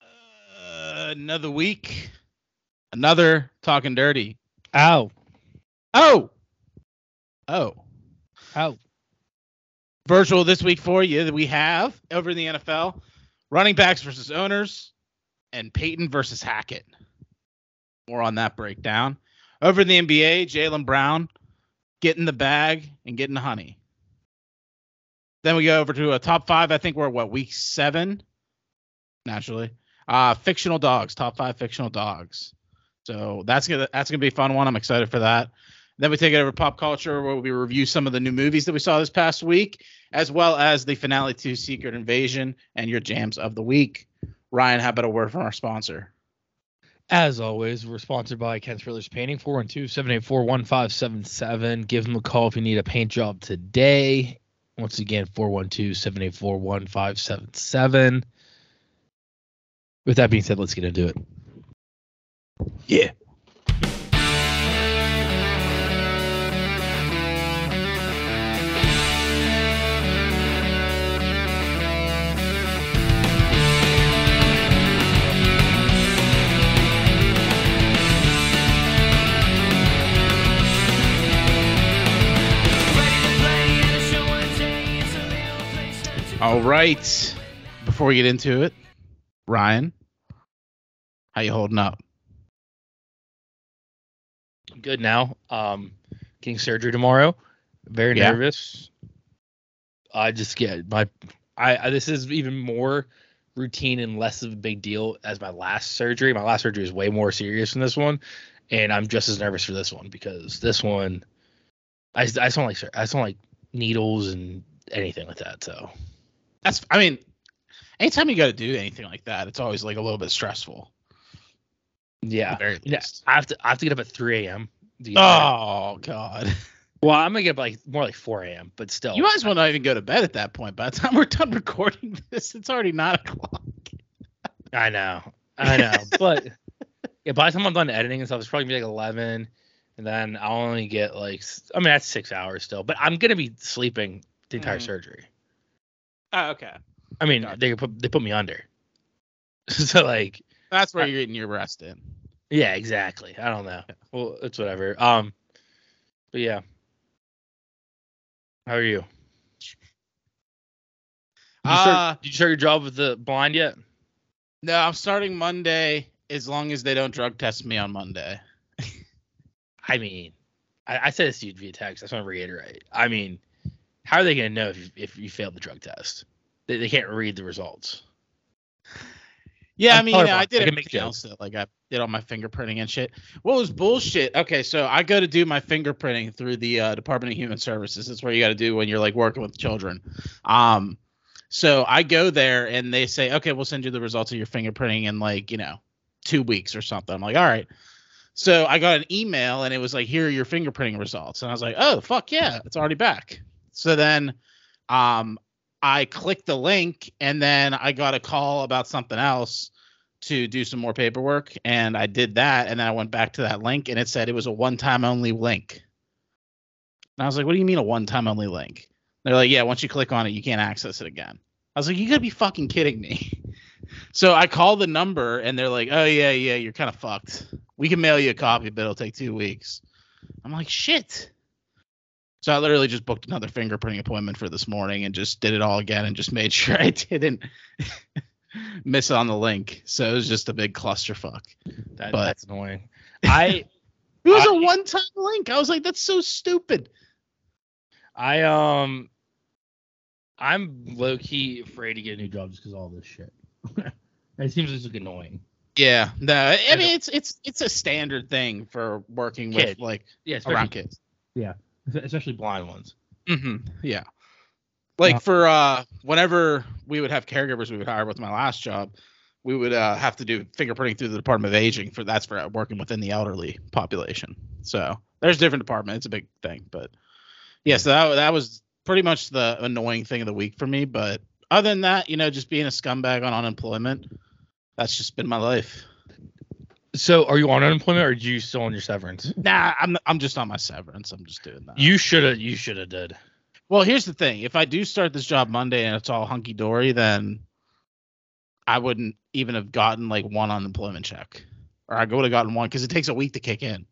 Uh, Another week, another talking dirty. Ow. Oh, oh, Ow. virtual this week for you that we have over in the NFL: running backs versus owners, and Peyton versus Hackett. More on that breakdown. Over in the NBA, Jalen Brown getting the bag and getting the honey. Then we go over to a top five. I think we're what week seven, naturally. Uh, fictional dogs, top five fictional dogs. So that's gonna that's gonna be a fun one. I'm excited for that. Then we take it over to pop culture where we review some of the new movies that we saw this past week, as well as the finale to Secret Invasion and your jams of the week. Ryan, how about a word from our sponsor? As always, we're sponsored by Ken Thrillers Painting, 412-784-1577. Give them a call if you need a paint job today. Once again, 412-784-1577. With that being said, let's get into it. Yeah. All right. Before we get into it, Ryan, how you holding up? I'm good now. Um getting surgery tomorrow. Very Yeah. nervous. I just get my I, I this is even more routine and less of a big deal as my last surgery. My last surgery is way more serious than this one, and I'm just as nervous for this one because this one I just- I just don't like sur- I just don't like needles and anything like that. So That's I mean, anytime you got to do anything like that, it's always like a little bit stressful. at yeah. the very Yeah, least. I have to I have to get up at 3 a.m. to get back. Oh God! Well, I'm gonna get up like more like 4 a.m. But still, You might as well not even go to bed at that point. By the time we're done recording this, it's already nine o'clock. I know, I know, but yeah, by the time I'm done editing and stuff, it's probably gonna be like eleven, and then I'll only get like s- I mean that's six hours still, but I'm gonna be sleeping the entire Mhm. surgery. Oh, okay. I mean Gotcha. they put they put me under, so like That's where Uh, you're getting your rest in. yeah, exactly. I don't know. Well, it's whatever. Um, but yeah, how are you? Did you, Uh, start, did you start your job with the blind yet? no, I'm starting Monday as long as they don't drug test me on Monday. I mean, I, I said this to you via text. I just want to reiterate. I mean, how are they going to know if you, if you failed the drug test? They, they can't read the results. Yeah, i I'm mean, you know, colorblind. I did I can make everything else that like I did all my fingerprinting and shit. What was bullshit? Okay, so I go to do my fingerprinting through the uh, Department of Human Services. That's where you got to do when you're like working with children. Um, so I go there and they say, okay, we'll send you the results of your fingerprinting in like you know two weeks or something. I'm like, all right. So I got an email and it was like, here are your fingerprinting results, and I was like, oh fuck yeah, it's already back. So then, um, I clicked the link and then I got a call about something else to do some more paperwork and I did that and then I went back to that link and it said it was a one time only link. And I was like, "What do you mean a one time only link?" They're like, "Yeah, once you click on it, you can't access it again." I was like, "You got to be fucking kidding me." so I call the number and they're like, "Oh yeah, yeah, you're kind of fucked. We can mail you a copy, but it'll take 2 weeks." I'm like, "Shit." So I literally just booked another fingerprinting appointment for this morning and just did it all again and just made sure I didn't miss on the link. So it was just a big clusterfuck. That, But- that's annoying. I It was a I- one time link. I was like, that's so stupid. I um I'm low key afraid to get a new job just because all this shit. it seems just like annoying. Yeah. No, I I I mean don't- it's it's it's a standard thing for working with Kid. like Yeah, around especially, kids. especially blind ones. Mm-hmm. Yeah. Like Uh, for uh whenever we would have caregivers we would hire with my last job, we would uh, have to do fingerprinting through the Department of Aging for that's for working within the elderly population. So there's different departments, it's a big thing, but yeah, so that that was pretty much the annoying thing of the week for me. But other than that, you know, just being a scumbag on unemployment, that's just been my life. So are you on unemployment or are you still on your severance? Nah, I'm I'm just on my severance. I'm just doing that. You should have you should have did. Well, here's the thing. If I do start this job Monday and it's all hunky dory, then I wouldn't even have gotten like one unemployment check, or I would have gotten one because it takes a week to kick in.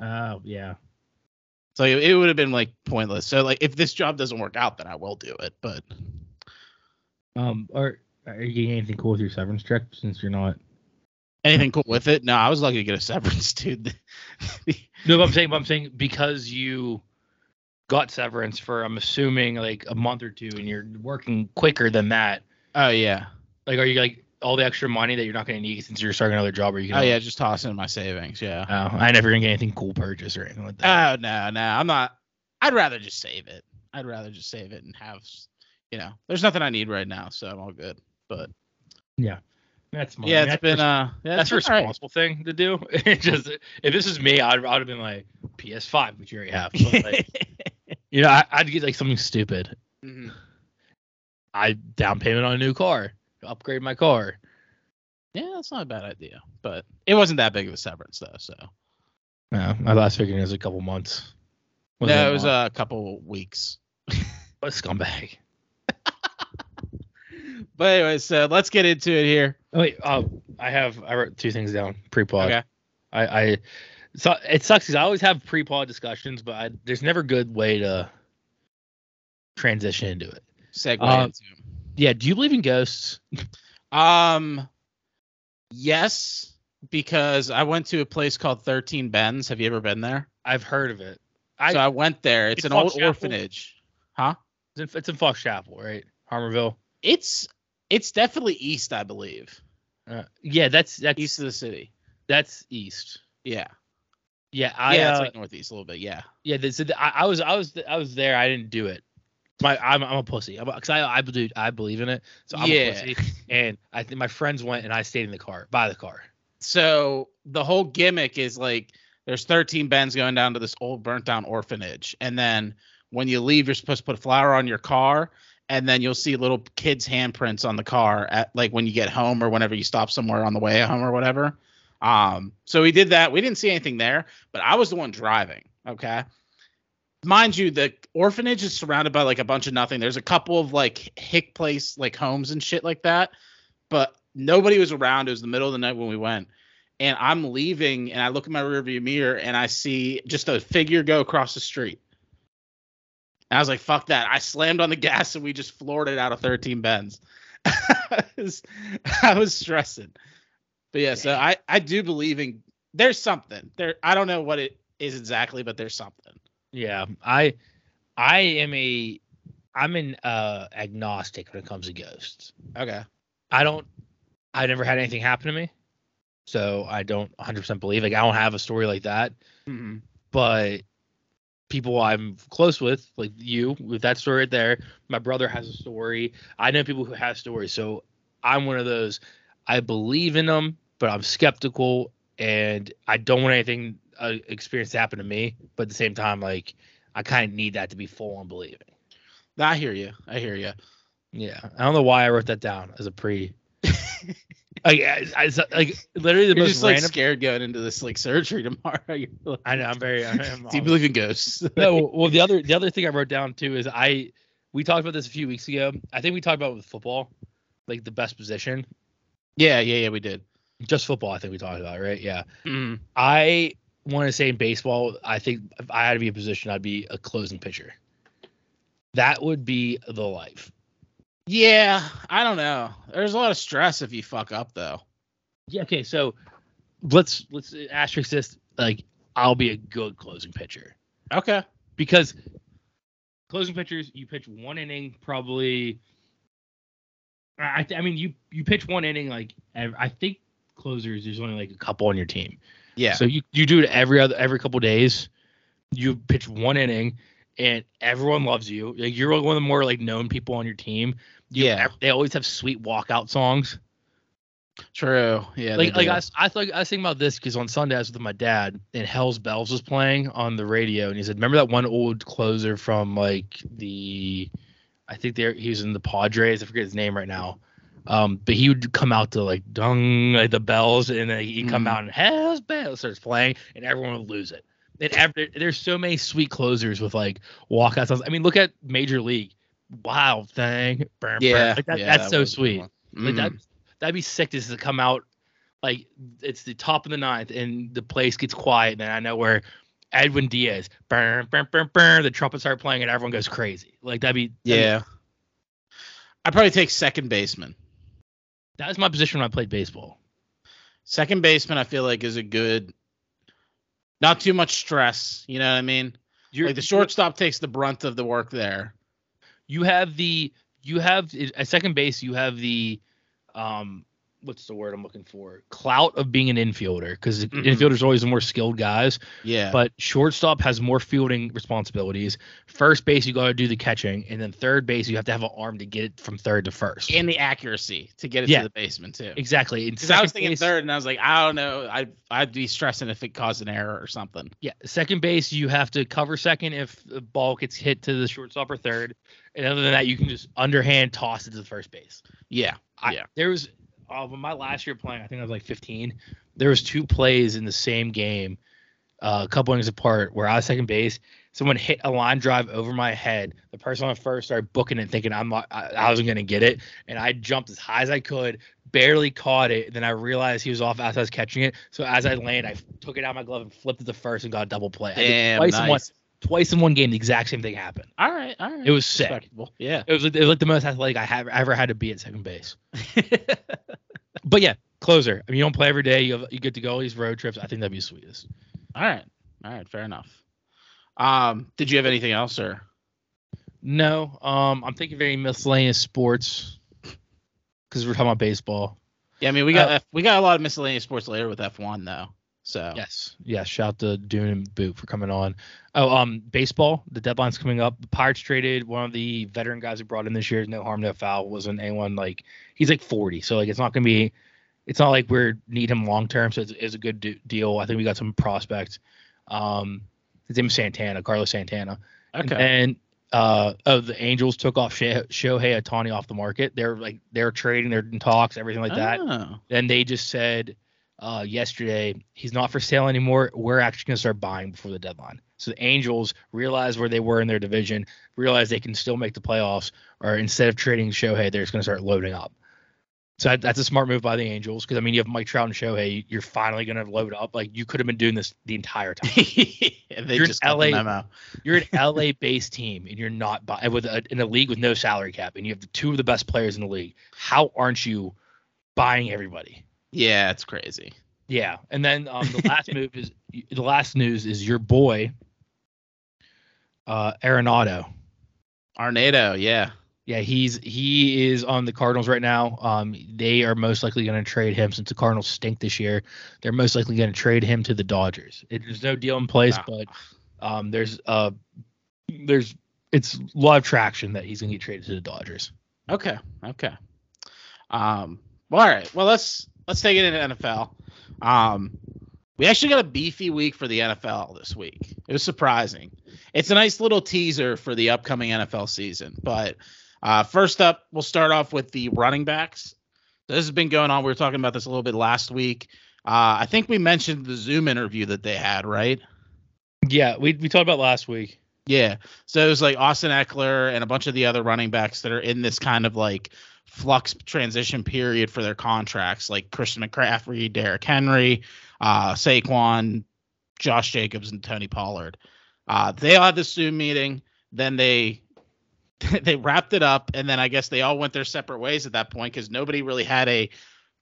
Oh yeah. So it, it would have been like pointless. So like if this job doesn't work out, then I will do it. But Um, are are you getting anything cool with your severance check since you're not? anything cool with it? No, I was lucky to get a severance, dude. No, but I'm saying, but I'm saying because you got severance for, I'm assuming like a month or two, and you're working quicker than that. oh yeah, Like, are you like all the extra money that you're not going to need since you're starting another job? Or you? oh Gonna, yeah, just tossing in my savings. Yeah. Oh, I never gonna get anything cool purchase or anything like that. Oh no, no, I'm not. I'd rather just save it. I'd rather just save it and have, you know, there's nothing I need right now, so I'm all good. But that's my yeah, it's been uh, yeah, that's a it's been all right. responsible thing to do. It just if this is me, I'd, I'd have been like PS5, which you already have. But like, you know, I, I'd get like something stupid. Mhm. I down payment on a new car, upgrade my car. Yeah, that's not a bad idea, but it wasn't that big of a severance though. So Yeah, I last figured it was a couple months. no, it was uh, a couple weeks. a scumbag. But anyway, so let's get into it here. Oh, wait, uh, I have I wrote two things down pre-pod. Okay. I, I so it sucks because I always have pre-pod discussions, but I, there's never a good way to transition into it. Segue Uh, into. Yeah, do you believe in ghosts? Um, yes, because I went to a place called Thirteen Bends. Have you ever been there? I've heard of it. I- so I went there. It's, It's an Fox old Chapel? orphanage, huh? It's in, it's in Fox Chapel, right? Harmerville. It's it's definitely east, I believe, Uh, yeah, that's that's east of the city. that's east. Yeah, Yeah, I yeah, yeah, it's uh, like northeast a little bit. Yeah, yeah. This, I, I was I was I was there. I didn't do it. My I'm I'm a pussy. I'm, a- Cause I I believe I believe in it. So I'm Yeah. a pussy. And I think my friends went and I stayed in the car by the car. so the whole gimmick is like there's 13 bends going down to this old burnt down orphanage and then when you leave you're supposed to put a flower on your car and then you'll see little kids handprints on the car at like when you get home or whenever you stop somewhere on the way home or whatever um so we did that we didn't see anything there but i was the one driving okay mind you the orphanage is surrounded by like a bunch of nothing there's a couple of like hick place like homes and shit like that but nobody was around it was the middle of the night when we went and I'm leaving and I look in my rearview mirror and I see just a figure go across the street. And I was like, fuck that. I slammed on the gas and we just floored it out of 13 bends. I, was, I was stressing. But yeah, so I, I do believe in there's something. There I don't know what it is exactly, but there's something. Yeah, I I am a I'm an uh, agnostic when it comes to ghosts. Okay. I don't I never had anything happen to me, so I don't 100% believe. Like I don't have a story like that. Mm-hmm. but people I'm close with, like you, with that story right there. My brother has a story. I know people who have stories, so I'm one of those. I believe in them, but I'm skeptical, and I don't want anything uh, experience to happen to me. But at the same time, like I kind of need that to be full on believing. I hear you. I hear you. Yeah, I don't know why I wrote that down as a pre. like, I, I- it's like literally the You're most just like random. scared going into this like surgery tomorrow. You're like, I know I'm very. I'm, I'm, do you believe in ghosts? no, well the other the other thing I wrote down too is I we talked about this a few weeks ago. I think we talked about it with football, like the best position, yeah, yeah, yeah, we did. just football. I think we talked about right. Yeah, Mm. Mm-hmm. I want to say in baseball, I think if I had to be a position, I'd be a closing pitcher. That would be the life. Yeah, I don't know. There's a lot of stress if you fuck up though. Yeah. Okay. So let's let's asterisk this. Like I'll be a good closing pitcher. Okay. because closing pitchers, you pitch one inning probably. I, I mean, you you pitch one inning like ev- I think closers there's only like a couple on your team. Yeah. So you you do it every other every couple days. You pitch one inning, and everyone loves you. Like you're one of the more like known people on your team. You- Yeah. ev- they always have sweet walkout songs. True. Yeah. like they like I, do. s- I thought I was thinking about this because on Sunday I was with my dad and Hell's Bells was playing on the radio and he said, "Remember that one old closer from like the, I think there he was in the Padres. I forget his name right now." Um, but he would come out to like dung like the bells, and then he'd come Mhm. out and Hell's Bells starts playing, and everyone would lose it. And after there's so many sweet closers with like walkouts. I mean, look at Major League. Wow, thing. yeah. like that, yeah, that's that so was a good sweet. one. Mm-hmm. Like that that'd be sick. This is to come out like it's the top of the ninth and the place gets quiet. And then I know where Edwin Diaz, burn, burn, burn, burn, the trumpets start playing and everyone goes crazy. Like that'd be that'd be- yeah. I'd probably take second baseman. that was my position when I played baseball. Second baseman, I feel like, is a good, not too much stress. You know what I mean? You're, like the shortstop takes the brunt of the work there. you have the you have at second base you have the um what's the word I'm looking for clout of being an infielder because Mhm. infielders are always the more skilled guys Yeah. but shortstop has more fielding responsibilities first base you got to do the catching and then third base you have to have an arm to get it from third to first and the accuracy to get it Yeah. to the basement too. exactly and Because I was second thinking base- third, and I was like, I don't know, I'd I'd be stressing if it caused an error or something. yeah second base you have to cover second if the ball gets hit to the shortstop or third and other than that you can just underhand toss it to the first base Yeah. I, Yeah. There was uh, when my last year playing, I think I was like 15. There was two plays in the same game, uh, a couple innings apart, where I was second base. Someone hit a line drive over my head. The person on first started booking it, thinking I'm not, I, I wasn't gonna get it, and I jumped as high as I could, barely caught it. Then I realized he was off as I was catching it. So as I landed, I took it out of my glove and flipped it to first and got a double play. I did Damn. twice in nice. one, twice in one game, the exact same thing happened. All right. All right. It was sick. Respectable. Yeah. It was, like- it was like the most athletic I have ever had to be at second base. But yeah, closer. I mean, you don't play every day. You have, you get to go all these road trips. I think that'd be the sweetest. all right. All right. Fair enough. Um, did you have anything else, or No, um, I'm thinking very miscellaneous sports because we're talking about baseball. yeah? I mean, we got Uh, F- we got a lot of miscellaneous sports later with F one though. So Yes, yes. Shout out to Dune and Boot for coming on. Oh, um, baseball. The deadline's coming up. The Pirates traded one of the veteran guys we brought in this year. No harm, no foul. Wasn't anyone like he's like 40, so like it's not gonna be. It's not like we're need him long term, so it's, it's a good do- deal. I think we got some prospects. Um, his name is Santana, Carlos Santana. okay. And uh, oh, the Angels took off Sho- Shohei Otani off the market. They're like they're trading, they're in talks, everything like that. Oh. Then they just said uh, yesterday he's not for sale anymore. We're actually going to start buying before the deadline. So the Angels realized where they were in their division, realized they can still make the playoffs, or instead of trading Shohei, they're just going to start loading up. So that- that's a smart move by the Angels because I mean you have Mike Trout and Shohei, you're finally going to load up. Like you could have been doing this the entire time. they You're in just got the LA. memo. You're an LA based team and you're not buy- with a, in a league with no salary cap and you have the two of the best players in the league. How aren't you buying everybody? Yeah, it's crazy. Yeah. And then um, the last move is the last news is your boy uh Arenado. Arnado. Yeah. Yeah, he's he is on the Cardinals right now. Um they are most likely going to trade him since the Cardinals stink this year. They're most likely going to trade him to the Dodgers. It, there's no deal in place, Ah. but um there's uh there's it's a lot of traction that he's going to get traded to the Dodgers. Okay. Okay. Um. Well, all right. Well, let's let's take it into NFL. Um. We actually got a beefy week for the NFL this week. It was surprising. It's a nice little teaser for the upcoming NFL season. But uh, first up, we'll start off with the running backs. So this has been going on. We were talking about this a little bit last week. Uh, I think we mentioned the Zoom interview that they had, right? Yeah, we we talked about last week. Yeah. So it was like Austin Eckler and a bunch of the other running backs that are in this kind of like flux transition period for their contracts, like Christian McCaffrey, Derrick Henry, uh, Saquon, Josh Jacobs, and Tony Pollard. Uh, they all had this Zoom meeting. Then they they wrapped it up, and then I guess they all went their separate ways at that point because nobody really had a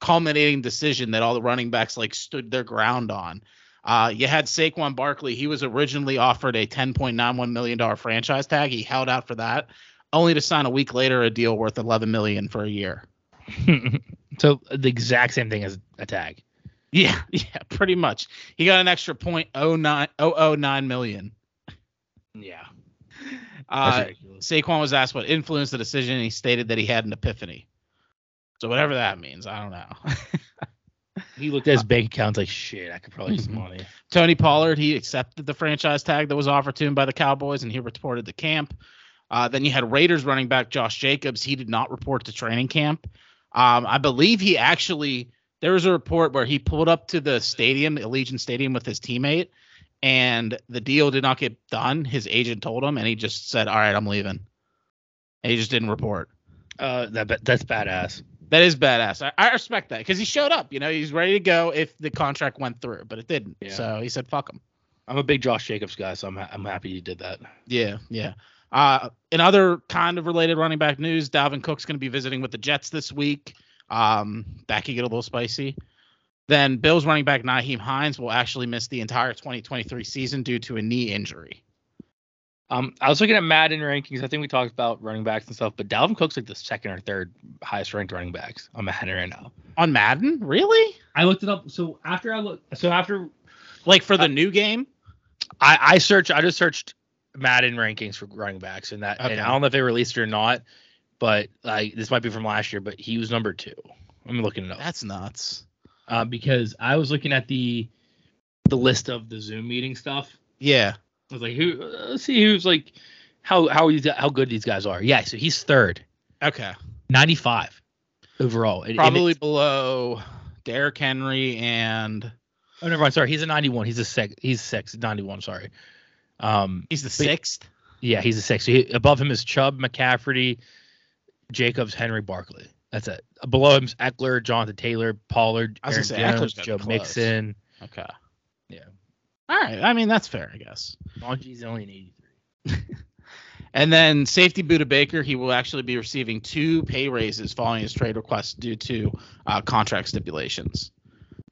culminating decision that all the running backs like stood their ground on. Uh, you had Saquon Barkley. He was originally offered a $10.91 million franchise tag. He held out for that, only to sign a week later a deal worth $11 million for a year. so the exact same thing as a tag. Yeah, yeah, pretty much. He got an extra point oh nine oh oh nine million. Yeah. Uh, Saquon was asked what influenced the decision, and he stated that he had an epiphany. So whatever that means, I don't know. he looked Mm-hmm. at his bank account like shit. I could probably use some Mhm. money. Tony Pollard, he accepted the franchise tag that was offered to him by the Cowboys, and he reported to camp. Uh, then you had Raiders running back Josh Jacobs. He did not report to training camp. Um, I believe he actually there was a report where he pulled up to the stadium, Allegiant Stadium, with his teammate, and the deal did not get done. His agent told him, and he just said, "All right, I'm leaving." And he just didn't report. Uh, that that's badass. That is badass. I, I respect that because he showed up. You know, he's ready to go if the contract went through, but it didn't. Yeah. So he said, "Fuck him." I'm a big Josh Jacobs guy, so I'm ha- I'm happy he did that. Yeah, yeah. Uh, in other kind of related running back news, Dalvin Cook's going to be visiting with the Jets this week. Um, that could get a little spicy. Then Bills running back Naheem Hines will actually miss the entire 2023 season due to a knee injury. Um, I was looking at Madden rankings. I think we talked about running backs and stuff, but Dalvin Cook's like the second or third highest ranked running backs on Madden right now. On Madden, really? I looked it up. So after I look, so after Like for the Uh, new game? I I searched, I just searched Madden rankings for running backs, and that Okay. and I don't know if they released it or not, but like this might be from last year, but he was number two. I'm looking it up. That's nuts. uh, because I was looking at the the list of the Zoom meeting stuff. Yeah. I was like, who? uh, Let's see who's like how how he's how good these guys are. Yeah, so he's third, Okay. 95 overall. And- and Probably it- below Derrick Henry and oh, never mind. Sorry, he's a 91. He's a sec. He's six 91. Sorry. Um, he's the sixth. yeah, he's a six. So he, above him is Chubb, McCafferty, Jacobs, Henry, Barkley. That's it. Below him's Eckler, Jonathan Taylor, Pollard, I was gonna say, Aaron Jones, Eckler's gotta be Joe close. Mixon. Okay. Yeah. All right. I mean, that's fair, I guess. Longie's only an 83. And then safety Buda Baker, he will actually be receiving two pay raises following his trade request due to uh, contract stipulations.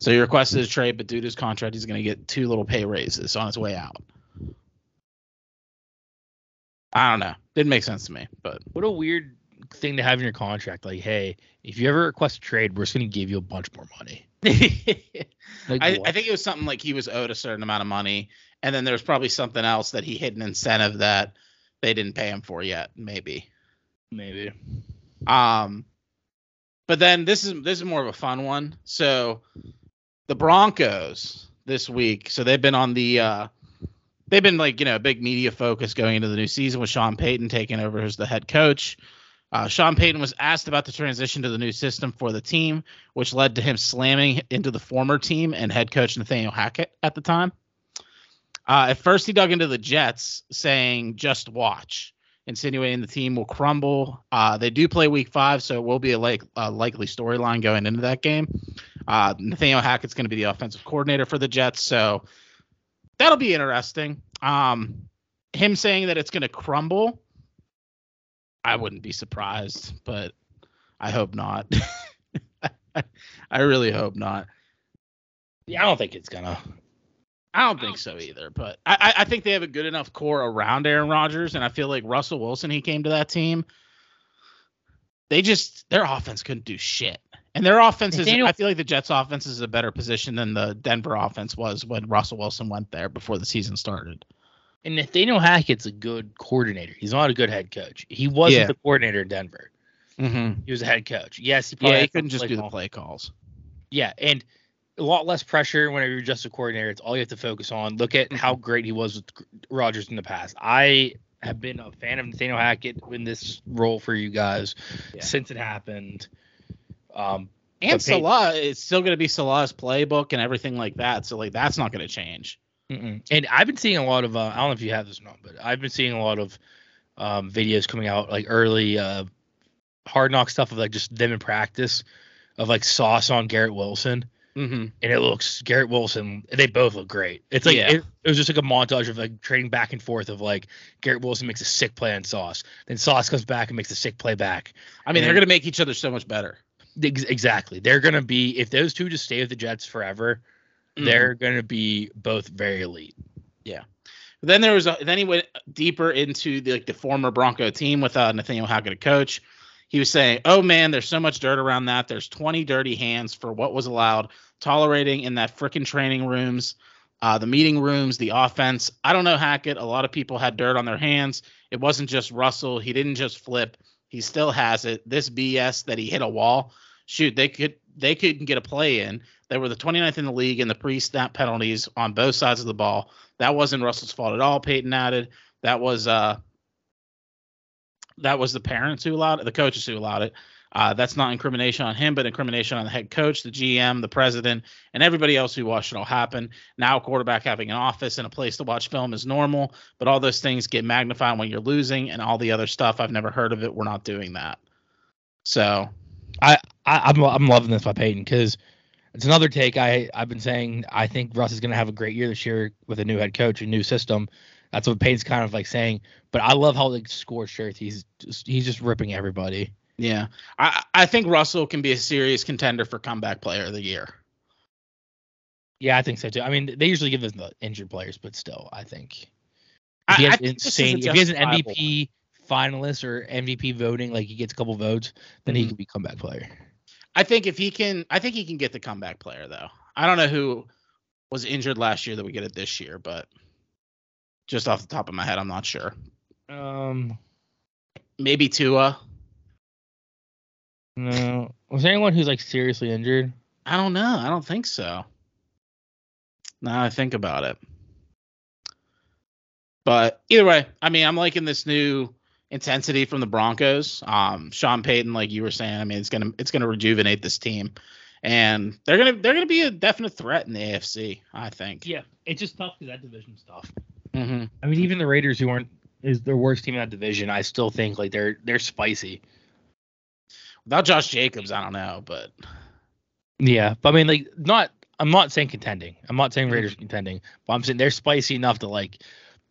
So he requested a trade, but due to his contract, he's going to get two little pay raises on his way out. I don't know. Didn't make sense to me, but What a weird thing to have in your contract. Like, hey, if you ever request a trade, we're just gonna give you a bunch more money. Like, I, I what? think it was something like he was owed a certain amount of money, and then there was probably something else that he hid an incentive that they didn't pay him for yet, maybe. maybe. Um, but then this is this is more of a fun one. So the Broncos this week. So they've been on the uh, they've been like you know a big media focus going into the new season with Sean Payton taking over as the head coach. Uh, Sean Payton was asked about the transition to the new system for the team, which led to him slamming into the former team and head coach Nathaniel Hackett at the time. Uh, at first, he dug into the Jets, saying, "Just watch." insinuating the team will crumble. Uh, they do play week five, so it will be a, like, a likely storyline going into that game. Uh, Nathaniel Hackett's going to be the offensive coordinator for the Jets, so that'll be interesting. Um, him saying that it's going to crumble, I wouldn't be surprised, but I hope not. I really hope not. Yeah, I don't think it's gonna. I don't think so either, but I, I I think they have a good enough core around Aaron Rodgers, and I feel like Russell Wilson, he came to that team. They just their offense couldn't do shit, and their offense is. Nathaniel- I feel like the Jets' offense is a better position than the Denver offense was when Russell Wilson went there before the season started. And Nathaniel Hackett's a good coordinator. He's not a good head coach. He wasn't Yeah. the coordinator in Denver. Mm-hmm. He was a head coach. Yes, he probably Yeah, he had couldn't some just play do the call. play calls. Yeah, and a lot less pressure whenever you're just a coordinator. It's all you have to focus on. Look at Mm-hmm. how great he was with Rogers in the past. I have been a fan of Nathaniel Hackett in this role for you guys Yeah. since it happened. Um, And But Peyton- Salah, it's still going to be Salah's playbook and everything like that. So like that's not going to change. Mm-mm. And I've been seeing a lot of uh, I don't know if you have this or not, but I've been seeing a lot of um, videos coming out like early uh, hard knock stuff of like just them in practice of like sauce on Garrett Wilson, Mm-hmm. and it looks Garrett Wilson. They both look great. It's like Yeah. it, it was just like a montage of like trading back and forth of like Garrett Wilson makes a sick play on Sauce, then Sauce comes back and makes a sick play back. I mean, they're And- going to make each other so much better. Ex- exactly, they're gonna be if those two just stay with the Jets forever, they're gonna be both very elite. Then there was a, then he went deeper into the, like the former Bronco team with uh, Nathaniel Hackett, a coach. He was saying, "Oh man, there's so much dirt around that. There's 20 dirty hands for what was allowed, tolerating in that freaking training rooms, uh, the meeting rooms, the offense. I don't know Hackett. A lot of people had dirt on their hands. It wasn't just Russell. He didn't just flip. He still has it. This BS that he hit a wall. Shoot, they could they couldn't get a play in. They were the 29th in the league in the pre-snap penalties on both sides of the ball." that wasn't Russell's fault at all. Peyton added that was uh that was the parents who allowed it, the coaches who allowed it. Uh, that's not incrimination on him, but incrimination on the head coach, the GM, the president, and everybody else who watched it all happen. Now, a quarterback having an office and a place to watch film is normal, but all those things get magnified when you're losing, and all the other stuff. I've never heard of it. We're not doing that. So I, I'm I'm loving this by Peyton because it's another take I I've been saying. I think Russ is going to have a great year this year with a new head coach, a new system. That's what Payne's kind of like saying. But I love how like score shirts. He's just, he's just ripping everybody. Yeah, I I think Russell can be a serious contender for comeback player of the year. Yeah, I think so too. I mean, they usually give this to injured players, but still, I think I- if he I has think this is a insane. If he has an justifiable- MVP finalist or MVP voting, like he gets a couple votes, then he Mhm. could be comeback player. I think if he can, I think he can get the comeback player though. I don't know who was injured last year that would get it this year, but just off the top of my head, I'm not sure. Um, Maybe Tua. no, was there anyone who's like seriously injured? I don't know. I don't think so. Now I think about it. But either way, I mean, I'm liking this new intensity from the Broncos. Um, Sean Payton, like you were saying, I mean, it's gonna it's gonna rejuvenate this team, and they're gonna they're gonna be a definite threat in the AFC. I think. Yeah, it's just tough because that division's tough. Mm-hmm. I mean, even the Raiders, who aren't is their worst team in that division, I still think like they're they're spicy. Without Josh Jacobs, I don't know, but Yeah, but I mean, like, not. I'm not saying contending. I'm not saying Mm-hmm. Raiders contending, but I'm saying they're spicy enough to like.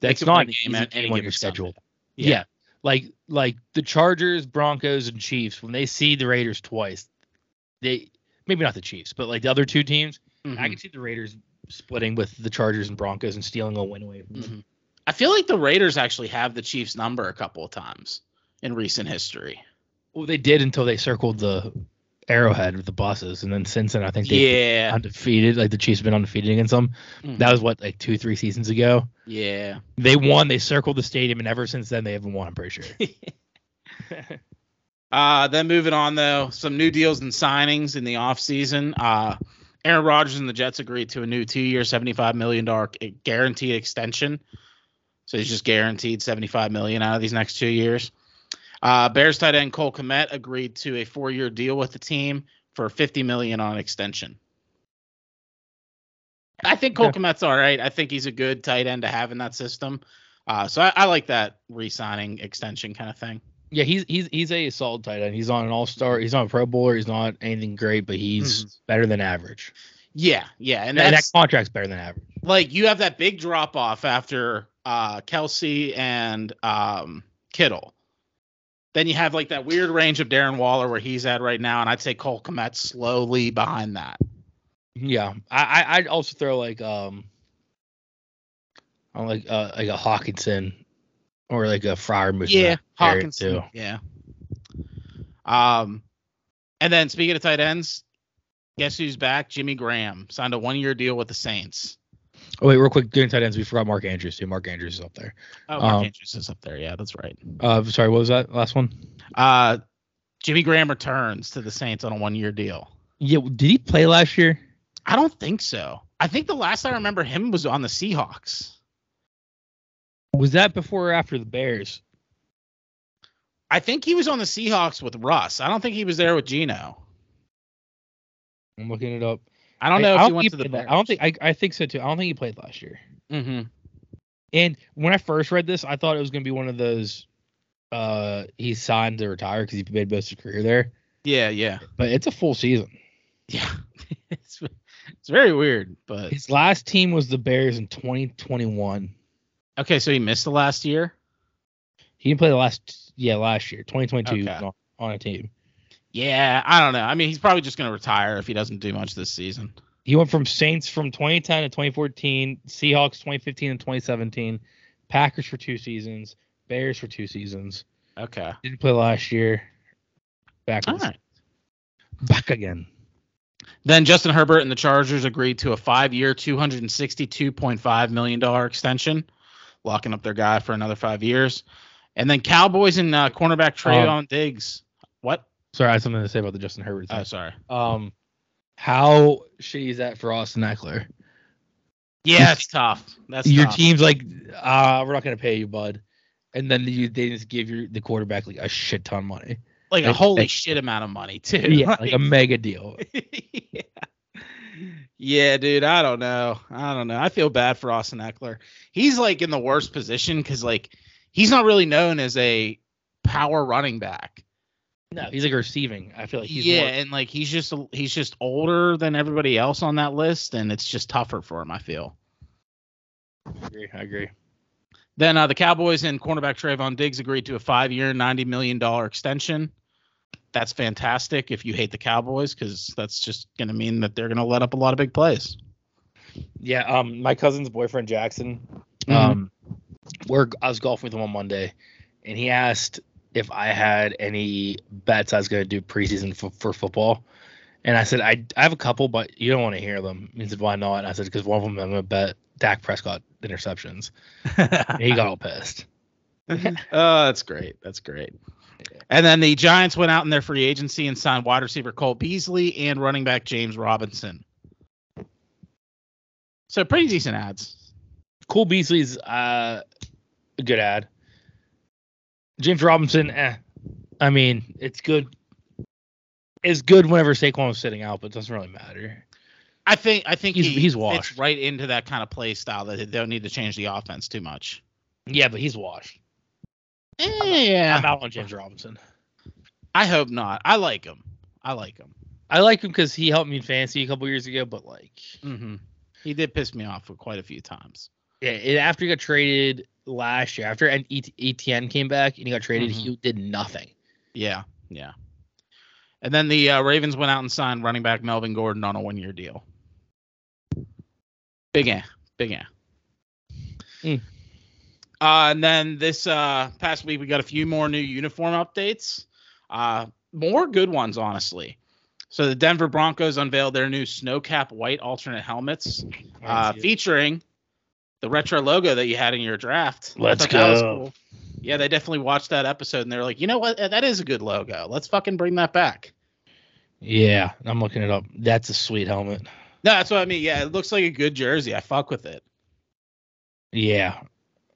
That's could win not an a easy game at any game on given your Sunday. schedule. Yeah. Yeah. like like the Chargers, Broncos, and Chiefs. When they see the Raiders twice, they maybe not the Chiefs, but like the other two teams, I mhm, can see the Raiders splitting with the Chargers and Broncos and stealing a win away. From them. mhm. I feel like the Raiders actually have the Chiefs number a couple of times in recent history. Well, they did until they circled the arrowhead with the buses, and then since then, I think they Yeah. undefeated. Like the Chiefs have been undefeated against them. Mhm. That was what like two, three seasons ago. yeah. They won. They circled the stadium, and ever since then, they haven't won. I'm pretty sure. Uh, then moving on though, some new deals and signings in the offseason. Uh, Aaron Rodgers and the Jets agreed to a new two-year, seventy-five million dollar guaranteed extension. So he's just guaranteed seventy-five million out of these next two years. Uh, Bears tight end Cole Komet agreed to a four-year deal with the team for fifty million on extension. I think Cole Okay. Komet's all right. I think he's a good tight end to have in that system. Uh, so I, I like that re-signing extension kind of thing. yeah, he's he's he's a solid tight end. He's on an all star. He's not a Pro Bowler. He's not anything great, but he's better than average. Yeah, yeah, and Mm-hmm. And, that- that's that contract's better than average. like you have that big drop off after uh Kelsey and um Kittle. Then you have like that weird range of Darren Waller where he's at right now, and I'd say Cole Komet slowly behind that. Yeah, I, I I'd also throw like um, I don't like uh, like a Hawkinson, or like a Fryer Moose. Hawkins. Yeah. Um, and then speaking of tight ends, guess who's back? Jimmy Graham signed a one year deal with the Saints. Oh wait, real quick, doing tight ends. We forgot Mark Andrews too. Mark Andrews is up there. Oh, Mark Um, Andrews is up there. Yeah, that's right. Uh, sorry, what was that last one? Uh, Jimmy Graham returns to the Saints on a one year deal. Yeah, well, did he play last year? I don't think so. I think the last I remember him was on the Seahawks. Was that before or after the Bears? I think he was on the Seahawks with Russ. I don't think he was there with Gino. I'm looking it up. I don't know if he went think to the. played la- I don't think I, I think so too. I don't think he played last year. hmm And when I first read this, I thought it was gonna be one of those. Uh, he signed to retire because he made most of his career there, Yeah, yeah, but it's a full season. yeah. it's it's very weird, but His last team was the Bears in 2021. okay. So he missed the last year. He didn't play the last, yeah, last year, 2022 Okay. on, on a team. Yeah, I don't know. I mean, he's probably just gonna retire if he doesn't do much this season. He went from Saints from 2010 to 2014, Seahawks 2015 and 2017, Packers for two seasons, Bears for two seasons. Okay. Didn't play last year. Back, All right. back again. Then Justin Herbert and the Chargers agreed to a five-year, two hundred and sixty-two point five million dollar extension, locking up their guy for another five years. And then Cowboys and uh, cornerback Trayon Um, Diggs. What? Sorry, I had something to say about the Justin Herbert Oh, thing. sorry. um, how shitty is that for Austin Eckler? Yeah, it's tough. That's Your tough. team's like, uh, we're not gonna pay you, bud. And then you, they just give your the quarterback like a shit ton of money. like a Like- holy like- shit amount of money too. yeah, like a mega deal. yeah. Yeah, dude. I don't know. I don't know. I feel bad for Austin Eckler. He's like in the worst position because like he's not really known as a power running back. No, he's like receiving. I feel like he's yeah, more- and like he's just he's just older than everybody else on that list, and it's just tougher for him. I feel. I agree. I agree. Then uh, the Cowboys and cornerback Trayvon Diggs agreed to a five-year, ninety million dollar extension. That's fantastic if you hate the Cowboys, because that's just going to mean that they're going to let up a lot of big plays. Yeah, um, my cousin's boyfriend Jackson, Mhm. um, we're I was golfing with him on Monday, and he asked if I had any bets I was going to do preseason for, for football, and I said I, I have a couple, but you don't want to hear them. He said why not? And I said because one of them I'm going to bet Dak Prescott interceptions. And he got all pissed. oh, that's great. That's great. And then the Giants went out in their free agency and signed wide receiver Cole Beasley and running back James Robinson. So pretty decent ads. Cool Beasley's uh, a good ad. James Robinson, eh. I mean, it's good. It's good whenever Saquon was sitting out, but it doesn't really matter. I think I think He's- he he's fits washed. right into that kind of play style that they don't need to change the offense too much. Yeah, but he's washed. Yeah, I'm out on James Robinson. I hope not. I like him. I like him. I like him because he helped me in fantasy a couple years ago, but like, Mm-hmm. hmm He did piss me off for quite a few times. yeah, and after he got traded last year, after E and ETN came back and he got traded, Mhm. he did nothing. Yeah, yeah. And then the uh, Ravens went out and signed running back Melvin Gordon on a one-year deal. Big eh, big eh. Mm. Uh, and then this uh, past week, we got a few more new uniform updates. Uh, more good ones, honestly. So the Denver Broncos unveiled their new snowcap white alternate helmets, uh, featuring the retro logo that you had in your draft. I Let's thought that was go. cool. Yeah, they definitely watched that episode and they're like, you know what? That is a good logo. Let's fucking bring that back. yeah, I'm looking it up. That's a sweet helmet. No, that's what I mean. Yeah, it looks like a good jersey. I fuck with it. Yeah.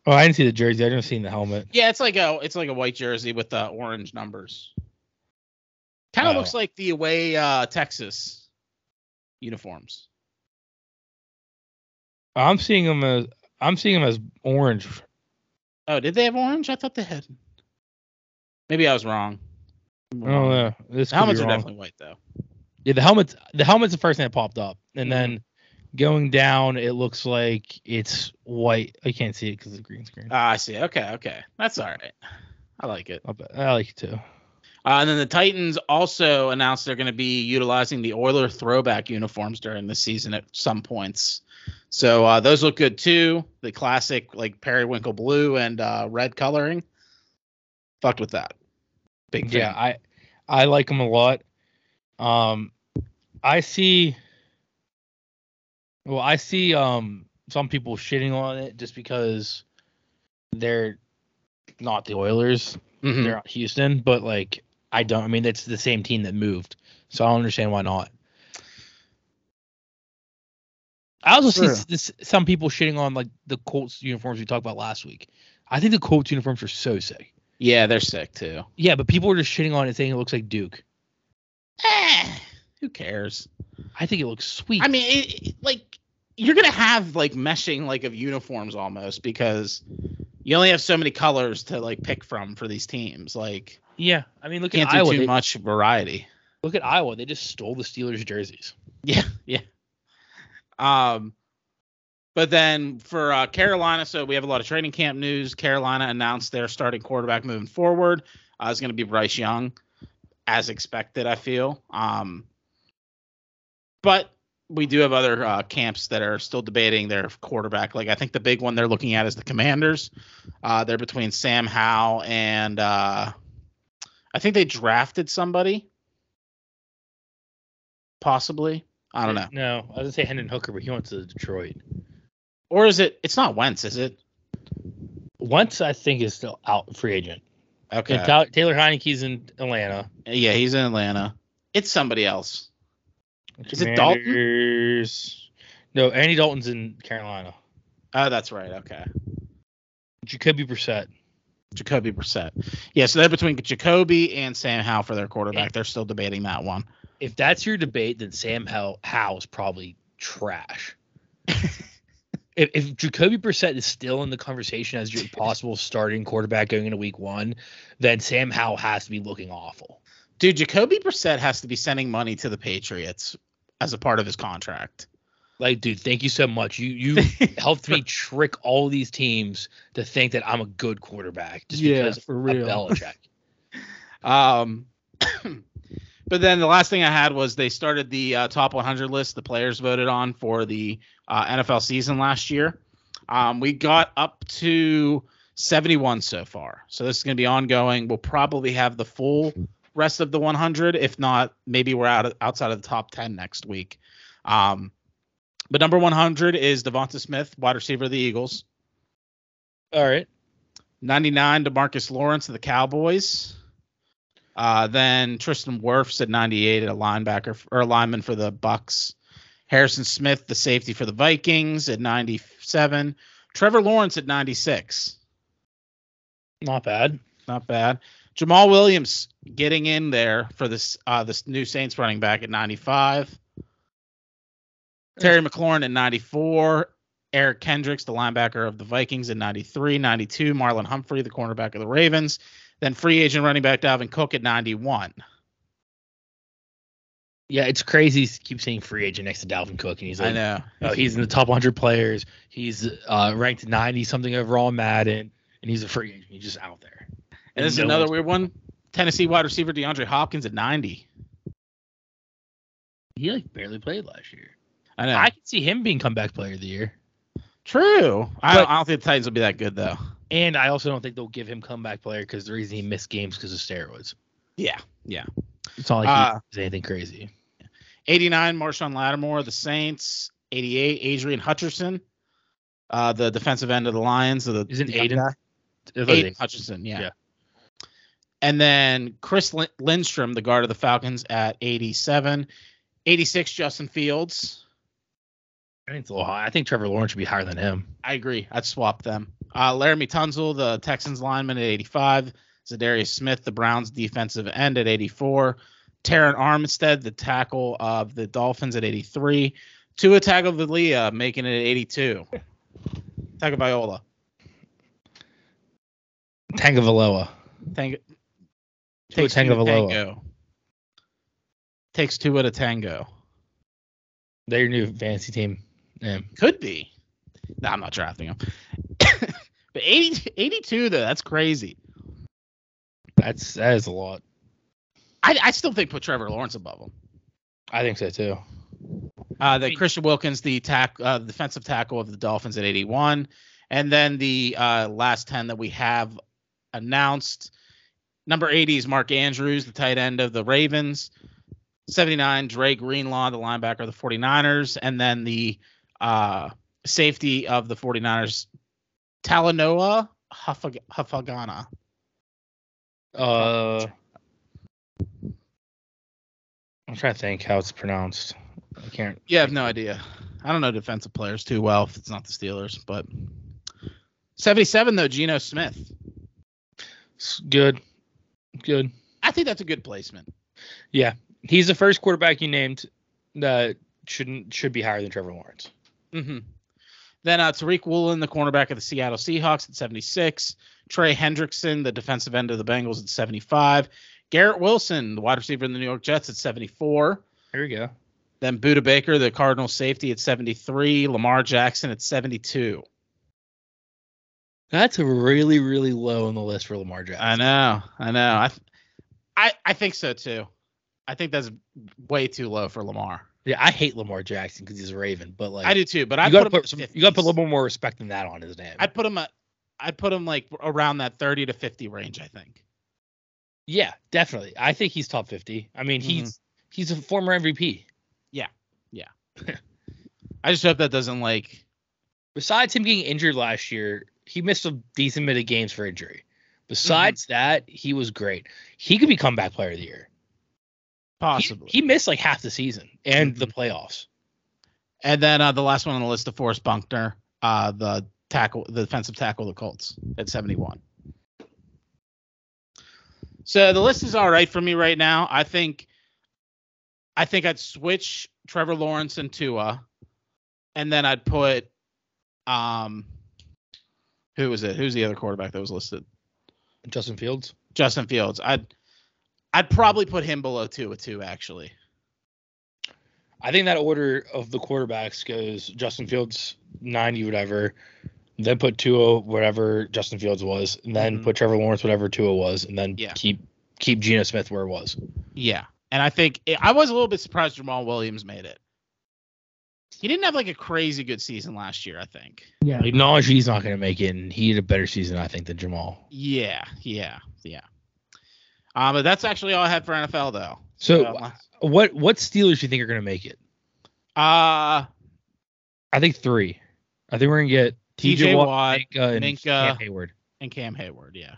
Oh, I didn't see the jersey. I didn't see the helmet. Yeah, it's like a it's like a white jersey with uh, orange numbers. Kind of Oh. looks like the away uh, Texas uniforms. I'm seeing him as I'm seeing him as orange. Oh, did they have orange? I thought they had. Maybe I was wrong. I don't know. This The Oh, could helmets be are wrong. definitely white though. Yeah, the helmet's the helmet's the first thing that popped up, and Mhm. then going down, it looks like it's white. I can't see it because of the green screen. Ah, I see. Okay, okay, that's all right. I like it. I'll bet- I like it too. Uh, and then the Titans also announced they're going to be utilizing the Oiler throwback uniforms during the season at some points. So uh, those look good too. The classic like periwinkle blue and uh, red coloring. Fucked with that. Big fan. Yeah, I I like them a lot. Um, I see. Well, I see um some people shitting on it just because they're not the Oilers, Mhm. they're not Houston, but like I don't. I mean, it's the same team that moved, so I don't understand why not. I also see True. s- this, some people shitting on like the Colts uniforms we talked about last week. I think the Colts uniforms are so sick. Yeah, they're sick too. Yeah, but people are just shitting on it, saying it looks like Duke. Eh, who cares? I think it looks sweet. I mean, it, it- like you're gonna have like meshing like of uniforms almost because you only have so many colors to like pick from for these teams. Like yeah. I mean, look at can't do Iowa. too They, much variety. look at Iowa. They just stole the Steelers jerseys. Yeah, yeah. Um, but then for uh, Carolina, so we have a lot of training camp news. Carolina announced their starting quarterback moving forward uh, is going to be Bryce Young, as expected. I feel. Um, but we do have other uh, camps that are still debating their quarterback. Like I think the big one they're looking at is the Commanders. Uh, they're between Sam Howell and uh, I think they drafted somebody, possibly. I Hmm. don't know. No, I was gonna say Hendon Hooker, but he went to Detroit. Or is it? It's not Wentz, is it? Once I think is still out free agent. Okay. And Ta- Taylor Heineke's in Atlanta. yeah, he's in Atlanta. It's somebody else. Is it Dalton? Commanders. No, Andy Dalton's in Carolina. Oh, that's right. Okay. Jacoby Brissett. Jacoby Brissett. Yeah, so they're between Jacoby and Sam Howe for their quarterback. They're still debating that one. If that's your debate, then Sam Howe, Howe's probably trash. if, if Jacoby Brissett is still in the conversation as your possible starting quarterback going into week one, then Sam Howe has to be looking awful. Dude, Jacoby Brissett has to be sending money to the Patriots as a part of his contract. Like, dude, thank you so much. You you helped me trick all these teams to think that I'm a good quarterback just Yeah, because for of real. Belichick. Um, but then the last thing I had was they started the uh, top 100 list the players voted on for the uh, NFL season last year. Um, we got up to 71 so far. So this is going to be ongoing. We'll probably have the full rest of the 100. If not, maybe we're out outside of the top 10 next week. Um, but number 100 is Devonta Smith, wide receiver of the Eagles. All right. 99 Demarcus Lawrence of the Cowboys. Uh, then Tristan Wirfs at 98 at a linebacker f- or a lineman for the Bucks. Harrison Smith, the safety for the Vikings at 97. Trevor Lawrence at 96. Not bad. Not bad. Jamal Williams getting in there for this uh, this new Saints running back at 95. Terry McLaurin at 94. Eric Kendricks, the linebacker of the Vikings, at 93. 92. Marlon Humphrey, the cornerback of the Ravens. Then free agent running back Dalvin Cook at 91. Yeah, it's crazy. to Keep saying free agent next to Dalvin Cook, and he's I like, know. oh, he's in the top 100 players. He's uh, ranked 90 something overall in Madden, and he's a free agent. He's just out there. And this is no another one's- weird one. Tennessee wide receiver DeAndre Hopkins at 90. He like barely played last year. I know. I could see him being comeback player of the year. True. I, But- I don't think the Titans will be that good, though. And I also don't think they'll give him comeback player because the reason he missed games because of steroids. Yeah. It's not like Uh, he did anything crazy. 89, Marshawn Lattimore, the Saints. 88, Adrian Hutcherson, uh, the defensive end of the Lions. Of the, Isn't the Aiden? guy. It was Aiden Aiden. Hutcherson, yeah. Yeah. And then Chris Lin- Lindstrom, the guard of the Falcons, at 87. 86, Justin Fields. I think it's a little high. I think Trevor Lawrence should be higher than him. I agree. I'd swap them. Uh, Laramie Tunzel, the Texans lineman, at 85. Zadarius Smith, the Browns defensive end, at 84. Taryn Armstead, the tackle of the Dolphins, at 83. Tua Tagovailoa making it at 82. Tagovailoa. Tagovailoa. Tang- Tua takes two to Tagovailoa. tango. Takes two at a tango. They're your new fantasy team. Yeah. Could be. No, I'm not drafting him. but 80, 82 though, that's crazy. That's that is a lot. I, I still think put Trevor Lawrence above him. I think so too. Uh, the Christian Wilkins, the tack, uh, defensive tackle of the Dolphins at 81, and then the uh, last 10 that we have announced. Number 80 is Mark Andrews, the tight end of the Ravens. 79, Dre Greenlaw, the linebacker of the 49ers, and then the uh, safety of the 49ers, Talanoa Hufag- Hufagana. Uh, I'm trying to think how it's pronounced. I can't. Yeah, I have no idea. I don't know defensive players too well if it's not the Steelers, but 77 though, Geno Smith. It's good. Good. I think that's a good placement. He's the first quarterback you named that shouldn't should be higher than Trevor Lawrence. Mm-hmm. Then uh, Tariq Woolen, the cornerback of the Seattle Seahawks at 76. Trey Hendrickson, the defensive end of the Bengals at 75. Garrett Wilson, the wide receiver in the New York Jets at 74. Here we go. Then Buda Baker, the Cardinal safety at 73. Lamar Jackson at 72. That's really really low on the list for Lamar Jackson. I know. I know. I, th- I, I think so too. I think that's way too low for Lamar. Yeah, I hate Lamar Jackson because he's a Raven, but like I do too, but I you gotta put, put, him some, in the you gotta put a 50s. little bit more respect than that on his name. I'd put him at, I'd put him like around that 30 to 50 range, I think. yeah, definitely. I think he's top fifty. I mean, Mhm. he's he's a former MVP. I just hope that doesn't like Besides him getting injured last year, he missed a decent bit of games for injury. Besides that, he was great. He could be comeback player of the year. He- possibly. Mm-hmm. He, missed like half the season and the playoffs. and then uh, the last one on the list, of Forrest Bunkner, uh, the tackle, the defensive tackle of the Colts at 71. So the list is all right for me right now. I think, I think I'd switch Trevor Lawrence and Tua, and then I'd put, um, who was it? Who's the other quarterback that was listed? Justin Fields. Justin Fields. I'd I'd probably put him below two with two actually. I think that order of the quarterbacks goes Justin Fields ninety whatever, then put Tua whatever Justin Fields was, and then Mhm. put Trevor Lawrence whatever Tua was, and then Yeah. keep keep Geno Smith where it was. Yeah, and I think eh, I was a little bit surprised Jamal Williams made it. He didn't have like a crazy good season last year. I think. Yeah. Acknowledge he's not going to make it, and he had a better season I think than Jamal. Yeah, yeah, yeah. Uh, but that's actually all I had for NFL though. So uh, what what Steelers do you think are going to make it? uh, I think three. I think we're going to get TJ TJ Watt, Watt, Minka, and Minka. Cam Hayward. and Cam Hayward. Yeah.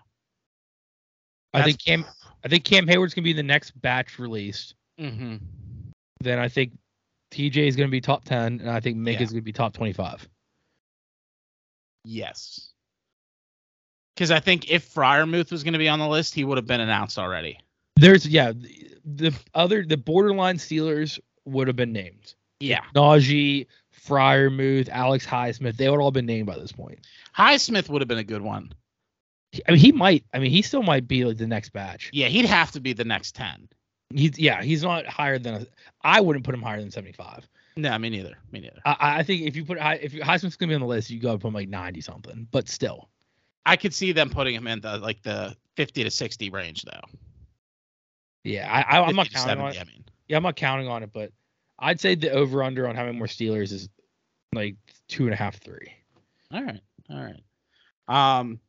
I think Cam I think Cam Hayward's going to be the next batch released. hmm Then I think TJ is going to be top 10 and I think Minka's is going to be top 25. Yes. Because I think if Fryermuth was going to be on the list, he would have been announced already. There's yeah, the, the other the borderline Steelers would have been named. Yeah. Najee, Fryermuth, Alex Highsmith, they would all been named by this point. Highsmith would have been a good one. I mean, he might. I mean, he still might be like the next batch. Yeah, he'd have to be the next 10. He's yeah, he's not higher than a, I wouldn't put him higher than seventy five. No, me neither. Me neither. I, I think if you put Hei- if Heisman's gonna be on the list, you got to put him like ninety something. But still, I could see them putting him in the like the 50 to 60 range though. yeah, I, I I'm not 50 to counting on 70, it. I mean. Yeah, I'm not counting on it. But I'd say the over under on how many more Steelers is like two and a half three. All right. All right. Um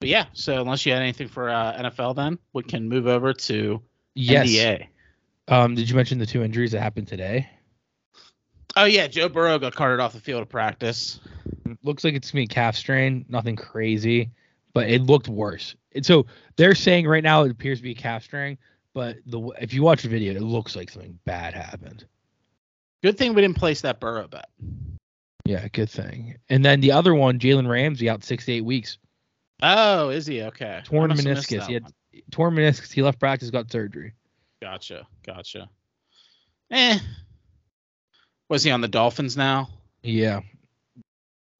but yeah, so unless you had anything for uh, NFL then, we can move over to Yes. NBA. Um, did you mention the two injuries that happened today? Oh yeah, Joe Burrow got carted off the field of practice. Looks like it's gonna be calf strain, nothing crazy, but it looked worse. And so they're saying right now it appears to be a calf strain, but the w- if you watch the video, it looks like something bad happened. Good thing we didn't place that Burrow bet. Yeah, good thing. And then the other one, Jalen Ramsey, out six to eight weeks, Oh, is he okay? I torn must have missed meniscus. that He had one. torn meniscus. He left practice, got surgery. Gotcha, gotcha. Eh, was he on the Dolphins now? Yeah,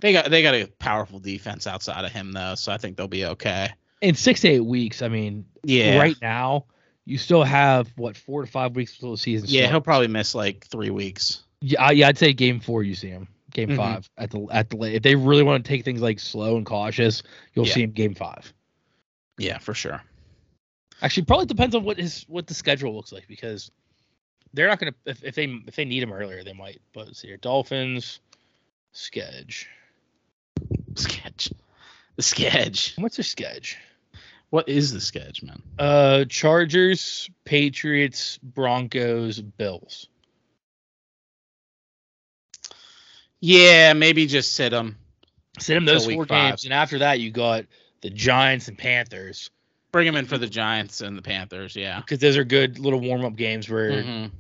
They got they got a powerful defense outside of him though, so I think they'll be okay. in six to eight weeks, I mean, Yeah, right now you still have what four to five weeks until the season. Yeah, starts. he'll probably miss like three weeks. Yeah, I- yeah, I'd say game four you see him. Game Mhm. five at the at the late. If they really want to take things like slow and cautious, you'll Yeah. see him game five. Yeah, for sure. Actually, probably depends on what his what the schedule looks like because they're not gonna if, if they if they need him earlier they might. But let's see here, Dolphins sketch. Sketch, the sketch. What's their sketch? What is the sketch, man? Uh, Chargers, Patriots, Broncos, Bills. Yeah, maybe just sit him. Send him Till those week four five. games, and after that you got the Giants and Panthers Bring him in for the Giants and the Panthers. Yeah. because those are good little warm up games where. Mhm.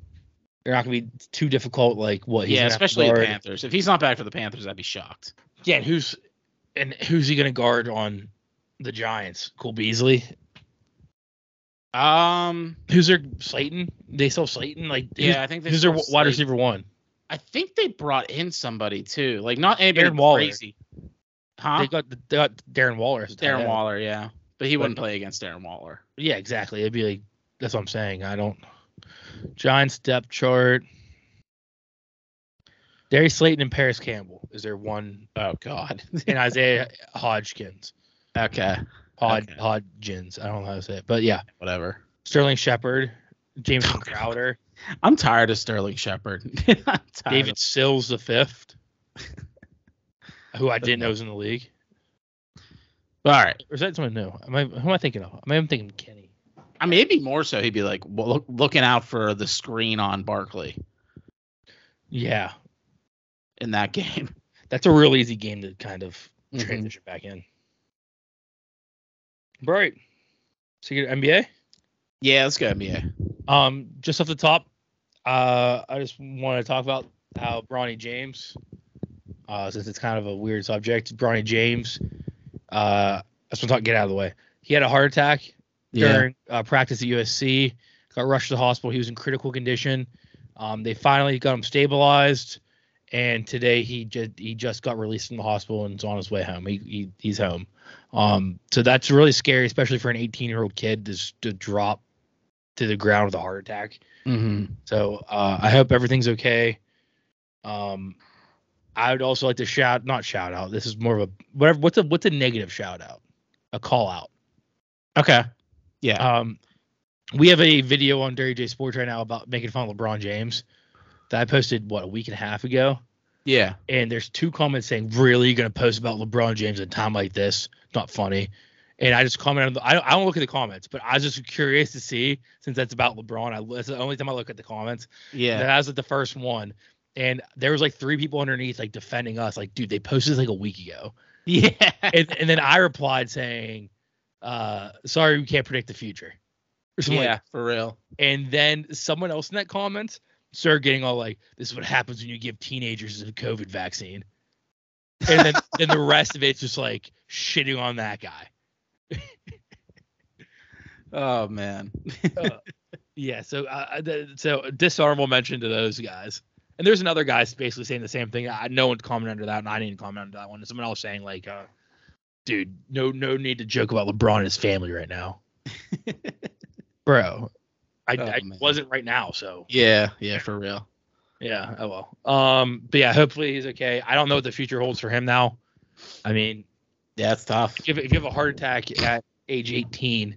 they're not gonna be too difficult. Like what? he's Yeah, gonna have to especially the guard. Panthers. If he's not back for the Panthers, I'd be shocked. Yeah, and who's and who's he gonna guard on the Giants? Cole Beasley. Um. Who's their Slayton? They sell Slayton. Like who's, Yeah, I think they who's their still w- wide slate- receiver one? I think they brought in somebody too, like not anybody Darren Waller. crazy. Huh? They got they got Darren Waller. as a tight Darren end. Waller, yeah, but he But- wouldn't play against Darren Waller. Yeah, exactly. It'd be like that's what I'm saying. I don't Giants depth chart. Darius Slayton and Paris Campbell is their one, uh, Oh God. and Isaiah Hodgkins, okay. Hod Okay. Hodgins. I don't know how to say it, but yeah, Whatever. Sterling Shepard, James Crowder, I'm tired of Sterling Shepard. I'm tired David Sills the fifth, who I didn't know was in the league. Of, all right. Or is that someone new? Am I, who am I thinking of? Am I thinking Kenny? I mean, maybe more so. He'd be like well, look, looking out for the screen on Barkley Yeah, in that game. that's a real easy game to kind of Mhm. transition back in. Right. So you get NBA. Yeah, let's go NBA. Um, just off the top, uh, I just want to talk about how Bronny James, uh, since it's kind of a weird subject, Bronny James, uh, that's what I'm talking. Get out of the way. He had a heart attack during uh, practice at USC. Got rushed to the hospital. He was in critical condition. Um, they finally got him stabilized, and today he just he just got released from the hospital and is on his way home. He, he he's home. Um, so that's really scary, especially for an 18 year old kid to, s- to drop to the ground with a heart attack. Mm-hmm. So uh, I hope everything's okay. Um, I would also like to shout, not shout out. This is more of a whatever. What's a what's a negative shout out? A call out. Okay. Yeah. Um, we have a video on Dirty J Sports right now about making fun of LeBron James that I posted what a week and a half ago. yeah. And there's two comments saying, "Really, you're gonna post about LeBron James at a time like this? Not funny." And I just commented. On the, I don't, I don't look at the comments, but I was just curious to see since that's about LeBron. I, that's the only time I look at the comments. And Yeah. That was like the first one. And there was like three people underneath like defending us. Like, dude, they posted this like a week ago. Yeah. And and then I replied saying, uh, sorry, we can't predict the future. Or something like yeah. For real. that. and then someone else in that comment started getting all like, this is what happens when you give teenagers a COVID vaccine. And then, then the rest of it's just like shitting on that guy. Oh man. Uh, Yeah. So, uh, th- so dishonorable mention to those guys. And there's another guy basically saying the same thing. I no one commented under that, and I didn't comment under that one. And someone else saying like, uh, "Dude, no, no need to joke about LeBron and his family right now, bro." I, Oh, I man. wasn't right now, so yeah. Yeah. For real. yeah. Oh well. Um, but yeah, hopefully he's okay. I don't know what the future holds for him now. I mean, Yeah, it's tough. if, if you have a heart attack at age 18,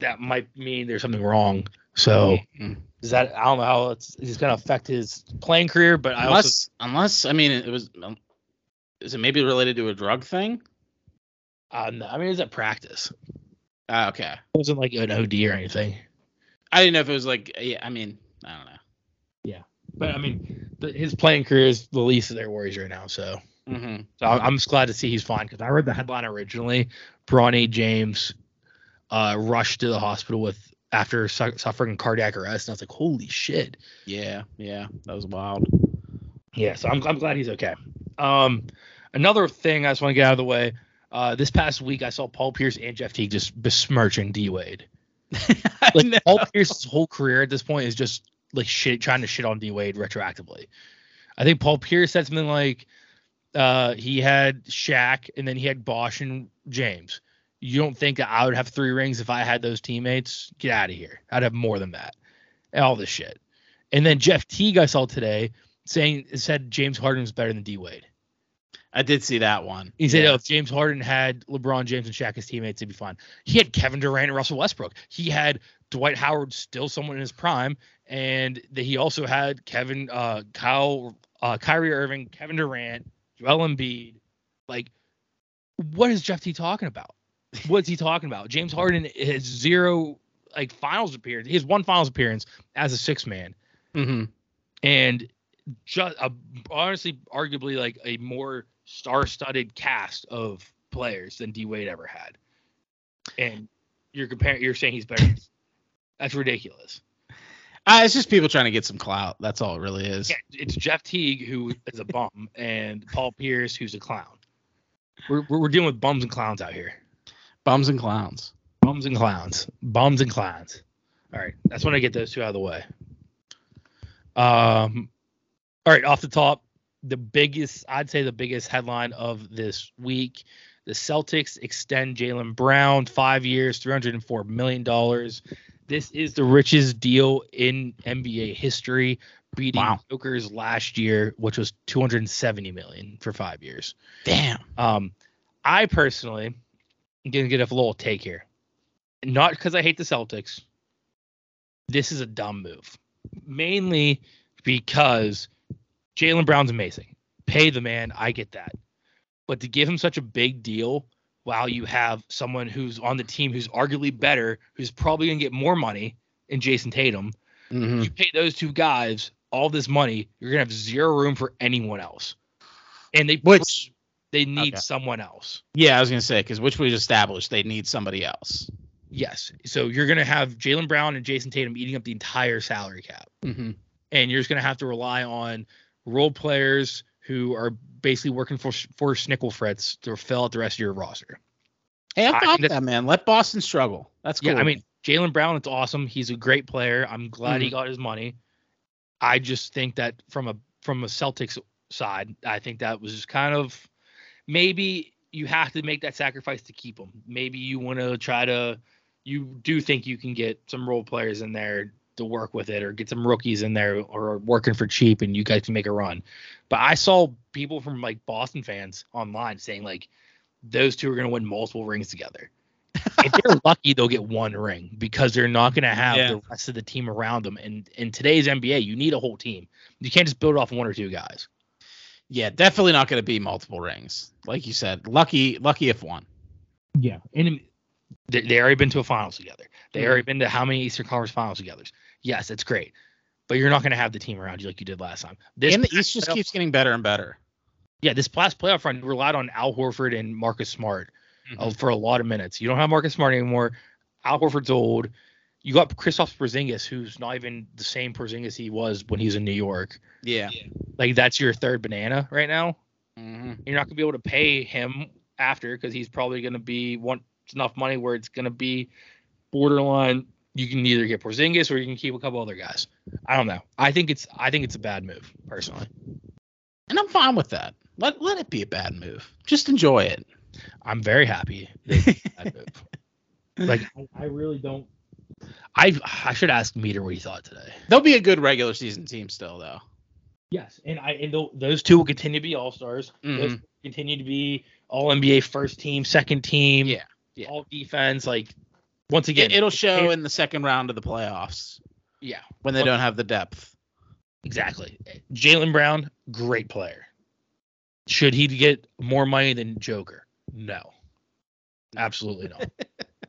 that might mean there's something wrong. So. Mhm. Is that I don't know how it's, it's going to affect his playing career, but I also unless unless I mean it was um, is it maybe related to a drug thing? uh, no, I mean it's a practice. Ah, okay. It wasn't like an OD or anything. I didn't know if it was like yeah, I mean, I don't know. But I mean, the, his playing career is the least of their worries right now. So, Mhm. so I'm, I'm just glad to see he's fine because I read the headline originally: Bronny James uh, rushed to the hospital with after su- suffering cardiac arrest, and I was like, holy shit. Yeah, yeah. That was wild. Yeah, so I'm, I'm glad he's okay. Um, another thing I just want to get out of the way. Uh, this past week, I saw Paul Pierce and Jeff Teague just besmirching D Wade. Like know. Paul Pierce's whole career at this point is just like shit, trying to shit on D Wade retroactively. I think Paul Pierce said something like, uh, he had Shaq and then he had Bosch and James. You don't think that I would have three rings if I had those teammates? Get out of here. I'd have more than that. And all this shit. And then Jeff Teague I saw today saying said James Harden was better than D Wade. I did see that one. He said, Yeah. "Oh, if James Harden had LeBron James and Shaq as teammates, it'd be fine." He had Kevin Durant and Russell Westbrook. He had Dwight Howard, still someone in his prime, and that he also had Kevin, uh, Kyle, uh, Kyrie Irving, Kevin Durant, Joel Embiid. Like, what is Jeff T talking about? What's he talking about? James Harden has zero like finals appearance. He has one finals appearance as a six man, Mm-hmm. Mhm. and just a, honestly, arguably like a more star-studded cast of players than D Wade ever had. And you're comparing, you're saying he's better. That's ridiculous. Uh, it's just people trying to get some clout. That's all it really is. Yeah, it's Jeff Teague who is a bum, and Paul Pierce who's a clown. We're we're we're dealing with bums and clowns out here. Bums and clowns. Bums and clowns. Bums and clowns. All right. That's when I get those two out of the way. Um all right, off the top, the biggest I'd say the biggest headline of this week. The Celtics extend Jalen Brown five years, three hundred and four million dollars. This is the richest deal in NBA history, beating Wow. Joker's last year, which was two hundred and seventy million for five years. Damn. Um, I personally am gonna get a little take here, not because I hate the Celtics. This is a dumb move, mainly because Jalen Brown's amazing. Pay the man, I get that, but to give him such a big deal while you have someone who's on the team who's arguably better, who's probably gonna get more money in Jason Tatum, Mhm. you pay those two guys all this money, you're gonna have zero room for anyone else, and they Which they need Okay. someone else. yeah, I was gonna say because which we've established they need somebody else. Yes. So you're going to have Jalen Brown and Jason Tatum eating up the entire salary cap. Mm-hmm. And you're just going to have to rely on role players who are basically working for, for Snickle Frets to fill out the rest of your roster. Hey, I I think thought that man. Let Boston struggle. That's cool. Yeah. I mean, Jalen Brown, it's awesome. He's a great player. I'm glad he got his money. I just think that from a from a Celtics side, I think that was just kind of maybe you have to make that sacrifice to keep him. Maybe you want to try to you do think you can get some role players in there to work with it or get some rookies in there or working for cheap and you guys can make a run. But I saw people from like Boston fans online saying like those two are going to win multiple rings together. if they're lucky, they'll get one ring because they're not going to have Yeah. the rest of the team around them. And in today's NBA, you need a whole team. You can't just build off one or two guys. Yeah, definitely not going to be multiple rings. Like you said, lucky lucky if one. Yeah, and they, they already been to a finals together. They Mhm. already been to how many Eastern Conference Finals together? Yes, that's great, but you're not going to have the team around you like you did last time. This and the East just playoff- keeps getting better and better. yeah, this last playoff run relied on Al Horford and Marcus Smart Mhm. uh, for a lot of minutes. You don't have Marcus Smart anymore. Al Horford's old. You got Kristaps Porzingis, who's not even the same Porzingis he was when he was in New York. Yeah. Like that's your third banana right now. hmm you're not gonna be able to pay him after because he's probably gonna be want enough money where it's gonna be borderline. You can either get Porzingis or you can keep a couple other guys. I don't know. I think it's I think it's a bad move personally. And I'm fine with that. Let let it be a bad move. Just enjoy it. I'm very happy. That it's a bad move. Like I really don't. I I should ask Meter what he thought today. They'll be a good regular season team still though. Yes, and I and tho- those two will continue to be all stars. Those Mhm. two continue to be all NBA first team, second team. Yeah, yeah. All defense. Like once again, It, it'll show in the second round of the playoffs yeah. when they don't have the depth. Exactly. Jalen Brown, great player. Should he get more money than Joker? No. Absolutely not.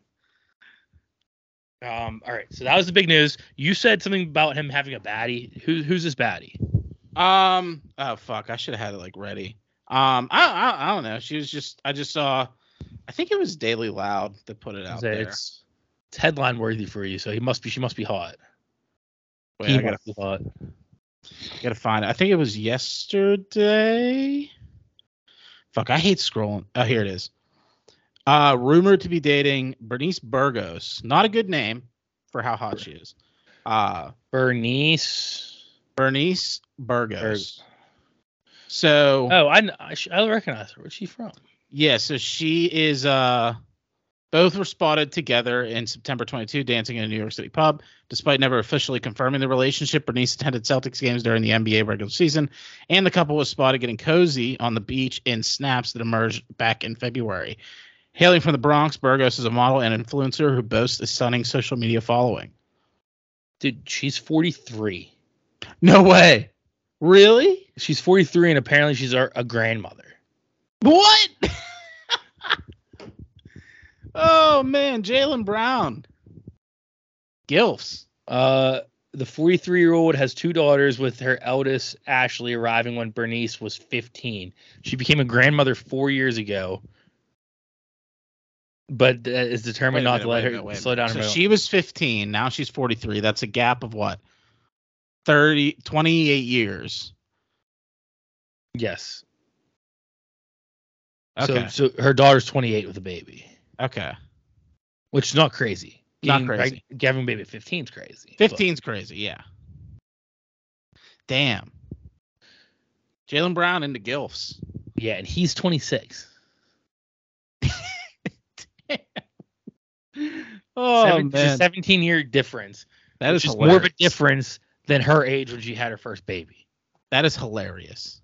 um, all right. So that was the big news. You said something about him having a baddie. Who, who's this baddie? Um. Oh fuck! I should have had it like ready. Um. I, I I don't know. She was just. I just saw. I think it was Daily Loud that put it out Say there. It's, it's headline worthy for you, so he must be she must be hot. Wait, He I gotta, must be hot. gotta find it. I think it was yesterday. Fuck! I hate scrolling. Oh, here it is. Uh, rumored to be dating Bernice Burgos. Not a good name for how hot she is. Uh, Bernice. Bernice Burgos. So. Oh, I kn- I, sh- I recognize her. Where's she from? Yeah, so she is uh both were spotted together in September 22 dancing in a New York City pub. Despite never officially confirming the relationship, Bernice attended Celtics games during the NBA regular season, and the couple was spotted getting cozy on the beach in snaps that emerged back in February. Hailing from the Bronx, Burgos is a model and influencer who boasts a stunning social media following. Dude, she's 43. No way. Really? She's 43 and apparently she's a, a grandmother. What? oh man, Jalen Brown. Gilfs. Uh, the 43 year old has two daughters, with her eldest, Ashley, arriving when Bernice was 15. She became a grandmother four years ago, but uh, is determined Wait a minute, not to let wait a her minute, wait a slow down her minute. So middle- she was 15, now she's 43. That's a gap of what? 30 28 years. Yes. Okay. So, so her daughter's 28 with a baby, okay. which is not crazy. Not Getting preg- crazy. having a baby at 15 is crazy. but- 15's crazy, yeah. Damn. Jalen Brown into Gilfs. yeah, and he's 26. Oh, Seven- it's a man. 17 year difference. that is which is more of a hilarious. difference than her age when she had her first baby. That is hilarious.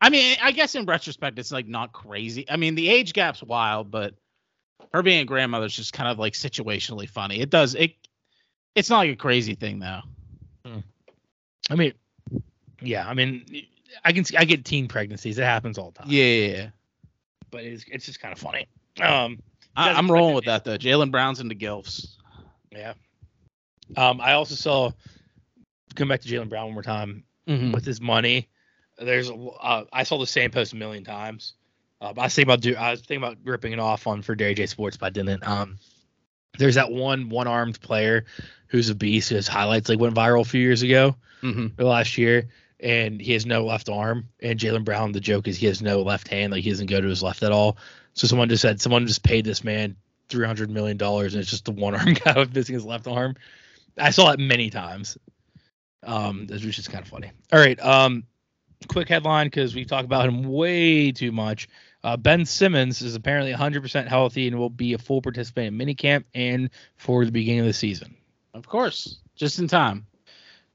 I mean, I guess in retrospect, it's like not crazy. I mean, the age gap's wild, but her being a grandmother's just kind of like situationally funny. It does it. It's not like a crazy thing though. I mean, yeah, I mean, I can see, I get teen pregnancies. It happens all the time. Yeah, yeah, yeah. but it's it's just kind of funny. Um, I, Doesn't I'm rolling with that though. Jalen Brown's into gilfs. yeah. Um, I also saw come back to Jalen Brown one more time Mm-hmm. with his money. There's a l- uh, I saw the same post a million times. Uh, but I was thinking about do I was thinking about ripping it off on for Dairy J Sports, but I didn't. Um, there's that one one armed player who's a beast. His highlights like went viral a few years ago. Mm-hmm. the last year, and he has no left arm. And Jalen Brown, the joke is he has no left hand, like he doesn't go to his left at all. So someone just said someone just paid this man three hundred million dollars, and it's just the one arm guy with missing his left arm. I saw it many times. Um, this was just kind of funny. All right, um, quick headline because we talk about him way too much. Uh, ben Simmons is apparently 100% healthy and will be a full participant in minicamp and for the beginning of the season. Of course, just in time.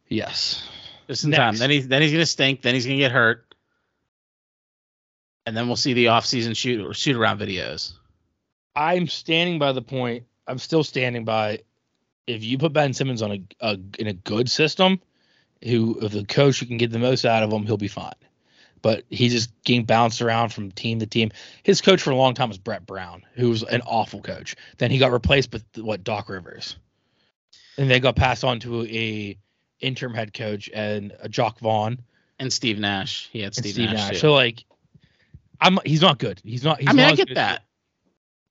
Yes. Just in Next. time. Then he's then he's gonna stink. Then he's gonna get hurt. And then we'll see the off-season shoot or shoot around videos. I'm standing by the point. I'm still standing by. If you put Ben Simmons on a, a in a good system, who if the coach who can get the most out of him, he'll be fine. But he's just getting bounced around from team to team. His coach for a long time was Brett Brown, who was an awful coach. Then he got replaced with what Doc Rivers, and they got passed on to a interim head coach and a Jock Vaughn And Steve Nash. He had and Steve, Steve Nash. Nash. too. So like, I'm he's not good. He's not. He's I mean, not I as get good as- that.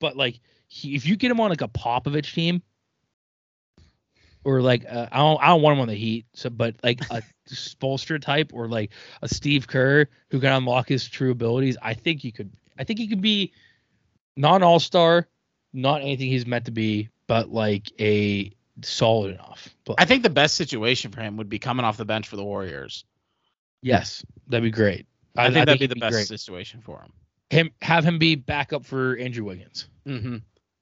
but like he, if you get him on like a Popovich team, or like uh, I don't I don't want him on the Heat, so but like a Spolstra type or like a Steve Kerr who can unlock his true abilities, I think he could. I think he could be not an All Star, not anything he's meant to be, but like a solid enough. But I think the best situation for him would be coming off the bench for the Warriors. yes, that'd be great. I, think that'd be he'd the best great. situation for him. Him have him be backup for Andrew Wiggins. hmm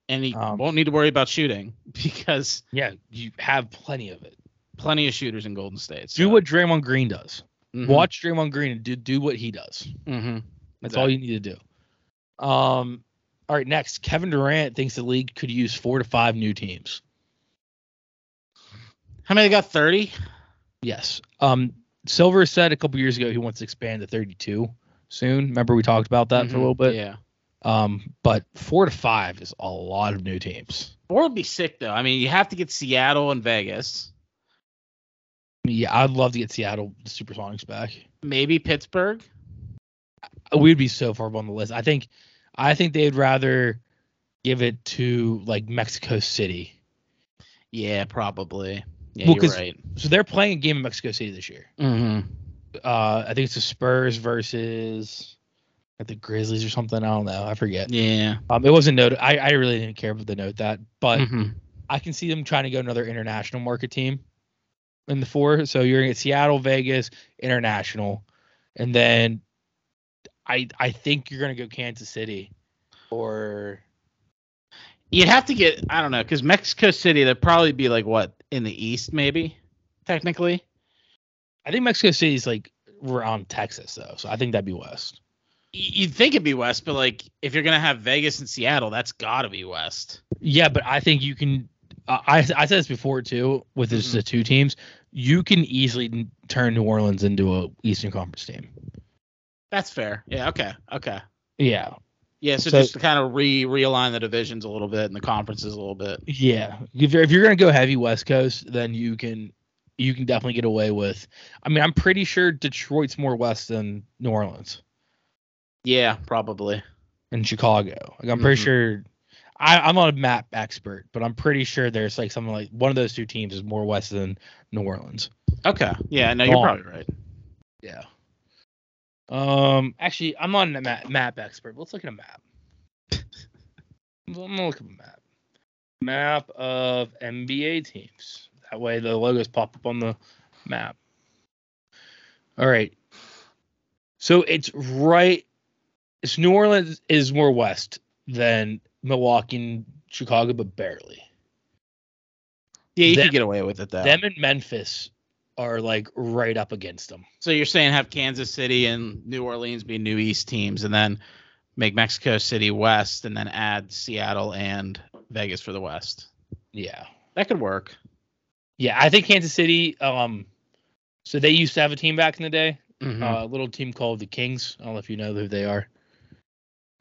And he Um, won't need to worry about shooting because Yeah, you have plenty of it. plenty of shooters in Golden State. Do what Draymond Green does. Mhm, Watch Draymond Green and do do what he does. mhm. That's all you need to do. Um, all right, next, Kevin Durant thinks the league could use four to five new teams. How many they got? Thirty. Yes. Um, Silver said a couple years ago he wants to expand to 32 soon. Remember we talked about that for a Mhm, little bit. Yeah. Um, but four to five is a lot of new teams. Four would be sick though. I mean, you have to get Seattle and Vegas. Yeah, I'd love to get Seattle Supersonics back. Maybe Pittsburgh. we'd be so far on the list. I think I think they'd rather give it to like Mexico City. Yeah, probably. Yeah, Well, you're 'cause- right. So they're playing a game in Mexico City this year. Mm-hmm. Uh I think it's the Spurs versus like the Grizzlies or something. I don't know. I forget. Yeah. Um it wasn't noted. I, I really didn't care about the note that, but Mhm. I can see them trying to go another international market team in the four. So you're gonna get Seattle, Vegas, international, and then I I think you're gonna go Kansas City or You'd have to get. I don't know, because Mexico City, they'd probably be like what in the East, maybe, technically. I think Mexico City's like around Texas though, so I think that'd be west. Y- You'd think it'd be West, but like if you're gonna have Vegas and Seattle, that's gotta be West. Yeah, but I think you can. Uh, I I said this before too with this, the two teams. You can easily n- turn New Orleans into a Eastern Conference team. That's fair. Yeah. Okay. Okay. Yeah, Yeah. So, So- just to kind of re realign the divisions a little bit and the conferences a little bit. yeah. If you're if you're gonna go heavy West Coast, then you can you can definitely get away with. I mean, I'm pretty sure Detroit's more west than New Orleans Yeah, probably. and Chicago. Like I'm pretty Mhm. sure. I, I'm not a map expert, but I'm pretty sure there's like something like one of those two teams is more west than New Orleans. Okay. Yeah. No, you're Gone. probably right. Yeah. Um. Actually, I'm not a map, map expert. Let's look at a map. I'm gonna look at a map. Map of NBA teams. That way, the logos pop up on the map. All right. So it's right. It's New Orleans is more west than Milwaukee and Chicago, but barely. Yeah, you Them- could get away with it though. Them and Memphis are like right up against them. So you're saying have Kansas City and New Orleans be New East teams, and then make Mexico City West, and then add Seattle and Vegas for the West. Yeah. That could work. Yeah, I think Kansas City. Um, so they used to have a team back in the day, Uh, uh, a little team called the Kings. I don't know if you know who they are.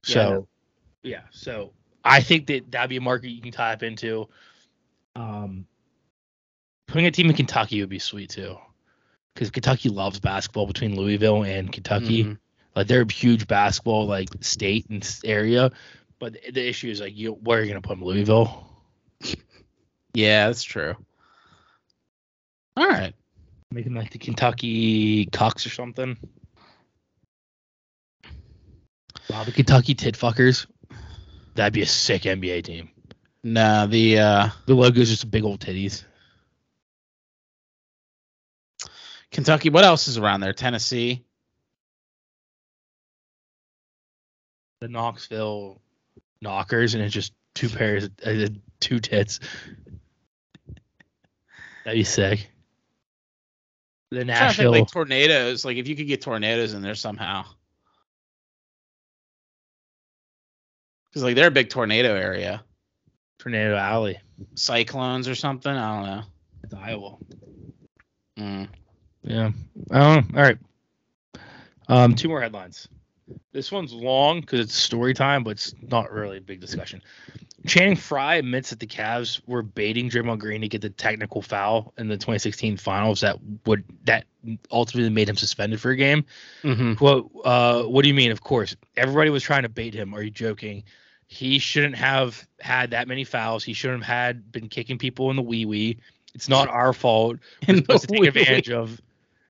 Yeah, I So, yeah, so I think that that'd be a market you can tap into. Um, putting a team in Kentucky would be sweet too, because Kentucky loves basketball. Between Louisville and Kentucky, mhm. like they're a huge basketball like state and s- area. But the, the issue is like, you where are you gonna put 'em, Louisville? Yeah, that's true. All right. Making like the Kentucky cocks or something. Wow, the Kentucky tit fuckers. That'd be a sick NBA team. No, the uh, The logo's just big old titties. Kentucky. What else is around there? Tennessee. the Knoxville knockers, and it's just two pairs, uh, two tits. That'd be sick. The I'm trying to think, Nashville, like tornadoes. Like if you could get tornadoes in there somehow. Because like they're a big tornado area. Tornado Alley, Cyclones or something. I don't know. it's Iowa. Mm. Yeah. I don't know. All right. Um, two more headlines. This one's long because it's story time, but it's not really a big discussion. Channing Frye admits that the Cavs were baiting Draymond Green to get the technical foul in the 2016 finals that would that ultimately made him suspended for a game. Mm-hmm. Quote, uh, what do you mean? Of course. Everybody was trying to bait him. Are you joking? He shouldn't have had that many fouls. He shouldn't have had been kicking people in the wee wee. It's not our fault. We're In the supposed to take wee-wee. advantage of.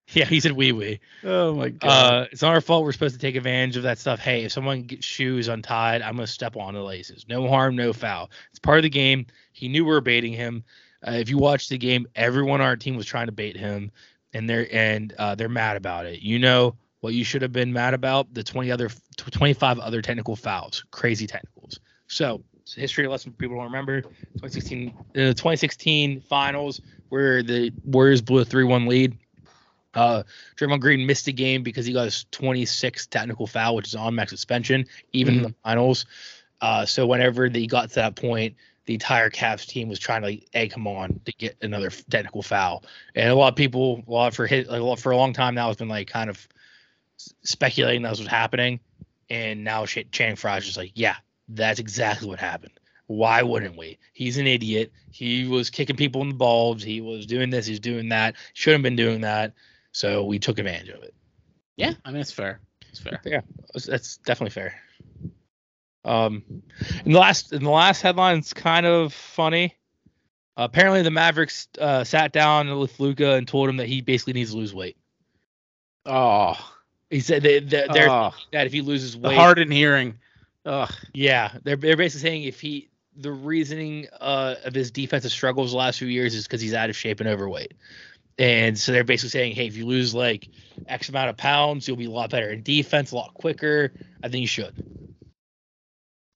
Yeah, he said wee wee. Oh my god. Uh, it's not our fault. We're supposed to take advantage of that stuff. Hey, if someone gets shoes untied, I'm gonna step on the laces. No harm, no foul. It's part of the game. He knew we were baiting him. Uh, if you watch the game, everyone on our team was trying to bait him, and they're and uh, they're mad about it. You know what you should have been mad about? The 20 other, 25 other technical fouls, crazy technicals. So it's a history lesson people don't remember. 2016, uh, 2016 finals where the Warriors blew a 3-1 lead. Uh, Draymond Green missed a game because he got his 26th technical foul, which is on max suspension, even in the finals. Uh, so whenever they got to that point, the entire Cavs team was trying to like, egg him on to get another f- technical foul, and a lot of people, a lot for hit, like, a lot, for a long time now, has been like kind of s- speculating that was what's happening, and now Sh- Channing Frye's just like, yeah, that's exactly what happened. Why wouldn't we? He's an idiot. He was kicking people in the bulbs. He was doing this. He's doing that. Shouldn't have been doing that. So we took advantage of it. yeah, I mean it's fair. It's fair. That's- That's definitely fair. Um, and the last and the last headline's kind of funny. apparently, the Mavericks uh, sat down with Luca and told him that he basically needs to lose weight. Oh, He said they, they, they're oh, that if he loses the weight, hard in hearing. Ugh. Yeah, they're they're basically saying if he the reasoning uh, of his defensive struggles the last few years is because he's out of shape and overweight, and so they're basically saying, hey, if you lose like X amount of pounds, you'll be a lot better in defense, a lot quicker. I think you should.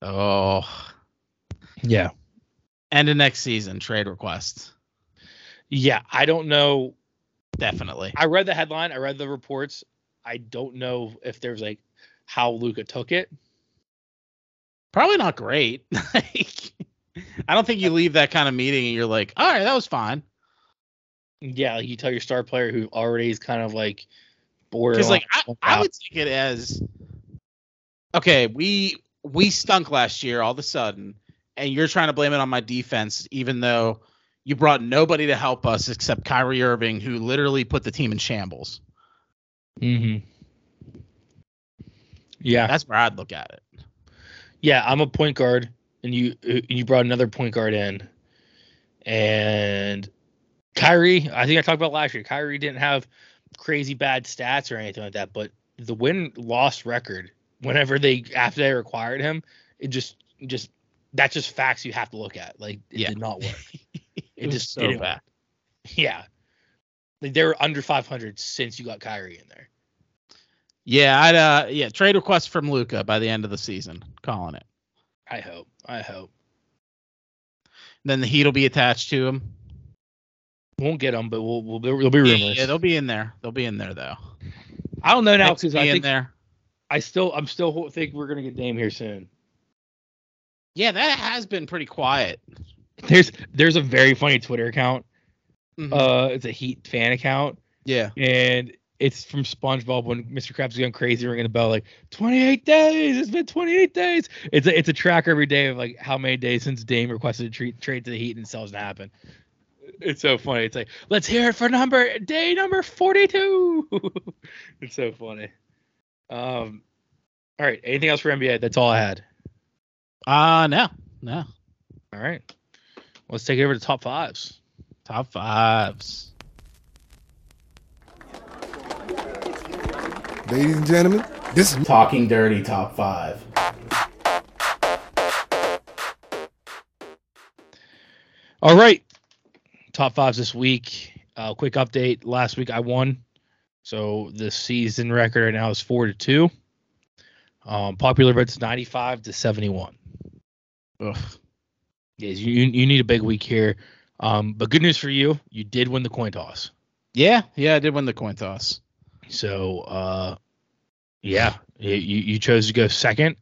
Oh. Yeah, End of next season trade request. yeah. I don't know. Definitely. I read the headline. I read the reports. I don't know if there's like how Luca took it. Probably not great. like, I don't think you leave that kind of meeting and you're like, all right, that was fine. Yeah, like you tell your star player who already is kind of like borderline. Because like I, I out. would take it as okay, we we stunk last year all of a sudden, and you're trying to blame it on my defense, even though you brought nobody to help us except Kyrie Irving, who literally put the team in shambles. Mm-hmm. Yeah. That's where I'd look at it. yeah, I'm a point guard, and you you brought another point guard in, and Kyrie. I think I talked about last year. Kyrie didn't have crazy bad stats or anything like that, but the win loss record, whenever they after they acquired him, it just just that's just facts you have to look at. Like it Yeah. did not work. It just didn't bad. yeah, like they were under 500 since you got Kyrie in there. Yeah, I'd uh yeah, trade request from Luca by the end of the season, calling it. I hope. I hope Then the heat'll be attached to him. won't get them, but we'll we'll there'll be rumors. Yeah, they'll be in there. They'll be in there though. I don't know now They'll because be I in think there. I still I'm still ho- think we're gonna get Dame here soon. Yeah, that has been pretty quiet. There's there's a very funny Twitter account. Mhm. Uh, it's a Heat fan account, yeah. and it's from SpongeBob when Mr. Krabs is going crazy, ringing the bell like 28 days. It's been 28 days. It's a it's a tracker every day of like how many days since Dame requested a treat, trade to the Heat and it still hasn't happened. It's so funny. It's like let's hear it for number day number 42. it's so funny. Um, all right. Anything else for NBA? That's all I had. Uh no. No. All right. Let's take it over to top fives. Top fives. Ladies and gentlemen, this is Talking dirty top five. All right. Top fives this week. Uh, quick update. Last week I won. So the season record right now is four to two. Um, popular votes 95 to 71. Ugh. Yes, you you need a big week here. Um, but good news for you, you did win the coin toss. Yeah, yeah, I did win the coin toss. So uh, yeah, you you you chose to go second.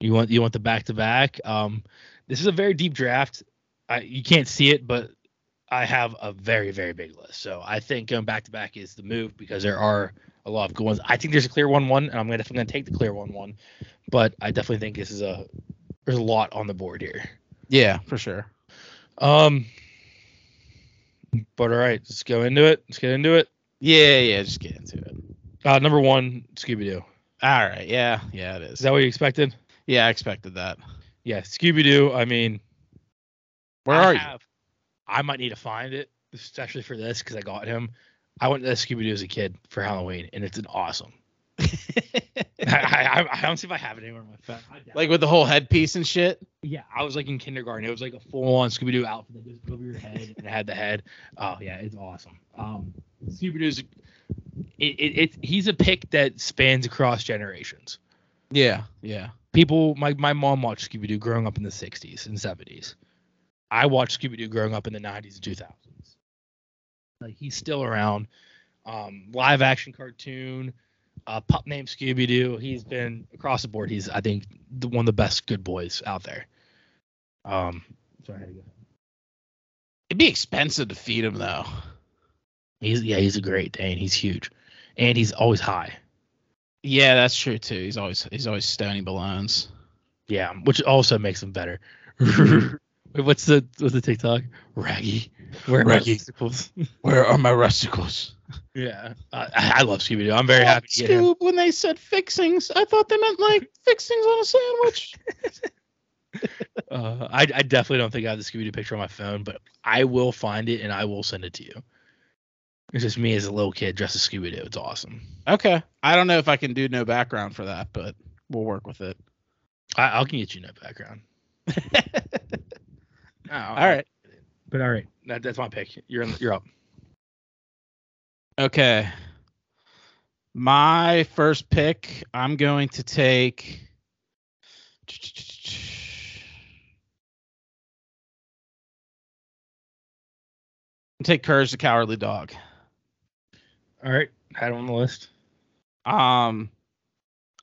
You want you want the back to back. Um, this is a very deep draft. I, you can't see it, but I have a very very big list. So I think going back to back is the move because there are a lot of good ones. I think there's a clear one one, and I'm gonna definitely gonna take the clear one one. But I definitely think this is a there's a lot on the board here. Yeah, for sure. Um, but all right, let's go into it. Let's get into it. Yeah, yeah, just get into it. Uh, number one, Scooby Doo. All right, yeah, yeah, it Is is. that what you expected? Yeah, I expected that. Yeah, Scooby Doo. I mean, Where I are you? have- I might need to find it, especially for this, because I got him. I went to Scooby Doo as a kid for Halloween, and it's an awesome. I, I, I don't see if I have it anywhere on my phone. I doubt Like it. with the whole headpiece and shit. yeah, I was like in kindergarten. It was like a full on Scooby Doo outfit that goes over your head and it had the head. Oh yeah, it's awesome. Um, Scooby Doo's, it, it, it, he's a pick that spans across generations. Yeah, yeah. people my, my mom watched Scooby Doo growing up in the 60s and 70s. I watched Scooby Doo growing up in the 90s and 2000s. Like he's still around. Um, live action cartoon, uh, pup named Scooby Doo. He's been across the board. He's I think the, one of the best good boys out there. Um, sorry, I had to go. It'd be expensive to feed him though. He's yeah, he's a great Dane. He's huge, and he's always high. Yeah, that's true too. He's always he's always stony balloons. Yeah, which also makes him better. Wait, what's the what's the TikTok? Raggy. Where are my Raggy. testicles? Where are my rusticles? Yeah, uh, I I love Scooby Doo. I'm very happy to get him. Scoob, when they said fixings, I thought they meant like fixings on a sandwich. Uh, I, I definitely don't think I have the Scooby Doo picture on my phone, but I will find it and I will send it to you. It's just me as a little kid dressed as Scooby Doo. It's awesome. Okay. I don't know if I can do no background for that, but we'll work with it. I, I can get you no background. All right. Oh, but all right, that, that's my pick. You're in, you're up. Okay. My first pick, I'm going to take. Take Courage the Cowardly Dog. All right, had him on the list. Um,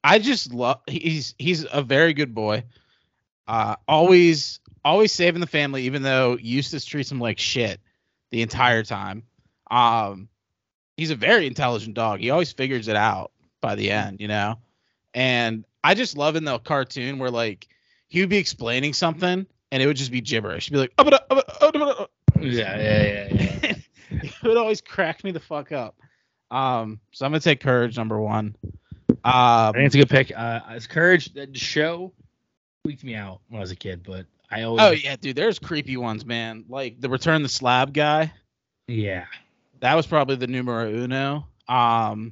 I just love he's he's a very good boy. Uh, always always saving the family, even though Eustace treats him like shit the entire time. Um, he's a very intelligent dog. He always figures it out by the end, you know. And I just love in the cartoon where like he would be explaining something and it would just be gibberish. He'd be like, "Up it up, up it up, up it up." Yeah, yeah, yeah. yeah. it would always crack me the fuck up. Um, so I'm gonna take courage number one. Um, I think it's a good pick. Uh, it's Courage. The show freaked me out when I was a kid, but I always. oh yeah, dude, there's creepy ones, man. Like the Return the Slab guy. Yeah. That was probably the numero uno. Um,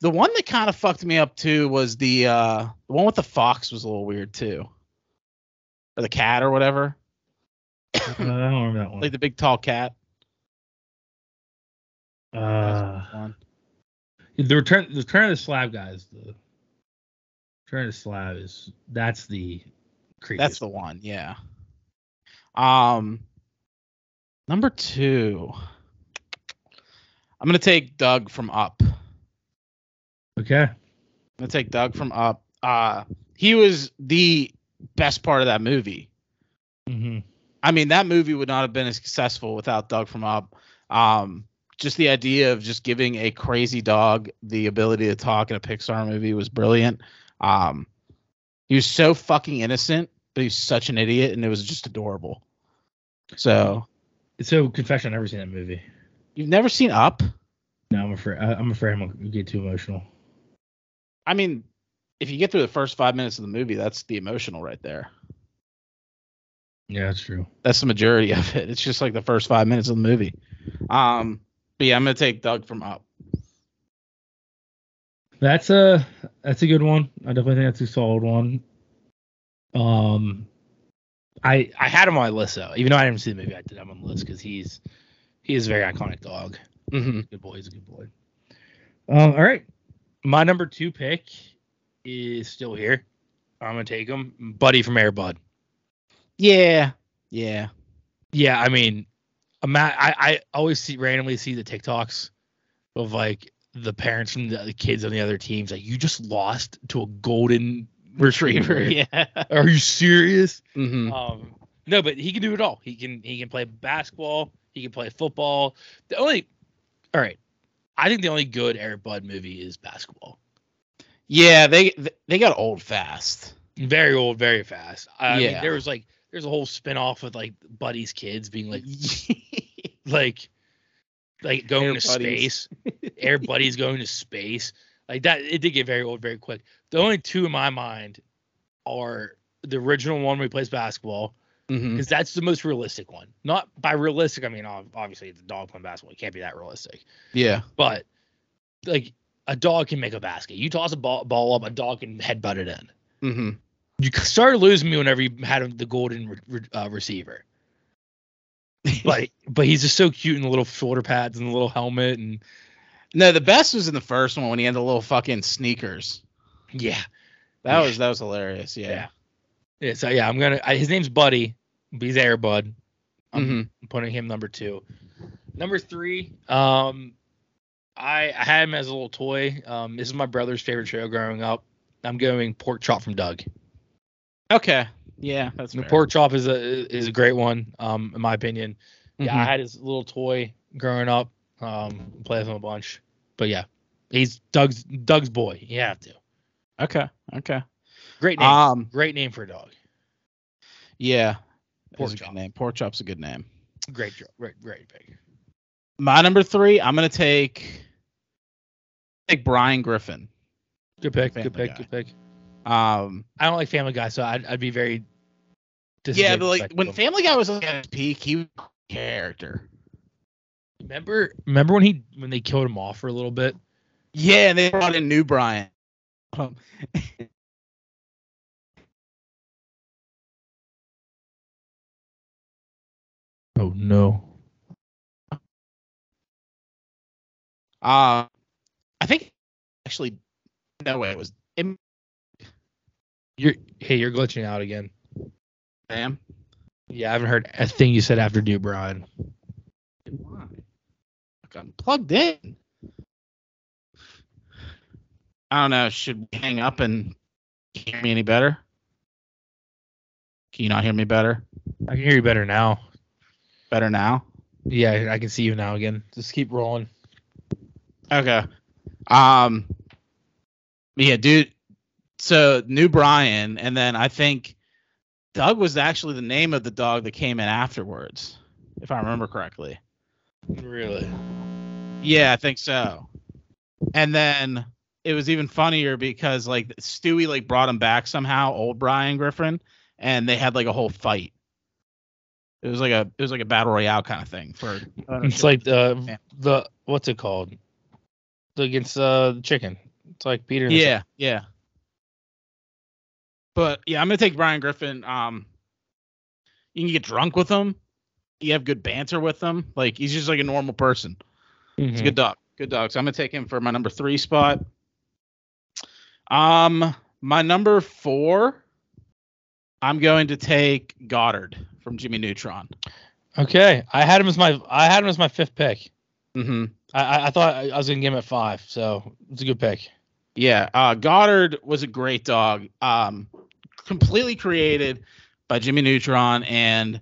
the one that kind of fucked me up too was the uh, the one with the fox was a little weird too, or the cat or whatever, Uh, I don't remember that one. like the big tall cat. uh, One. the return, the return of the slab guys. The return of the slab is that's the creepy. That's the one, yeah. Um number two. I'm gonna take Doug from up. I'm okay. gonna take Doug from up. Uh he was the best part of that movie. Mm-hmm. I mean, that movie would not have been as successful without Doug from Up. Um, just the idea of just giving a crazy dog the ability to talk in a Pixar movie was brilliant. Um, he was so fucking innocent, but he's such an idiot, and it was just adorable. So So confession, I've never seen that movie. you've never seen Up? No, I'm afraid. I, I'm afraid I'm gonna get too emotional. I mean, if you get through the first five minutes of the movie, that's the emotional right there. Yeah, that's true. That's the majority of it. It's just like the first five minutes of the movie. Um, but yeah, I'm gonna take Doug from Up. That's a that's a good one. I definitely think that's a solid one. Um, I I had him on my list though, even though I didn't see the movie. I did have him on the list because he's he is a very iconic dog. Mm-hmm. Good boy. He's a good boy. Um, all right, my number two pick is still here. I'm gonna take him, Buddy from Airbud. Yeah. Yeah. Yeah, I mean, ima- I I always see randomly see the TikToks of like the parents from the, the kids on the other teams like you just lost to a golden retriever. yeah. Are you serious? hmm Um, no, but he can do it all. He can he can play basketball. He can play football. The only, all right, I think the only good Air Bud movie is basketball. Yeah, they they got old fast. Very old, very fast. I mean, Yeah. there was like there's a whole spin off with like Buddy's kids being like mm-hmm. like like going Air to Buddies. space. Air Buddies going to space. Like that it did get very old very quick. The only two in my mind are the original one where he plays basketball Mhm. because that's the most realistic one. Not by realistic, I mean ob- obviously it's a dog playing basketball. It can't be that realistic, Yeah. but like a dog can make a basket. You toss a ball, ball up, a dog can headbutt it in. hmm You c- started losing me whenever you had the golden re- re- uh, receiver, but but he's just so cute in the little shoulder pads and the little helmet and No, the best was in the first one when he had the little fucking sneakers. yeah That Yeah. was that was hilarious. Yeah. Yeah. yeah. So yeah, I'm gonna. I, his name's Buddy. He's Air Bud. I'm hmm putting him number two. Number three, um, I, I had him as a little toy. Um, this is my brother's favorite show growing up. I'm going pork chop from Doug. Okay. Yeah, that's The fair. pork chop is a is a great one, um, in my opinion. Yeah, I Mhm. had his little toy growing up. Um, play with him a bunch, but yeah, he's Doug's Doug's boy. You have to. Okay. Okay. Great name. Um. great name for a dog. Yeah. Pork Pork chop. chop. Name. Pork chop's a good name. Great, dro- great, great pick. My number three. I'm gonna take. Take Brian Griffin. Good pick. Family good pick. Guy. Good pick. Um. I don't like Family Guy, so I'd, I'd be very. Yeah, but like disrespectful when of him. Family Guy was like, at his peak, he was a character. Remember, remember when he when they killed him off for a little bit? Yeah, and they brought in new Brian. Um, Oh no! uh, I think actually, no way it was. Im- You're hey, you're glitching out again. Damn. Yeah, I haven't heard a thing you said after New Brian. Why? Like, I'm plugged in. I don't know. Should we hang up and can you hear me any better? Can you not hear me better? I can hear you better now. Better now? Yeah, I can see you now again. Just keep rolling. Okay. Um. Yeah, dude. So new Brian, and then I think Doug was actually the name of the dog that came in afterwards, if I remember correctly. Really? Yeah, I think so. And then it was even funnier because like Stewie like brought him back somehow, old Brian Griffin, and they had like a whole fight. It was like a it was like a battle royale kind of thing for It's like the the what's it called? Against uh the chicken. It's like Peter. and the Yeah, yeah. But yeah, I'm gonna take Brian Griffin. Um, you can get drunk with him. You have good banter with him. Like he's just like a normal person. chicken. He's Mhm. a good dog. Good dog. So I'm gonna take him for my number three spot. Um, my number four. I'm going to take Goddard from Jimmy Neutron. Mm-hmm. Okay, I had him as my I had him as my fifth pick. Mm-hmm. I I, I thought I, I was gonna give him at five, so it's a good pick. Yeah, uh, Goddard was a great dog. Um, completely created by Jimmy Neutron, and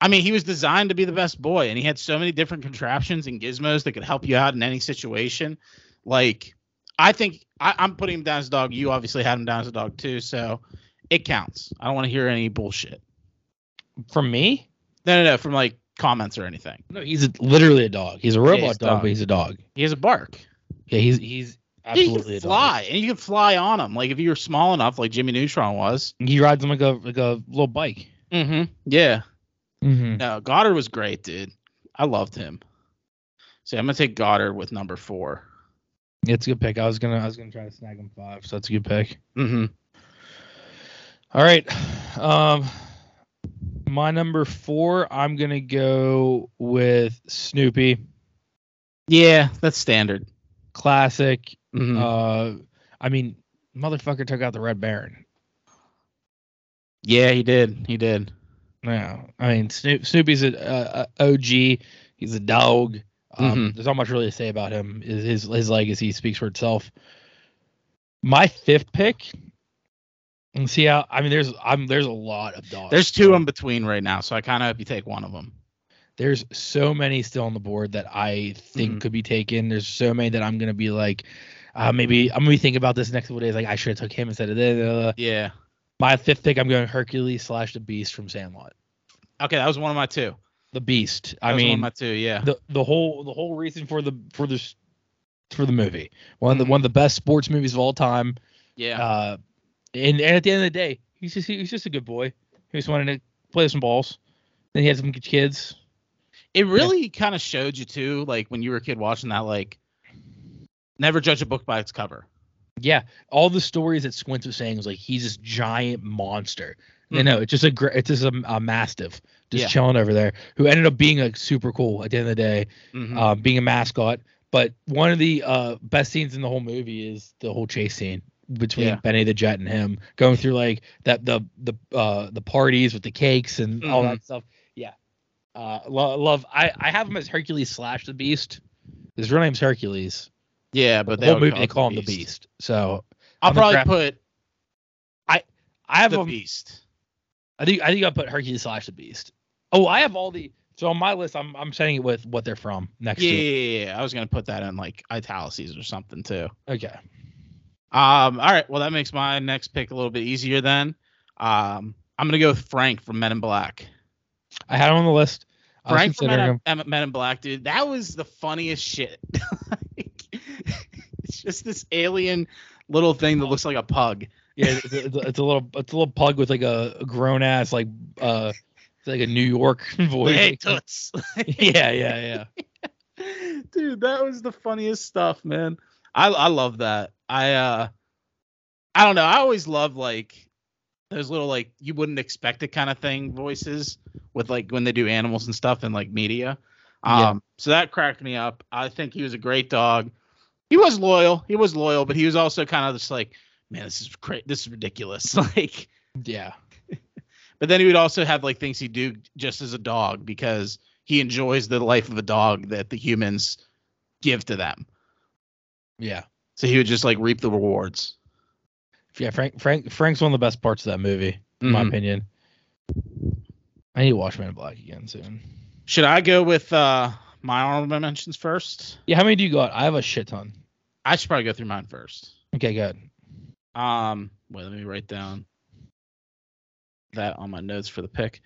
I mean he was designed to be the best boy, and he had so many different contraptions and gizmos that could help you out in any situation. Like, I think I, I'm putting him down as a dog. You obviously had him down as a dog too, so it counts. I don't want to hear any bullshit. For me, No, no, no, from like comments or anything. No, he's a, literally a dog. He's a robot he's a dog, dog. but he's a dog. He has a bark. Yeah, he's he's he absolutely can a dog. fly, and you can fly on him. Like if you were small enough, like Jimmy Neutron was. He rides him like a like a little bike. Mm-hmm. Yeah. Mm-hmm. No, Goddard was great, dude. I loved him. So I'm gonna take Goddard with number four. It's a good pick. I was gonna I was gonna try to snag him five, so that's a good pick. Mm-hmm. All right, um, my number four. I'm gonna go with Snoopy, Yeah, that's standard. classic. Mhm. Uh, I mean, motherfucker took out the Red Baron. Yeah, he did. He did. No, I mean Snoop, Snoopy's a, a, a OG. He's a dog. Um, Mhm. There's not much really to say about him. His his, his legacy speaks for itself. My fifth pick. And see how I mean there's I'm there's a lot of dogs. There's two in between right now, so I kind of hope you take one of them. there's so many still on the board that I think Mhm. could be taken. There's so many that I'm gonna be like, uh, maybe I'm gonna be thinking about this next couple days. Like I should have took him instead of this. Yeah. My fifth pick, I'm going Hercules slash the Beast from Sandlot. Okay, that was one of my two. The Beast. That I was one of mean, my two. Yeah. the the whole the whole reason for the for this for the movie one of the one of the best sports movies of all time. Mm-hmm. Yeah. Uh, and, and at the end of the day, he's just he was just a good boy. He just wanted to play some balls. Then he had some kids. it really kind of showed you too, like when you were a kid watching that, like never judge a book by its cover. Yeah, all the stories that Squints was saying was like he's this giant monster. No, no, it's just a gr- it's just a, a mastiff just Mm-hmm. Yeah. chilling over there who ended up being like super cool at the end of the day, Mhm. uh, being a mascot. But one of the uh, best scenes in the whole movie is the whole chase scene between Yeah. Benny the Jet and him going through like that the the uh, the parties with the cakes and all Mm-hmm. that stuff. Yeah, uh, lo- love. I I have him as Hercules slash the Beast. His real name's Hercules. yeah, but they The whole would movie they call it him the Beast. So I'll on the probably graph- put I have the him. beast. I think I think I put Hercules slash the Beast. Oh, I have all the so on my list. I'm I'm setting it with what they're from next Yeah, to it. yeah, yeah, yeah. I was gonna put that in like italices or something too. Okay. Um, all right. Well, that makes my next pick a little bit easier then. Um, I'm gonna go with Frank from Men in Black. I had him on the list. I was Frank from considering Men, him. Em- Men in Black, dude. That was the funniest shit. Like, it's just this alien little thing that looks like a pug. Yeah, it's, it's, it's a little it's a little pug with like a, grown ass like uh it's like a New York voice. Hey, Like, toots. yeah, yeah, yeah. dude that was the funniest stuff man i i love that i uh i don't know i always love like those little like you wouldn't expect it kind of thing voices with like when they do animals and stuff in like media um Yeah. so that cracked me up i think he was a great dog he was loyal he was loyal but he was also kind of just like man this is cra- this is ridiculous like Yeah. but then he would also have like things he'd do just as a dog because he enjoys the life of a dog that the humans give to them. Yeah. So he would just like reap the rewards. Yeah, Frank Frank Frank's one of the best parts of that movie, in my Mhm. opinion. I need to watch Man in Black again soon. Should I go with uh my honorable mentions first? Yeah, how many do you got? I have a shit ton. I should probably go through mine first. Okay, good. Um wait, let me write down that on my notes for the pick.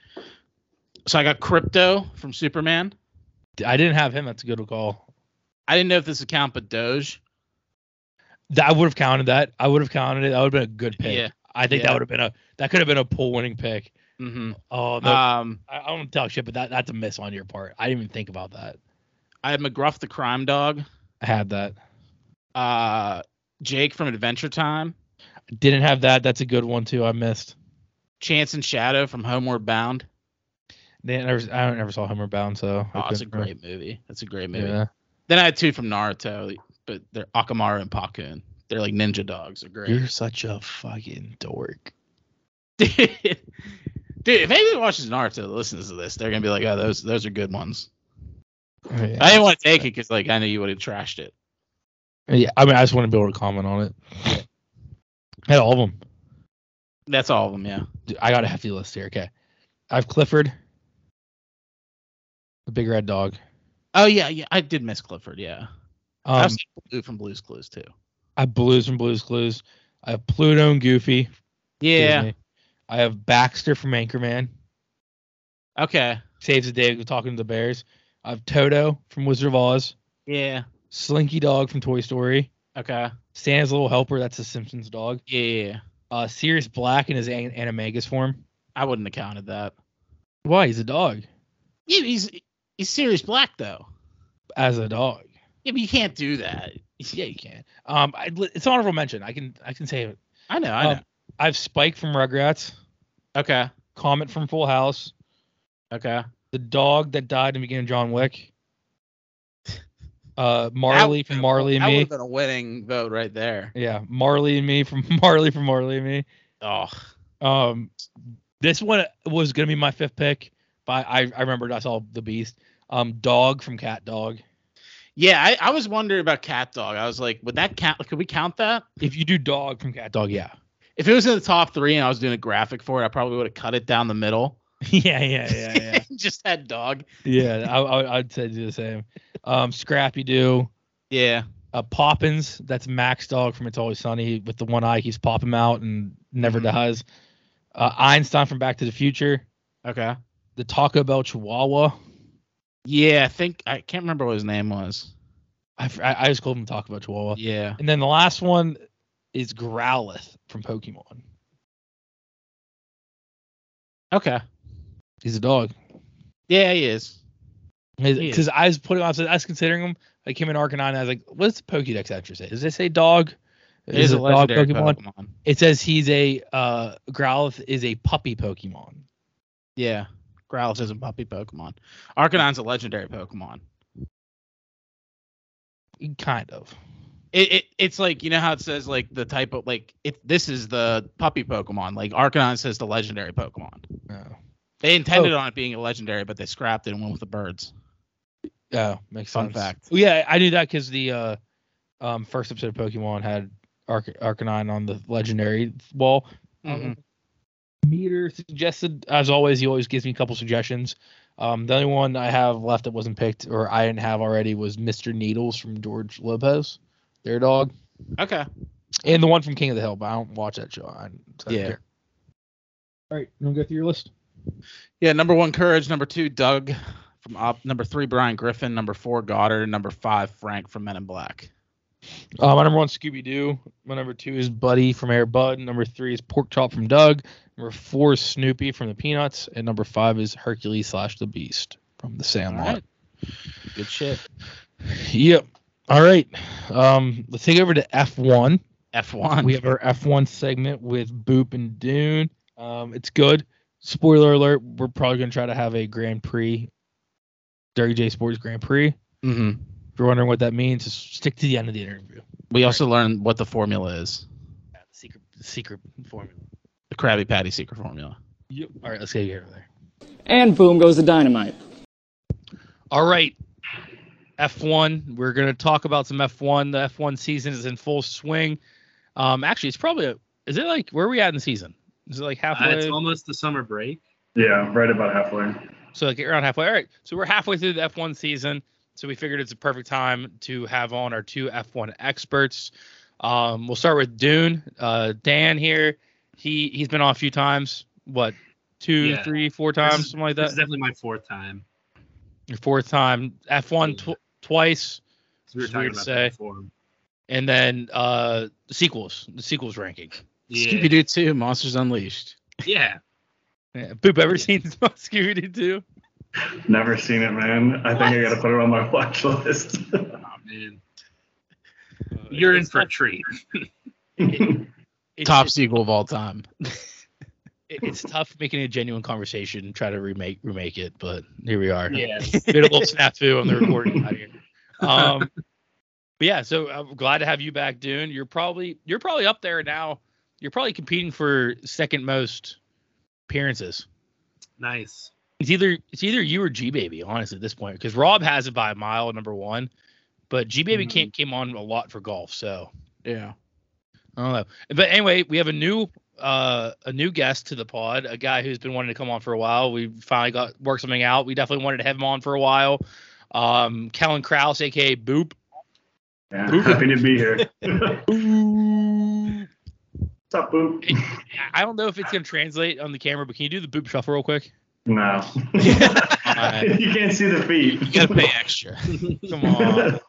So I got crypto from Superman. I didn't have him. That's a good call. I didn't know if this would count, but Doge. That I would have counted that. I would have counted it. That would have been a good pick. Yeah. I think Yeah. that would have been a that could have been a pool winning pick. hmm Oh no, Um I, I don't talk shit, but that that's a miss on your part. I didn't even think about that. I had McGruff the crime dog, I had that. uh Jake from Adventure Time. Didn't have that. That's a good one too. I missed. Chance and Shadow from Homeward Bound. They never, I never saw Homeward Bound, so I Oh, that's a couldn't- great movie. That's a great movie. Yeah. Then I had two from Naruto, but they're Akamaru and Pakun. They're like ninja dogs. They're great. You're such a fucking dork. Dude, if anybody watches Naruto, that listens to this, they're gonna be like, "Oh, those those are good ones." I Yeah. didn't want to take it because like I knew you would have trashed it. yeah, I mean, I just want to be able to comment on it. I had all of them. That's all of them. Yeah. Dude, I got a hefty list here. Okay, I have Clifford, the big red dog. Oh yeah, yeah. I did miss Clifford. Yeah. I Um, was Blue from Blue's Clues too. I have Blues from Blues Clues. I have Pluto and Goofy. Yeah. Disney. I have Baxter from Anchorman. Okay. Saves the day talking to the bears. I have Toto from Wizard of Oz. Yeah. Slinky Dog from Toy Story. Okay. Santa's little helper. That's the Simpsons dog. Yeah. yeah, yeah. Uh, Sirius Black in his an- Animagus form. I wouldn't have counted that. Why? He's a dog. Yeah, he's he's serious black though. As a dog. Yeah, but you can't do that. Yeah, you can. Um, I, it's honorable mention. I can I can say it. I know, I Um, know. I have Spike from Rugrats. Okay, Comet from Full House. okay. The dog that died in the beginning of John Wick. Uh, Marley from Marley and that Me. would've been a winning vote right there. Yeah, Marley and Me from Marley from Marley and Me. Oh, Um, this one was gonna be my fifth pick, but I I remembered I saw the Beast. Um, Dog from Cat Dog. yeah. I, I was wondering about Cat Dog. I was like, would that count? Could we count that? If you do Dog from Cat Dog, yeah, If it was in the top three and I was doing a graphic for it, I probably would have cut it down the middle. yeah, yeah, yeah, yeah. Just had dog. Yeah, I, I, I'd say do the same. Um, Scrappy Doo, Yeah. uh, Poppins. That's Max Dog from It's Always Sunny with the one eye. He's pop him out and never Mhm. dies. Uh, Einstein from Back to the Future. Okay. The Taco Bell Chihuahua. Yeah, I think I can't remember what his name was. I, f- I- I just called him Taco Bell Chihuahua. Yeah. And then the last one is Growlithe from Pokemon. Okay. He's a dog. Yeah, he is. He is. Because I was putting, I was, I was considering him. I came in Arcanine. And I was like, "What's the Pokédex entry say? Does it say dog? It is it a legendary Pokemon. It says he's a uh Growlithe is a puppy Pokemon. Yeah. Growlithe is a puppy Pokemon. Arcanine's a legendary Pokemon. Kind of. It, it it's like you know how it says like the type of like it this is the puppy Pokemon. Like Arcanine says the legendary Pokemon. Oh. They intended on it being a legendary, but they scrapped it and went with the birds. Oh, makes Fun sense. fact. Well, yeah, I knew that because the uh um first episode of Pokemon had Arc- Arcanine on the legendary wall. Mm-hmm. Mhm. Um, Meter suggested as always, he always gives me a couple suggestions. Um the only one I have left that wasn't picked or I didn't have already was Mr. Needles from George Lopez, their dog. Okay. And the one from King of the Hill, but I don't watch that show. I, so I don't Yeah. care. All right, you want to go through your list? Yeah, number one, Courage. Number two, Doug from Up. Number three, Brian Griffin. Number four, Goddard. Number five, Frank from Men in Black. Uh, my number one, Scooby Doo. My number two is Buddy from Air Bud. Number three is Pork Chop from Doug. Number four is Snoopy from the Peanuts, and number five is Hercules slash the Beast from the All Sandlot. right. Good shit. Yep. All right. Um, let's take over to F one. F1. We have our F one segment with Boop and Dune. Um, it's good. Spoiler alert: We're probably gonna try to have a Grand Prix, Dirty J Sports Grand Prix. If Mhm. you're wondering what that means, just stick to the end of the interview. We also learned what the formula is Yeah, the secret, the secret formula. the Krabby Patty secret formula. Yep. All right, let's get you over there. And boom goes the dynamite. All right. F1. We're going to talk about some F1. The F1 season is in full swing. Um, actually, it's probably, is it like, where are we at in the season? Is it like Uh, halfway? it's almost the summer break. Yeah, right about halfway. so, like, around halfway. All right. So, we're halfway through the F1 season. So, we figured it's a perfect time to have on our two F1 experts. Um, we'll start with Dune. Uh, Dan here. He, he's been on a few times. What? two, three, four times, Yeah. This is- something like This is that. definitely my fourth time. Your fourth time. F1 Yeah. tw- twice. 'cause We were It's talking weird to about say. that before. and then uh the sequels, the sequels ranking. Scooby Yeah. Doo 2, Monsters Unleashed. yeah. Yeah. Boop, ever seen Scooby Doo? Never seen it, man. I think I What? gotta put it on my watch list. Oh, man. Uh, You're in for a treat. It's, Top it- sequel of all time. it's tough making a genuine conversation, and try to remake remake it, but here we are. Yeah. Bit of a little snafu on the recording out here. Um, but yeah, so I'm glad to have you back, Dune. You're probably you're probably up there now. You're probably competing for second most appearances. Nice. It's either it's either you or G Baby, honestly, at this point, because Rob has it by a mile, number one, but G Baby Mhm. came came on a lot for golf, so Yeah. I don't know. But anyway, we have a new uh a new guest to the pod, a guy who's been wanting to come on for a while. We finally got worked something out. We definitely wanted to have him on for a while. Um Kellen Kraus, aka Boop. yeah, Boop. happy to be here. What's up, Boop? I- I don't know if it's gonna translate on the camera, but can you do the boop shuffle real quick? No. Alright. you can't see the feet. You got to pay extra. Come on.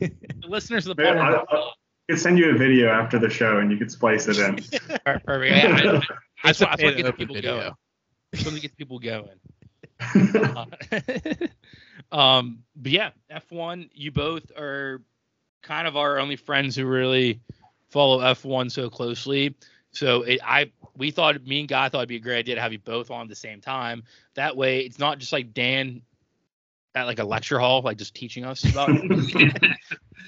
the listeners to the pod Man, I, won't- I could send you a video after the show and you could splice it in. Perfect. Yeah, I- I- That's what, that's pay what to gets open people video. going. That's what gets people going. Uh, um, but yeah, F1. You both are kind of our only friends who really follow F1 so closely. So it, I, we thought me and Guy thought it'd be a great idea to have you both on at the same time. That way, it's not just like Dan at like a lecture hall, like just teaching us about it. There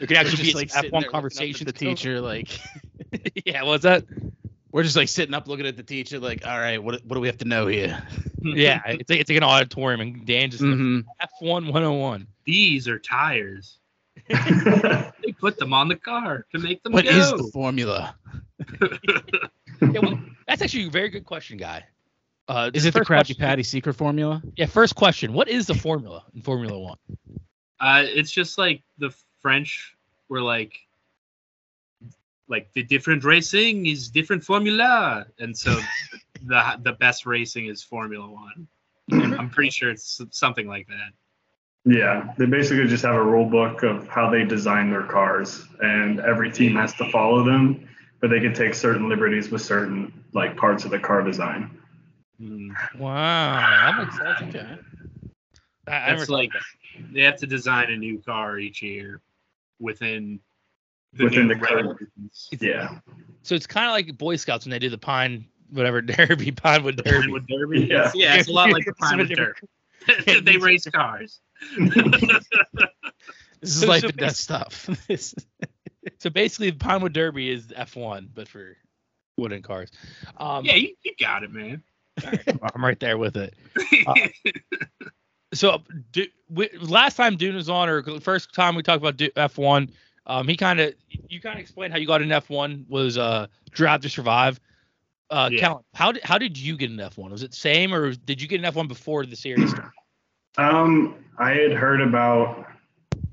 could We're actually be just, like sitting there F1 looking up at conversation. The teacher, like, yeah, what's that? we're just like sitting up looking at the teacher, like, all right, what what do we have to know here? Yeah, it's like, it's like an auditorium, and Dan just Mm-hmm. F1 101. These are tires. They put them on the car to make them What go. is the formula? Yeah, well, that's actually a very good question, guy. Uh, Is it the first Krabby question- Patty secret formula? Yeah, first question. What is the formula in Formula One? Uh, it's just like the French were like, like the different racing is different formula, and so the the best racing is Formula One. Mm-hmm. I'm pretty sure it's something like that. Yeah, they basically just have a rule book of how they design their cars, and every team has to follow them, but they can take certain liberties with certain like parts of the car design. Mm. Wow, that makes sense. Okay. I, I never That's thought of like they have to design a new car each year within Within new the code. regulations. Yeah, that. so it's kind of like Boy Scouts when they do the pine, whatever derby, Pinewood derby. Pinewood Derby. Yeah. yeah, it's a lot like the It's a Pinewood different- Derby. they race cars. This is So- life so and death stuff. This- So basically, the Pinewood Derby is F1, but for wooden cars. Um, yeah, you, you got it, man. I'm right there with it. So do, we, last time Dune was on, or first time we talked about Du- F1, um, he kind of you kind of explained how you got an F1 was uh, Drive to Survive. Uh, Yeah. Callan, how did how did you get an F1? Was it same, or did you get an F1 before the series? started? um, I had heard about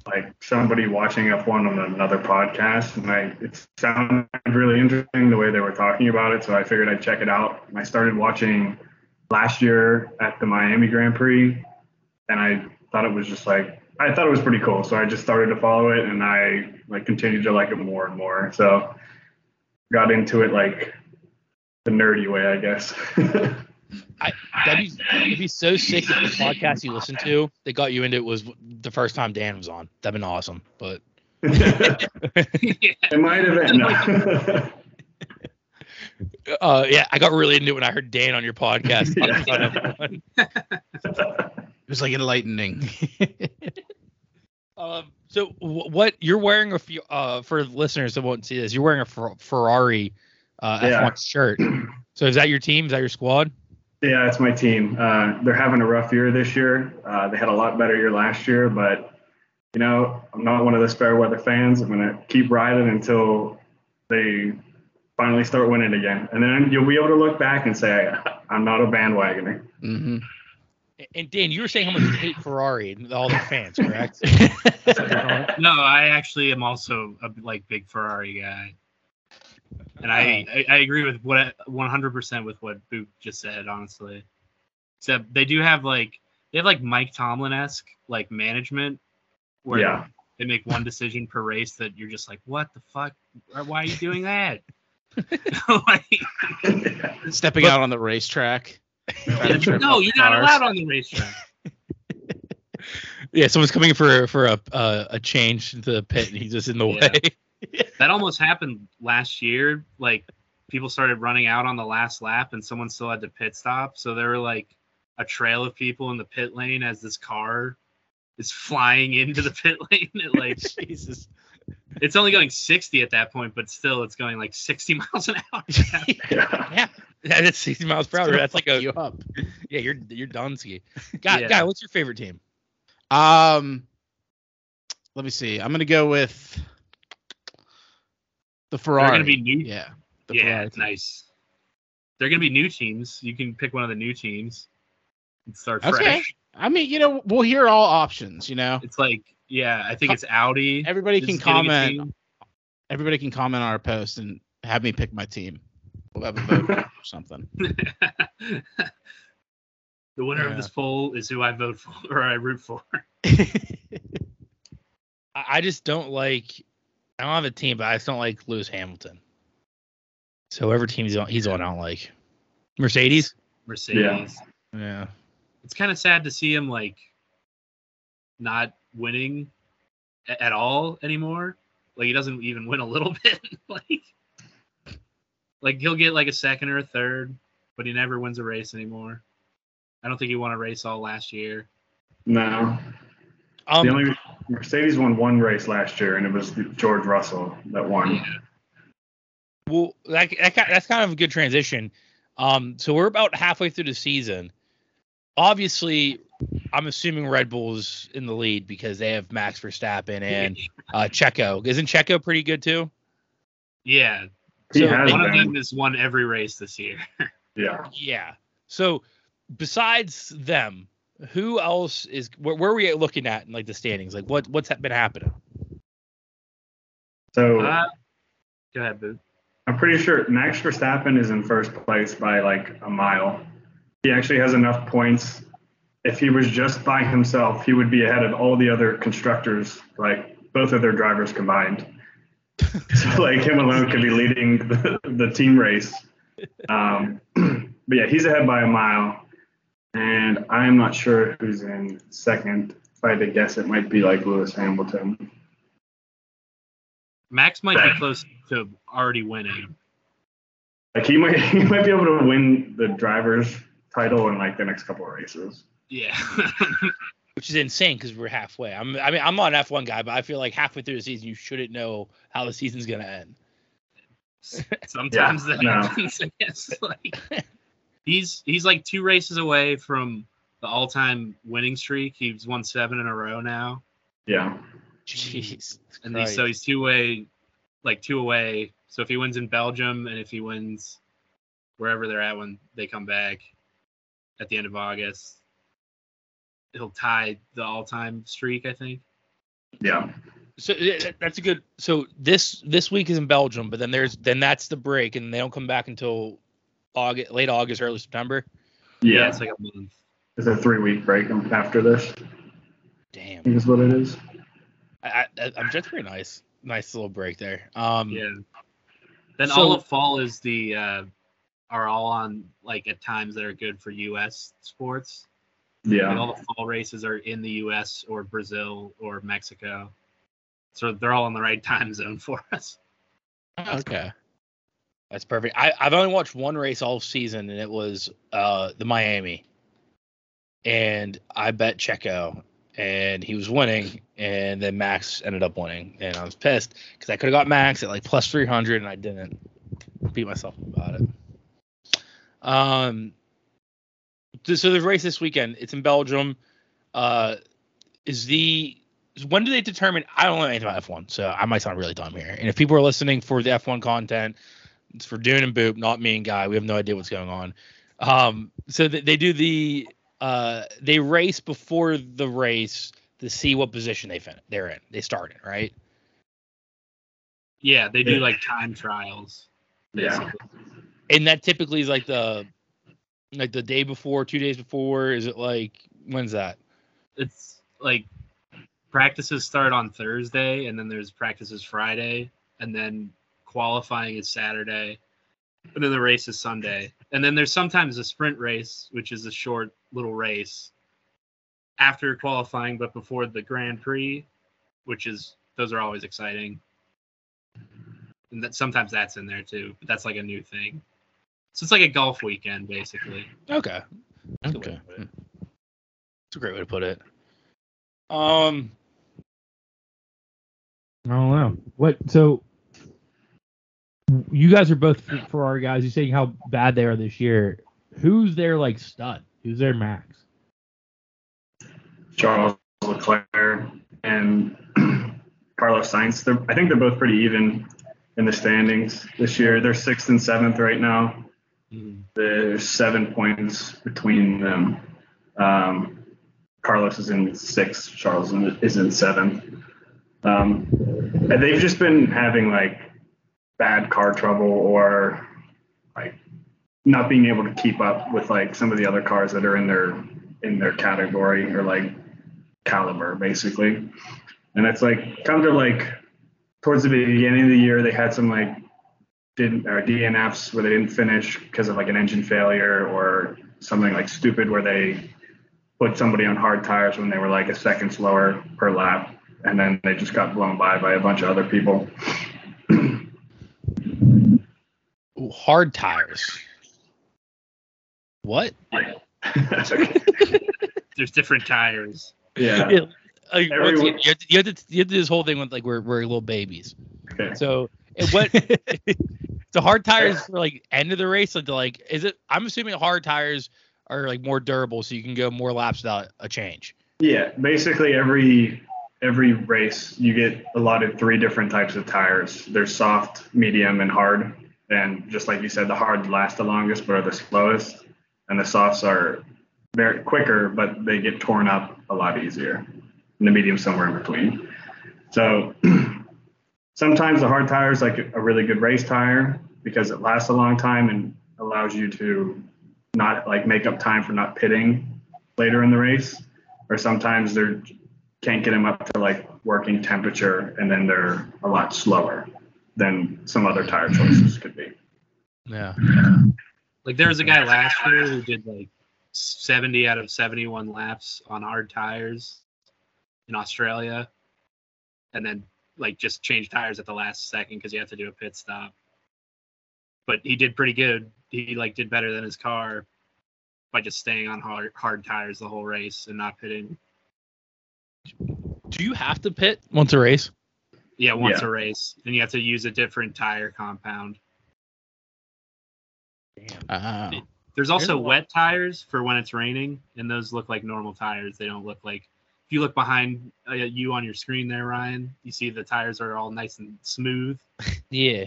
like somebody watching F1 on another podcast, and I it sounded really interesting the way they were talking about it, so I figured I'd check it out. And I started watching last year at the Miami Grand Prix, and I thought it was just like I thought it was pretty cool, so I just started to follow it, and I like continued to like it more and more. So got into it like the nerdy way, I guess. That'd be, that'd be so sick if the podcast you listened to that got you into it was the first time Dan was on. That'd been awesome. But it might have been. no. uh, yeah, I got really into it when I heard Dan on your podcast. talking about F1. It was like enlightening. Um, so wh- what you're wearing a few, uh, for listeners that won't see this, you're wearing a Fer- Ferrari uh, Yeah. F1 shirt. So is that your team? Is that your squad? Yeah, it's my team. Uh, they're having a rough year this year. Uh, they had a lot better year last year, but you know, I'm not one of those fair weather fans. I'm gonna keep riding until they finally start winning again, and then you'll be able to look back and say, "I'm not a bandwagoner." hmm A- And Dan, you were saying how much you hate Ferrari and all their fans, correct? no, I actually am also a like big Ferrari guy, and I I, I agree with what 100 percent with what Boop just said. Honestly, except they do have like they have like Mike Tomlin esque like management where Yeah, they make one decision per race that you're just like, what the fuck? Why are you doing that? like, Stepping out on the racetrack. trying to trip no, up you're not cars. allowed on the racetrack. yeah, someone's coming in for for a uh, a change to the pit, and he's just in the Yeah. way. that almost happened last year. Like people started running out on the last lap, and someone still had to pit stop. So there were like a trail of people in the pit lane as this car is flying into the pit lane. It like Jesus. it's only going 60 at that point, but still it's going like 60 miles an hour. yeah. That is 60 miles per hour. Gonna That's like fuck a you up. yeah. You're you're Dunsky. Guy, Yeah. guy, what's your favorite team? Um, let me see. I'm gonna go with the They're Ferrari. going to be new. yeah, the Yeah, Ferrari. nice. They're going to be new teams. You can pick one of the new teams and start Okay. fresh. I mean, you know, we'll hear all options. You know, It's like, yeah, I think it's Audi. everybody is can getting a comment. team. Everybody can comment on our post and have me pick my team. We'll have a vote or something. the winner Yeah. of this poll is who I vote for or I root for. I, I just don't like. I don't have a team, but I just don't like Lewis Hamilton. So whoever team he's on, he's on, I don't like. Mercedes. Mercedes. Yeah. It's kind of sad to see him like not winning a- at all anymore. Like he doesn't even win a little bit. like like he'll get like a second or a third, but he never wins a race anymore. I don't think he won a race all last year. No, Um, the only Mercedes won one race last year, and it was George Russell that won. Well, that, that, ki- that's kind of a good transition. Um, so we're about halfway through the season. Obviously, I'm assuming Red Bull's in the lead because they have Max Verstappen and uh, Checo. Isn't Checo pretty good too? Yeah, He So has one of been. them has won every race this year. Yeah. Yeah. So besides them, who else is? Where, where are we looking at in like the standings? Like what what's ha- been happening? So Uh, go ahead, Boo. I'm pretty sure Max Verstappen is in first place by like a mile. He actually has enough points. If he was just by himself, he would be ahead of all the other constructors, like both of their drivers combined. so like him alone could be leading the, the team race. Um, but yeah, he's ahead by a mile. And I'm not sure who's in second. If I had to guess, it might be like Lewis Hamilton. Max might be close to already winning. Like he might he might be able to win the drivers title in like the next couple of races. Yeah. Which is insane because we're halfway. I'm I mean I'm not an F1 guy, but I feel like halfway through the season you shouldn't know how the season's gonna end. Sometimes Yeah, that no. happens. I guess. Like he's he's like two races away from the all-time winning streak. He's won seven in a row now, Yeah. Jeez. and he's, so he's two away, like two away. So if he wins in Belgium, and if he wins wherever they're at when they come back at the end of August, he'll tie the all-time streak. I think. Yeah. So yeah, that- that's a good. So this this week is in Belgium, but then there's then that's the break, and they don't come back until August, late August, early September. Yeah. it's like a month. it's a three week break after this, I Damn, Mm-hmm. think is what it is. I, I, I'm just pretty nice, nice little break there. Um, Yeah. Mm. Then So- all of fall is the uh, are all on like at times that are good for U.S. sports. Like, Yeah. all the fall races are in the U.S. or Brazil or Mexico, so they're all in the right time zone for us. Okay. that's perfect. I, I've only watched one race all season, and it was uh the Miami, and I bet Checo, and he was winning, and then Max ended up winning, and I was pissed because I could have got Max at like plus three hundred, and I didn't. Beat myself about it. Um. th- So the race this weekend, it's in Belgium. Uh, is the when do they determine? I don't know anything about F one, so I might sound really dumb here. And if people are listening for the F one content, it's for Dune and Boop, not me and Guy. We have no idea what's going on. Um, so th- they do the uh, they race before the race to see what position they fin- they're in. They start in right. Yeah, they do Yeah. like time trials. Yeah. and that typically is like the like the day before, two days before. Is it like when's that? It's like practices start on Thursday, and then there's practices Friday, and then qualifying is Saturday, and then the race is Sunday, and then there's sometimes a sprint race, which is a short little race after qualifying, but before the Grand Prix, which is those are always exciting, and that sometimes that's in there too, but that's like a new thing. So it's like a golf weekend basically. Okay, Hmm. That's a good Okay. way to put it. That's a great way to put it. Um, I don't know. What? So you guys are both Fer- Ferrari guys. You're saying how bad they are this year. Who's their like stud? Who's their max? Charles Leclerc and Carlos Sainz. They're, I think they're both pretty even in the standings this year. They're sixth and seventh right now. There's seven points between them. Um, Carlos is in sixth. Charles in- is in seventh. Um, and they've just been having like bad car trouble or like not being able to keep up with like some of the other cars that are in their in their category or like caliber basically. And it's like kind of like towards the beginning of the year they had some like didn't or DNFs where they didn't finish because of like an engine failure or something like stupid where they put somebody on hard tires when they were like a second slower per lap and then they just got blown by by a bunch of other people. ooh, hard tires. What? That's okay. There's different tires. yeah. It- like Every once week. you, you, have to, you have to do this whole thing with like we're we're little babies. Okay. So and what the hard tires for like end of the race like, to, like is it? I'm assuming hard tires are like more durable, so you can go more laps without a change. Yeah, basically every every race you get allotted three different types of tires. There's soft, medium, and hard. And just like you said, the hard last the longest but are the slowest, and the softs are they're quicker but they get torn up a lot easier. And the medium somewhere in between. So sometimes the hard tire is like a really good race tire because it lasts a long time and allows you to not like make up time for not pitting later in the race or sometimes they're can't get them up to like working temperature and then they're a lot slower than some other tire choices could be Yeah. Like there was a guy last year who did like 70 out of 71 laps on hard tires in Australia, and then like just changed tires at the last second because you have to do a pit stop. But he did pretty good. He like did better than his car by just staying on hard hard tires the whole race and not pitting. Do you have to pit once a race? Yeah, once Yeah. a race, and you have to use a different tire compound. Uh, There's There's a also lot. wet tires for when it's raining, and those look like normal tires. They don't look like if you look behind uh, you on your screen there, Ryan. You see the tires are all nice and smooth, Yeah.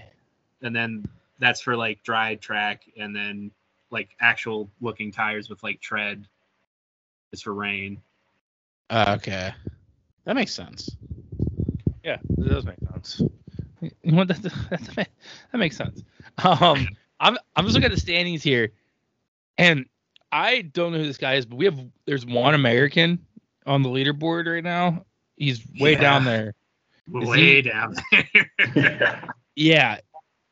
and then that's for like dry track, and then like actual looking tires with like tread is for rain. okay, that makes sense. Yeah, that does make sense. You want that, that, ma- that makes sense. Um, I'm I'm just looking at the standings here, and I don't know who this guy is, but we have there's one American on the leaderboard right now. He's way Yeah. down there. Is Way he- down there. Yeah,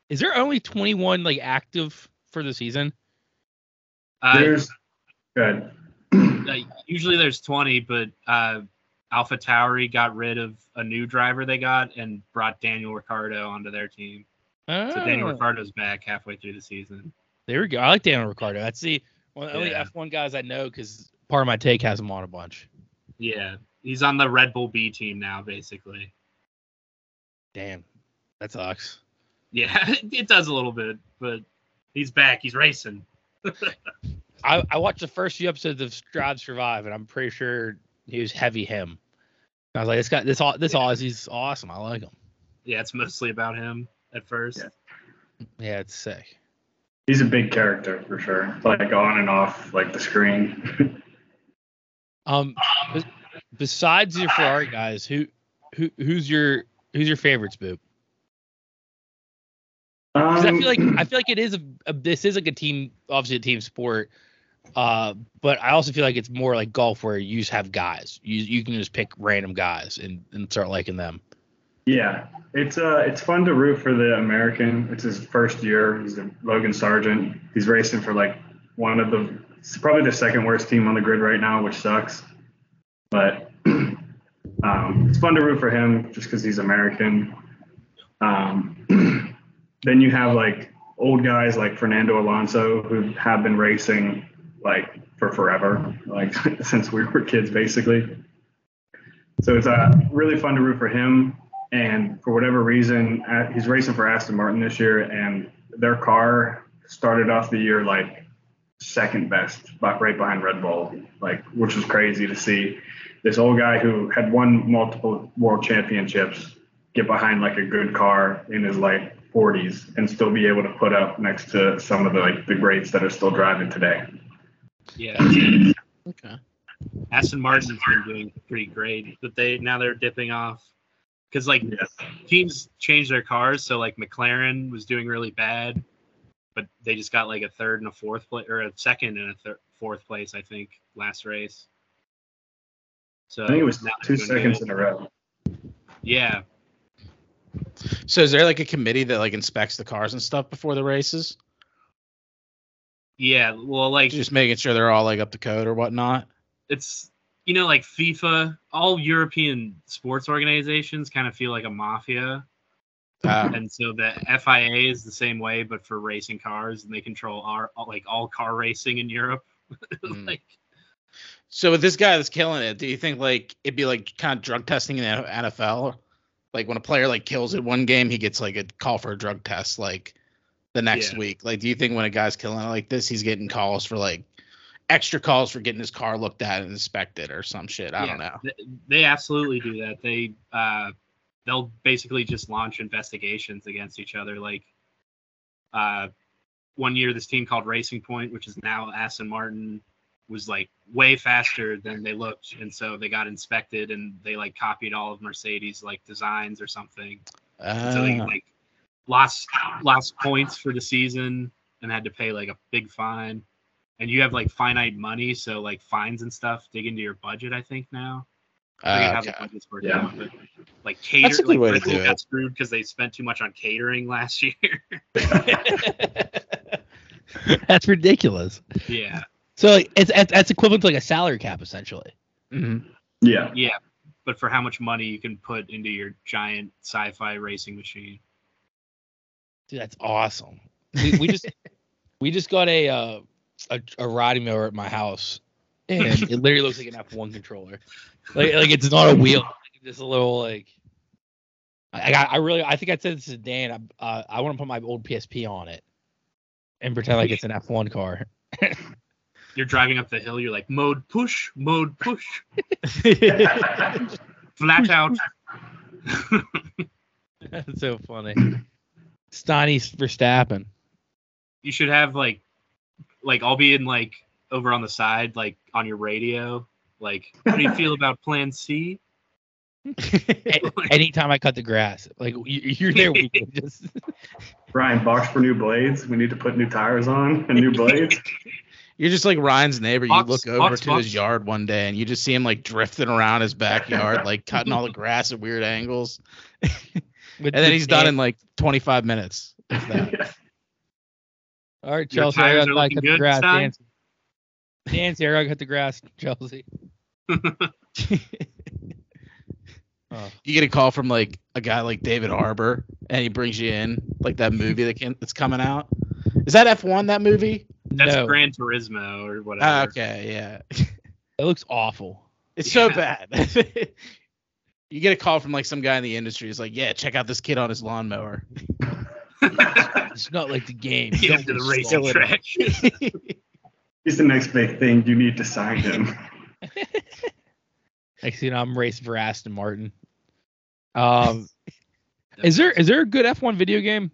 is there only 21 like active for the season? uh, there's good uh, usually there's 20, but uh, Alpha Tauri got rid of a new driver they got and brought Daniel Ricciardo onto their team. Oh, So Daniel Ricciardo's back halfway through the season. there we go. I like Daniel Ricardo. That's the one of the only Yeah. F1 guys I know because part of my take has him on a bunch. Yeah, he's on the Red Bull B team now, basically. Damn, that sucks. Yeah, it does a little bit, but he's back. He's racing. I, I watched the first few episodes of Drive Survive, and I'm pretty sure he was heavy him. I was like, this guy, this au- this Aussie's awesome. I like him. Yeah, it's mostly about him at first. Yeah. Yeah, it's sick. he's a big character for sure like on and off like the screen Um, bes- besides your Ferrari guys, who who who's your who's your favorites, Boop? Because Um, I feel like I feel like it is a, a this is like a team, obviously a team sport. Uh, but I also feel like it's more like golf where you just have guys. You you can just pick random guys and and start liking them. Yeah, it's uh, it's fun to root for the American. It's his first year. He's a Logan Sargent. He's racing for like one of the it's probably the second worst team on the grid right now, which sucks. But um, it's fun to root for him just because he's American. Um, then you have like old guys like Fernando Alonso who have been racing like for forever, like since we were kids, basically. So it's uh, really fun to root for him. And for whatever reason, uh, he's racing for Aston Martin this year, and their car started off the year like second best, but right behind Red Bull, like which was crazy to see. This old guy who had won multiple world championships get behind like a good car in his like 40s and still be able to put up next to some of the like the greats that are still driving today. Yeah, Okay. Aston Martin's been doing pretty great, but they now they're dipping off because like Yes. teams change their cars. So like McLaren was doing really bad, but they just got like a third and a fourth place, or a second and a thir- fourth place, I think, last race. So I think it was now two they're doing seconds good. in a row. Yeah, So is there like a committee that like inspects the cars and stuff before the races, yeah. Well, like just making sure they're all like up to code or whatnot? it's you know like FIFA, all European sports organizations kind of feel like a mafia, Uh, and so the FIA is the same way, but for racing cars, and they control our like all car racing in Europe. Mm. like So with this guy that's killing it, do you think like it'd be like kind of drug testing in the NFL? Like when a player like kills it one game, he gets like a call for a drug test like the next Yeah. week. Like, do you think when a guy's killing it like this, he's getting calls for like extra calls for getting his car looked at and inspected or some shit? I don't Yeah. know. Th- They absolutely do that. They uh, they'll basically just launch investigations against each other. Like uh, one year, this team called Racing Point, which is now Aston Martin, was like way faster than they looked, and so they got inspected, and they like copied all of Mercedes like designs or something. And so they Uh, like lost lost points for the season and had to pay like a big fine. And you have like finite money, so like fines and stuff dig into your budget. I think now. I forget uh, how okay. the budgets work Yeah. out, but, Like catering, a good like, way to Red Bull do got it. screwed because they spent too much on catering last year. Uh. That's ridiculous. yeah, So like, it's, it's that's equivalent to like a salary cap essentially. Mhm. Yeah. yeah. But for how much money you can put into your giant sci-fi racing machine? Dude, that's awesome. We, we just we just got a uh a, a riding mower at my house, and it literally looks like an F one controller. Like like it's not a wheel, it's just a little like. I I got. I really. I think I said this to Dan. I, uh, I want to put my old PSP on it, and pretend like it's an F one car. You're driving up the hill. You're like mode push, mode push, flat out. That's so funny. Steiny Verstappen. you should have like like I'll be in like over on the side, like on your radio, like how do you feel about plan C? A- Anytime I cut the grass, like you, you're there. weekly, Just Ryan, box for new blades. We need to put new tires on and new blades. You're just like Ryan's neighbor. You Box, look over box, to box. his yard one day and you just see him like drifting around his backyard, like cutting all the grass at weird angles. with- And then with he's done Dan. in like 25 minutes. if that. All right, Your Chelsea. I tires got are I looking cut the good, grass. Stein? Nancy. Nancy, I got cut the grass. Chelsea. Oh, You get a call from like a guy like David Arbor and he brings you in, like that movie that can, that's coming out. Is that F1 that movie? That's no, Gran Turismo or whatever. Ah, okay, yeah. it looks awful. It's so Yeah. bad. you get a call from like some guy in the industry. He's like, yeah, check out this kid on his lawnmower. It's not like the game. You Get don't into the just racing slow it down. track. He's the next big thing. You need to sign him. Next thing you know, I'm racing for Aston Martin. Um, is there is there a good F1 video game?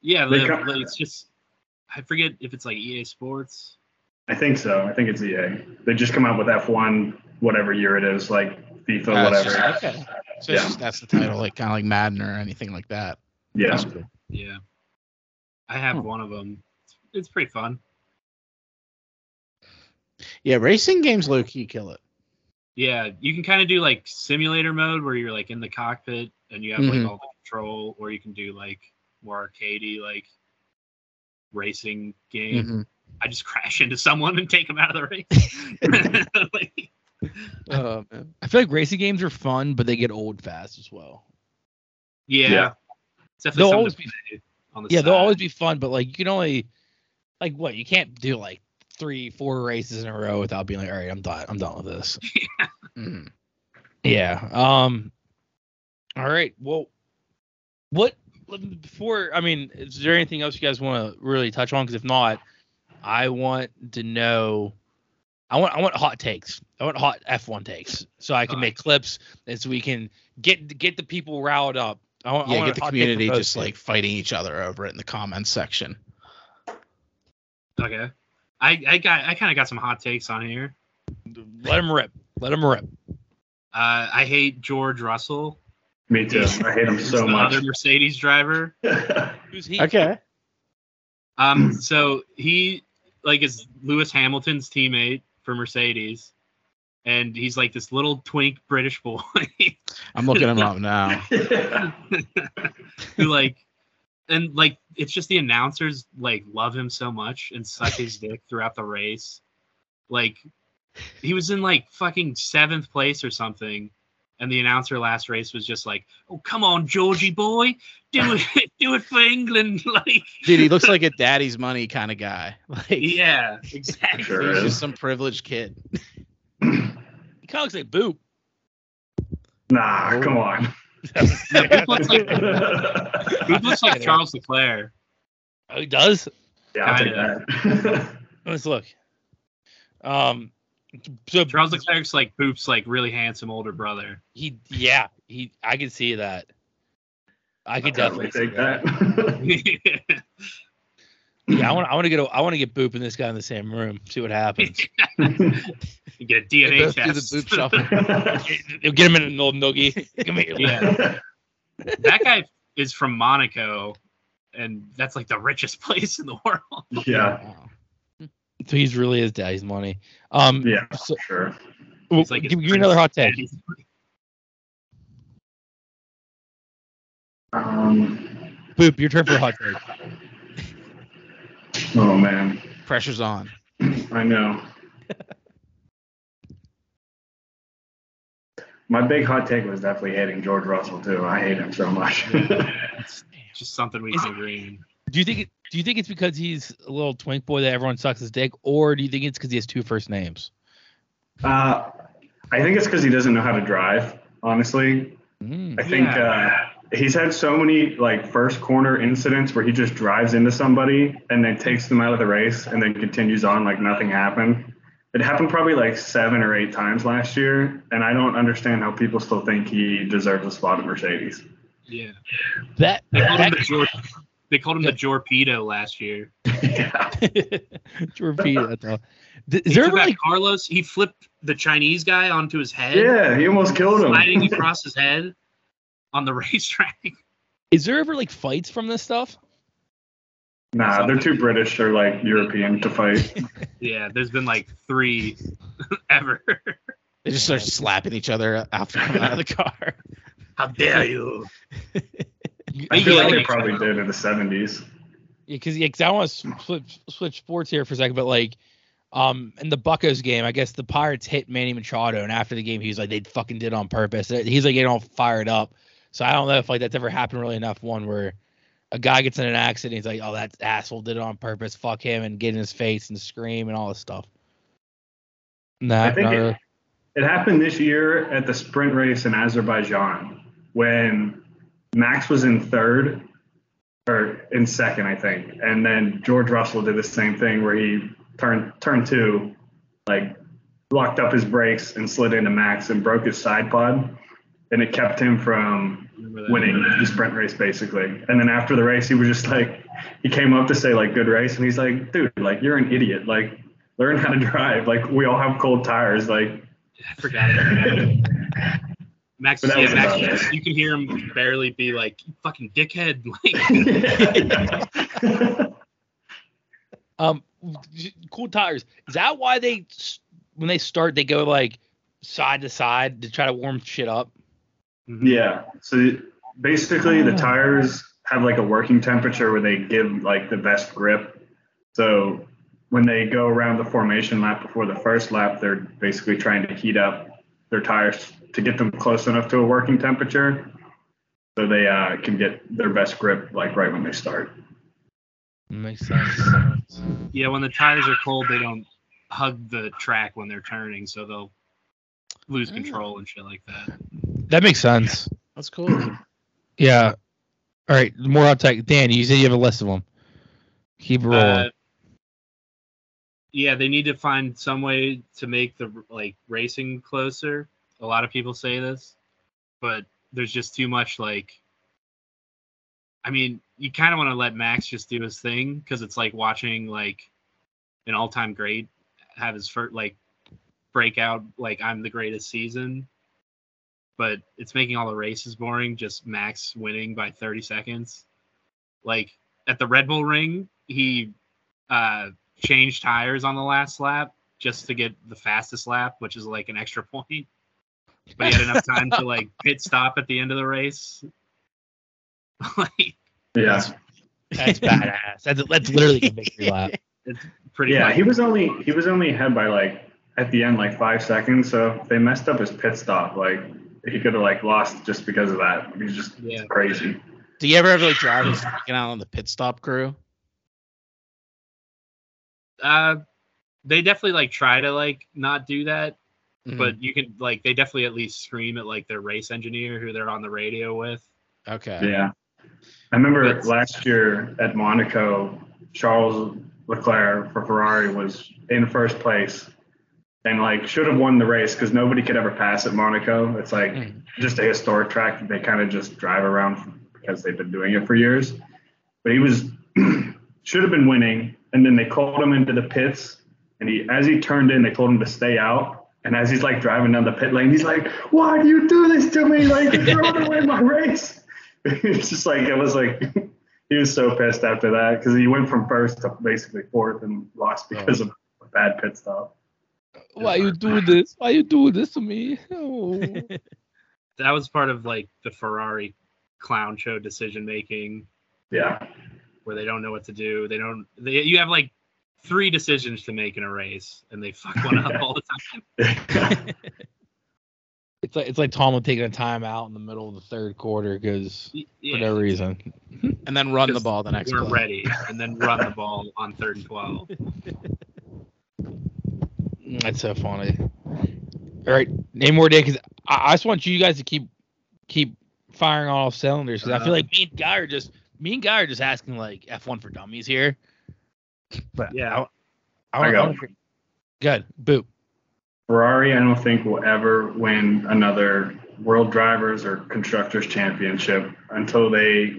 Yeah, They the- got- the- it's just I forget if it's like EA Sports. I think so. I think it's EA. They just come out with F1, whatever year it is, like Ah, FIFA, it's whatever. just- okay. So it's Yeah. just, that's the title, like kind of like Madden or anything like that. yeah. That's cool. Yeah, I Hmm. have one of them. It's, it's pretty fun. Yeah, racing games low key kill it. Yeah, you can kind of do like simulator mode where you're like in the cockpit and you have Mhm. Mm-hmm. like all the control, or you can do like more arcadey like racing game. Mm-hmm. Mhm. I just crash into someone and take them out of the race. Like, Oh, man. Uh, I feel like racing games are fun, but they get old fast as well. yeah, Yeah. It's They'll definitely something always to be- play on the Yeah, side. they'll always be fun, but like you can only like what you can't do like three, four races in a row without being like, all right, I'm done. I'm done with this. Mm-hmm. Mm-hmm. Mhm. Yeah. Um. All right. Well, what before? I mean, is there anything else you guys want to really touch on? Because if not, I want to know. I want I want hot takes. I want hot F1 takes, so I can All make clips, and so we can get get the people riled up. I want, I Yeah, want get a the hot take from community both just teams. like fighting each other over it in the comments section. okay. I, I got I kind of got some hot takes on here. let them rip, let them rip. Uh, I hate George Russell, Me too. I hate him He's so the much. other Mercedes driver. Who's he? Okay. Um, so he like is Lewis Hamilton's teammate for Mercedes, and he's like this little twink British boy I'm looking him up now. who like, and like it's just the announcers like love him so much and suck his dick throughout the race. Like, he was in like fucking seventh place or something, And the announcer last race was just like, "Oh, come on, Georgie boy, do it, do it for England!" Like, Dude, he looks like a daddy's money kind of guy. Like, yeah, exactly. Sure he's is. just some privileged kid. He kind of looks like Boop. Nah, come on. Boop looks like, yeah, Boop looks like Charles Leclerc. Oh, he does. I'll take that. Let's look. Um, so Charles Leclerc's like Boop's like really handsome older brother. he, yeah, he. I can see that. I could Definitely definitely see take that. Yeah, I want. I want to get. A, I want to get Boop and this guy in the same room. See what happens. You get a They DNA both do the test. boob shuffle. get him in an old noogie. Come here. yeah, that guy is from Monaco, and that's like the richest place in the world. yeah, Wow. So he's really his daddy's money. Um, yeah, So- sure. w- It's like give his give me another hot take. daddy's- Um, Boop, your turn for a hot take. oh man, Pressure's on. I know. My big hot take was definitely hating George Russell too. I hate him so much. Just something we can agree. Do you think? It, do you think it's because he's a little twink boy that everyone sucks his dick, or do you think it's because he has two first names? Uh, I think it's because he doesn't know how to drive. Honestly, Mm. I think uh, he's had so many like first corner incidents where he just drives into somebody and then takes them out of the race and then continues on like nothing happened. It happened probably like seven or eight times last year, and I don't understand how people still think he deserves a spot at Mercedes. Yeah, That, they called him that the Jor- they called him the Jorpedo last year. yeah. to repeat that though. Th- Is he there took ever out like Carlos? He flipped the Chinese guy onto his head, yeah, he almost killed sliding him. across his head on the racetrack. is there ever like fights from this stuff? Nah, they're too British or like European to fight. yeah, there's been like three ever. They just start slapping each other after coming out of the car. How dare you? I feel Yeah, like like- they probably did in the 70s. because yeah, 'cause I want to switch, switch sports here for a second, but like, um, in the Buccos game, I guess the Pirates hit Manny Machado, and after the game, he was like, they fucking did it on purpose. He's like getting all fired up. So I don't know if like that's ever happened really enough. One where a guy gets in an accident, he's like, oh, that asshole did it on purpose. Fuck him, and get in his face and scream and all this stuff. Nah, I think not it- really. It happened this year at the sprint race in Azerbaijan when Max was in third or in second, I think, and then George Russell did the same thing where he turned turned two, like locked up his brakes and slid into Max and broke his side pod, and it kept him from Remember that? winning the sprint race basically. And then after the race, he was just like, he came up to say like good race, and he's like, dude, like you're an idiot, like learn how to drive, like we all have cold tires, like. I forgot it. Max, But that yeah, was Max about it. you can hear him barely be like, "You fucking dickhead. Like, yeah, Um, cool tires. Is that why they s- when they start they go like side to side to try to warm shit up? so basically Oh. the tires have like a working temperature where they give like the best grip. So when they go around the formation lap before the first lap, they're basically trying to heat up their tires to get them close enough to a working temperature so they uh, can get their best grip like right when they start. Makes sense. yeah, when the tires are cold, they don't hug the track when they're turning, so they'll lose control and shit like that. That makes sense. Ah. That's cool. dude. Yeah. All right. More hot take. Dan, you said you have a list of them. Keep it rolling. Uh, yeah, they need to find some way to make the like racing closer. A lot of people say this, but there's just too much like. I mean, you kind of want to let Max just do his thing because it's like watching like an all-time great have his first like breakout like I'm the greatest season. But it's making all the races boring. Just Max winning by 30 seconds. Like at the Red Bull Ring, he uh, changed tires on the last lap just to get the fastest lap, which is like an extra point. But he had enough time to like pit stop at the end of the race. like, Yeah. that's badass. That's, that's literally the victory lap. pretty Yeah, much. he was only he was only ahead by like at the end like five seconds. So if they messed up his pit stop. Like he could have like lost just because of that. He's just Yeah. crazy. Do you ever have like drivers freaking out on the pit stop crew? Uh, they definitely like try to like not do that, Mm. Mhm. but you can like they definitely at least scream at like their race engineer who they're on the radio with. Mm-hmm. okay, Yeah. I remember That's- last year at Monaco, Charles Leclerc for Ferrari was in first place and like should have won the race because nobody could ever pass at Monaco. It's like Mm. just a historic track that they kind of just drive around because they've been doing it for years. But he was should have been winning, and then they called him into the pits, and he as he turned in, they told him to stay out. And as he's like driving down the pit lane, he's like, "Why do you do this to me? Like you're throwing away my race." it's just like it was like he was so pissed after that because he went from first to basically fourth and lost because of a bad pit stop. Why you do this? Why you do this to me? Oh. That was part of like the Ferrari clown show decision making Yeah. where they don't know what to do. They don't. They, you have like three decisions to make in a race, and they fuck one up all the time. It's like it's like Tom taking a timeout in the middle of the third quarter because Yeah, for no reason. and then run the Just ball the next we're play. ready, and then run the ball on third and twelve. Mm, That's so funny. All right, name more day because I, I just want you guys to keep keep firing on all cylinders because I feel like me and Guy are just me and Guy are just asking like F one for dummies here. But Yeah. I, I, I I, got I, good boot. Ferrari, I don't think will ever win another World Drivers or Constructors Championship until they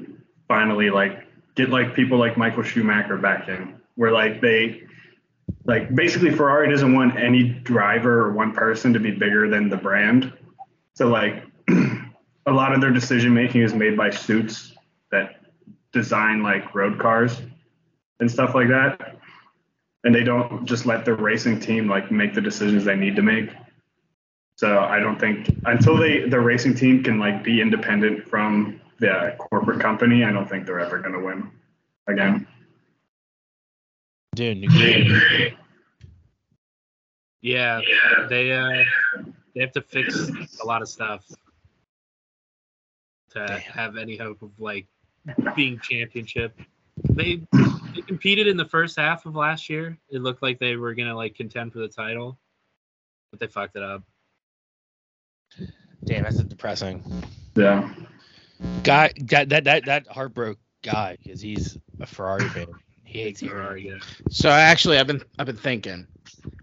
finally like get like people like Michael Schumacher back in, where like they like basically Ferrari doesn't want any driver or one person to be bigger than the brand. So like a lot of their decision making is made by suits that design like road cars and stuff like that and they don't just let the racing team like make the decisions they need to make. So I don't think until they the racing team can like be independent from the corporate company, I don't think they're ever going to win again. Dude, Yeah, Yeah. they uh, they have to fix a lot of stuff to have any hope of like being championship. They, they competed in the first half of last year. It looked like they were gonna like contend for the title, but they fucked it up. damn, that's depressing. Yeah. Guy, that that that, that heartbroke guy because he's a Ferrari fan. He hates Ferrari. Ferrari, yeah. So actually, I've been I've been thinking,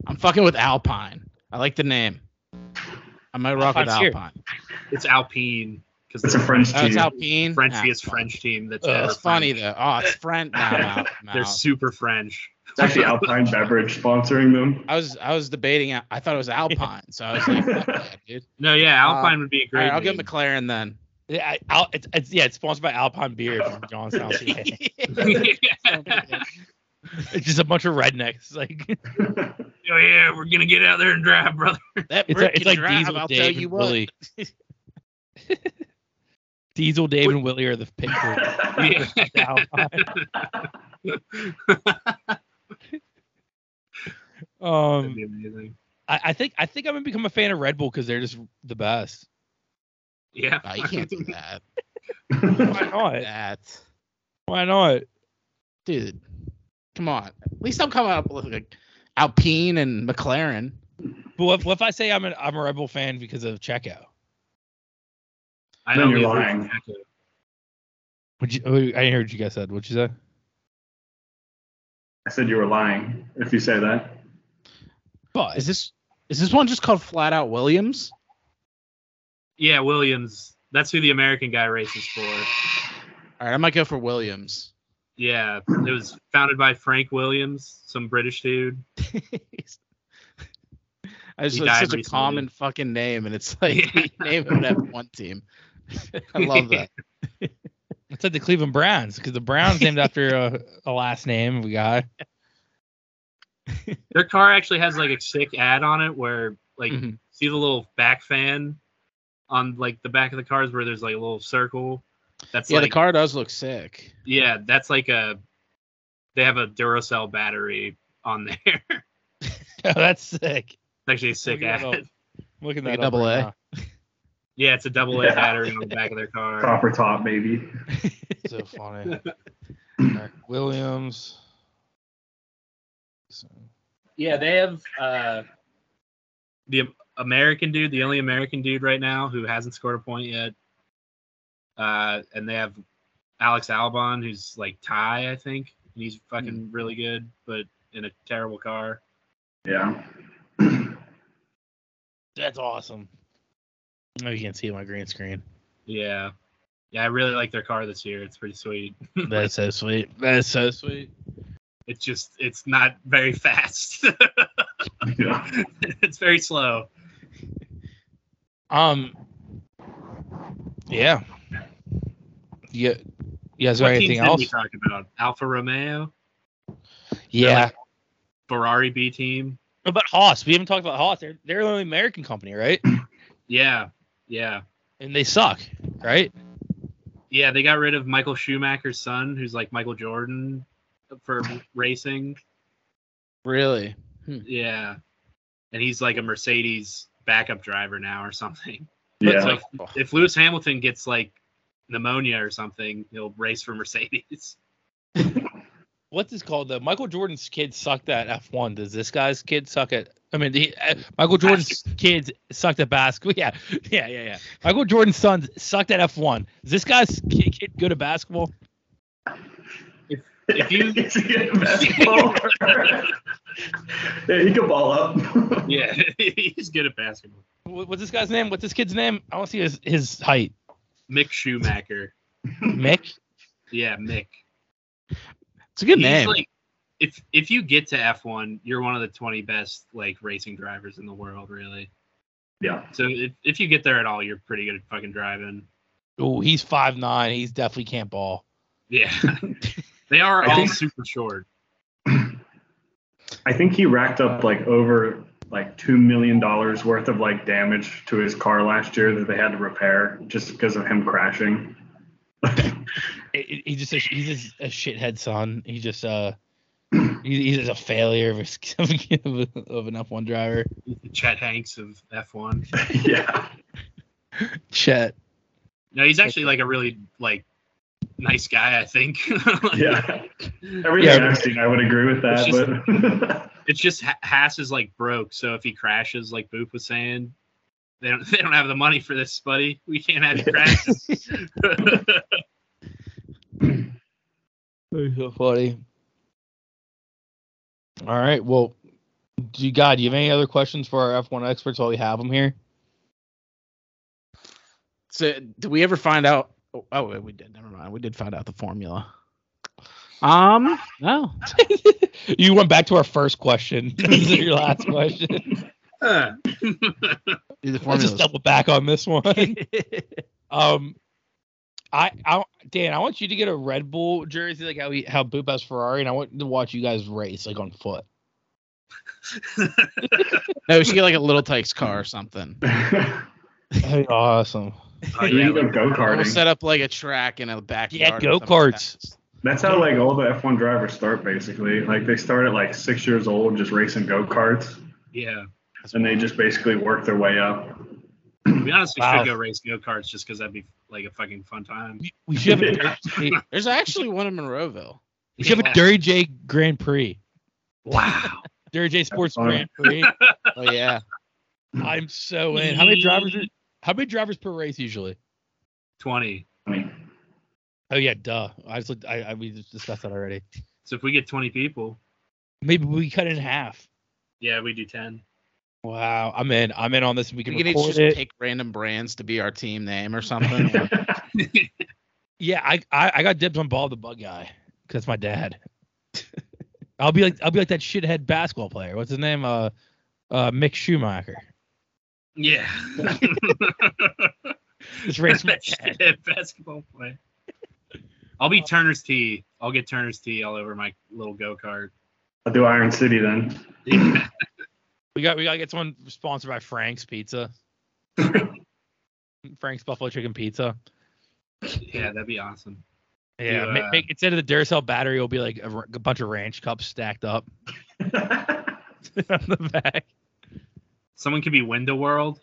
I'm fucking with Alpine. I like the name. I might rock with Alpine's here. Alpine. It's Alpine because It's a French Oh, team. it's Alpine. Frenchiest Ah, French team that's Uh, ever It's funny French. though. Oh, it's French now. I'm out. I'm They're out. super French. It's actually Alpine Beverage sponsoring them. I was I was debating. I thought it was Alpine, so I was like, fuck that, dude. No, yeah, Uh, Alpine would be a All great. right, I'll get name. McLaren then. Yeah, I- I'll- it's, it's, yeah, it's sponsored by Alpine Beer from Johnstown. it's just a bunch of rednecks. Like oh yeah, we're gonna get out there and drive, brother. That it's, brick like- it's can like drive, Diesel I'll Dave tell you and what. Willie. Diesel Dave and Willie are the pit crew. Yeah. Alpine. um, That'd be amazing. Um, I, I think I think I'm gonna become a fan of Red Bull because they're just the best. Yeah. No, you can't do that. Why not? That Why not? dude, come on. At least I'm coming up with like Alpine and McLaren. But what, what if I say I'm an I'm a Red Bull fan because of Checo? I No, know you're you're lying. lying. Would you? oh, I didn't hear what you guys said. What'd you say? I said you were lying if you say that. But Is this is this one just called Flat Out Williams? Yeah, Williams. That's who the American guy races for. All right, I might go for Williams. Yeah, it was founded by Frank Williams, some British dude. I just, He it's died such a recently. common fucking name, and it's like Yeah. name of an F1 team. I love that. it's like the Cleveland Browns because the Browns named after a, a last name we got. Their car actually has like a sick ad on it where like Mhm. see the little back fan on like the back of the cars where there's like a little circle. That's yeah, like the car does look sick. yeah, that's like a they have a Duracell battery on there. it's That's sick. actually a sick Look at ad. that up. Looking Like that a up double right A. now. Yeah, it's a double A battery on the back of their car. Copper top, maybe. so funny. Alright, Williams. So- Yeah, they have uh, the American dude, the only American dude right now who hasn't scored a point yet. Uh, and they have Alex Albon, who's like Thai, I think, and he's fucking really good, but in a terrible car. Yeah. That's awesome. Oh, you can see my green screen. Yeah, yeah, I really like their car this year. It's pretty sweet. That's so sweet. That's so sweet. It's just it's not very fast. yeah. it's very slow. Um. Yeah. Yeah. Yeah. Is there what teams anything did we else? talk about? Alfa Romeo, Yeah. Ferrari B team. What about Haas? We haven't talked about Haas. They're they're the only American company, right? Yeah, yeah. And they suck, right? Yeah, they got rid of Michael Schumacher's son, who's like Michael Jordan for racing. Really? Yeah. And he's like a Mercedes backup driver now or something. Yeah. So if, if Lewis Hamilton gets like pneumonia or something, he'll race for Mercedes. What's this called? The Michael Jordan's kid sucked at F one. Does this guy's kid suck at? I mean, the, uh, Michael Jordan's kids sucked at basketball. Yeah, yeah, yeah, yeah. Michael Jordan's sons sucked at F one. Is this guy's kid, kid good at basketball? If you- He's a good basketball. yeah, he could ball up. Yeah, he's good at basketball. What, what's this guy's name? What's this kid's name? I want to see his his height. Mick Schumacher. Mick. Yeah, Mick. It's a good He's, name. like- if if you get to F1, you're one of the 20 best like racing drivers in the world, really. yeah. So if, if you get there at all, you're pretty good at fucking driving. Oh, he's five nine. He's definitely can't ball. Yeah. they are I all think- super short. I think he racked up like over like two million dollars worth of like damage to his car last year that they had to repair just because of him crashing. It- it- He just a, he's just a shithead son. He just uh. he- He's just a failure of, a, of a- of an F1 driver. Chet Hanks of F1. yeah. Chet. No, he's actually like a really like nice guy, I think. Like, Yeah. Everything Yeah. I've seen, I would agree with that, It's just- but It's just Ha- Haas is like broke, so if he crashes, like Boop was saying, they don't they don't have the money for this, buddy. We can't have you crashes. That's so funny. All right. Well, do you, God, do you have any other questions for our F1 experts while we have them here? So, did we ever find out? Oh, oh, wait, we did. Never mind. We did find out the formula. Um, no. you went back to our first question. this is your last question. Huh. The Let's just formula. double back on this one. um, I, I, Dan, I want you to get a Red Bull jersey like how we, how Boop has Ferrari, and I want to watch you guys race like on foot. no, we should get like a little Tykes car or something. That'd be awesome. Oh, you Uh, yeah, go like- go We'll karting. set up like a track in a backyard. or something like go-karts. that. That's how like all the F1 drivers start basically. Like they start at like six years old just racing go karts, yeah. and they just basically work their way up. To be honest, we Wow. should go race go karts just because that'd be like a fucking fun time. We, we should have a Yeah. dirty, There's actually one in Monroeville. we should have a Dirty J Grand Prix. Wow. Dirty J Sports fun. Grand Prix. Oh yeah. I'm so in. How many drivers? Are, how many drivers per race usually? 20. I mean, Oh yeah, duh. I just looked, I, I we just discussed that already. So if we get 20 people, Maybe we cut it in half. yeah, we do 10. Wow, I'm in. I'm in on this. We can We can each record just it. pick random brands to be our team name or something. yeah, I, I I got dibs on Bob the Bug Guy because that's my dad. I'll be like I'll be like that shithead basketball player. What's his name? Uh, uh, Mick Schumacher. Yeah. Just race my dad. Shit, basketball play. I'll be Turner's T. I'll get Turner's T all over my little go kart. I'll do Iron City then. Yeah. We got we gotta get someone sponsored by Frank's Pizza. Frank's Buffalo Chicken Pizza. yeah, that'd be awesome. Yeah, Do, ma- uh, make- instead of the Duracell battery, it'll be like a, r- a bunch of ranch cups stacked up on the back. Someone could be Window World.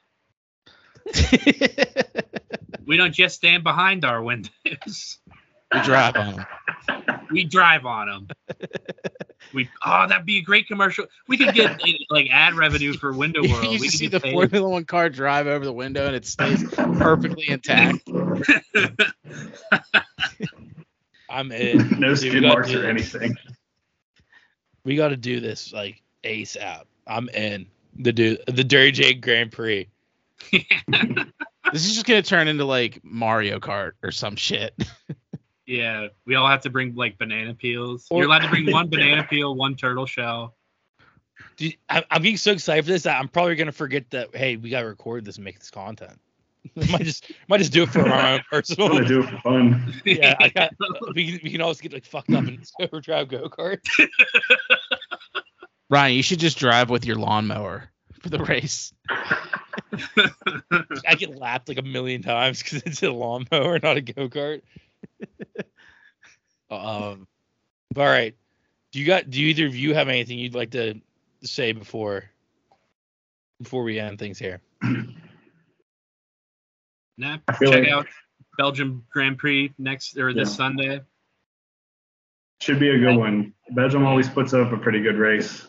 We don't just stand behind our windows. We drive on them. We drive on them. We oh, that'd be a great commercial. We could get like ad revenue for Window World. you we just could see get the paid. Formula One car drive over the window and it stays perfectly intact. I'm in. Dude, no we skid gotta marks do or this. anything. We got to do this like ASAP. I'm in the dude, the Dirty J Grand Prix. This is just gonna turn into like Mario Kart or some shit. Yeah, we all have to bring like banana peels. Or- You're allowed to bring one banana peel, one turtle shell. Dude, I, I'm getting so excited for this that I'm probably gonna forget that. Hey, we gotta record this and make this content. might just might just do it for my own I personal. want to do it for fun. Yeah, I got, we, can- we can always get like fucked up in overdrive go kart. Ryan, you should just drive with your lawnmower for the race. I get lapped like a million times because it's a lawnmower, not a go kart. um, but all right. Do you got? Do either of you have anything you'd like to say before before we end things here? Nah, I check feel like out Belgium Grand Prix next or this Yeah. Sunday. Should be a good one. Belgium always puts up a pretty good race.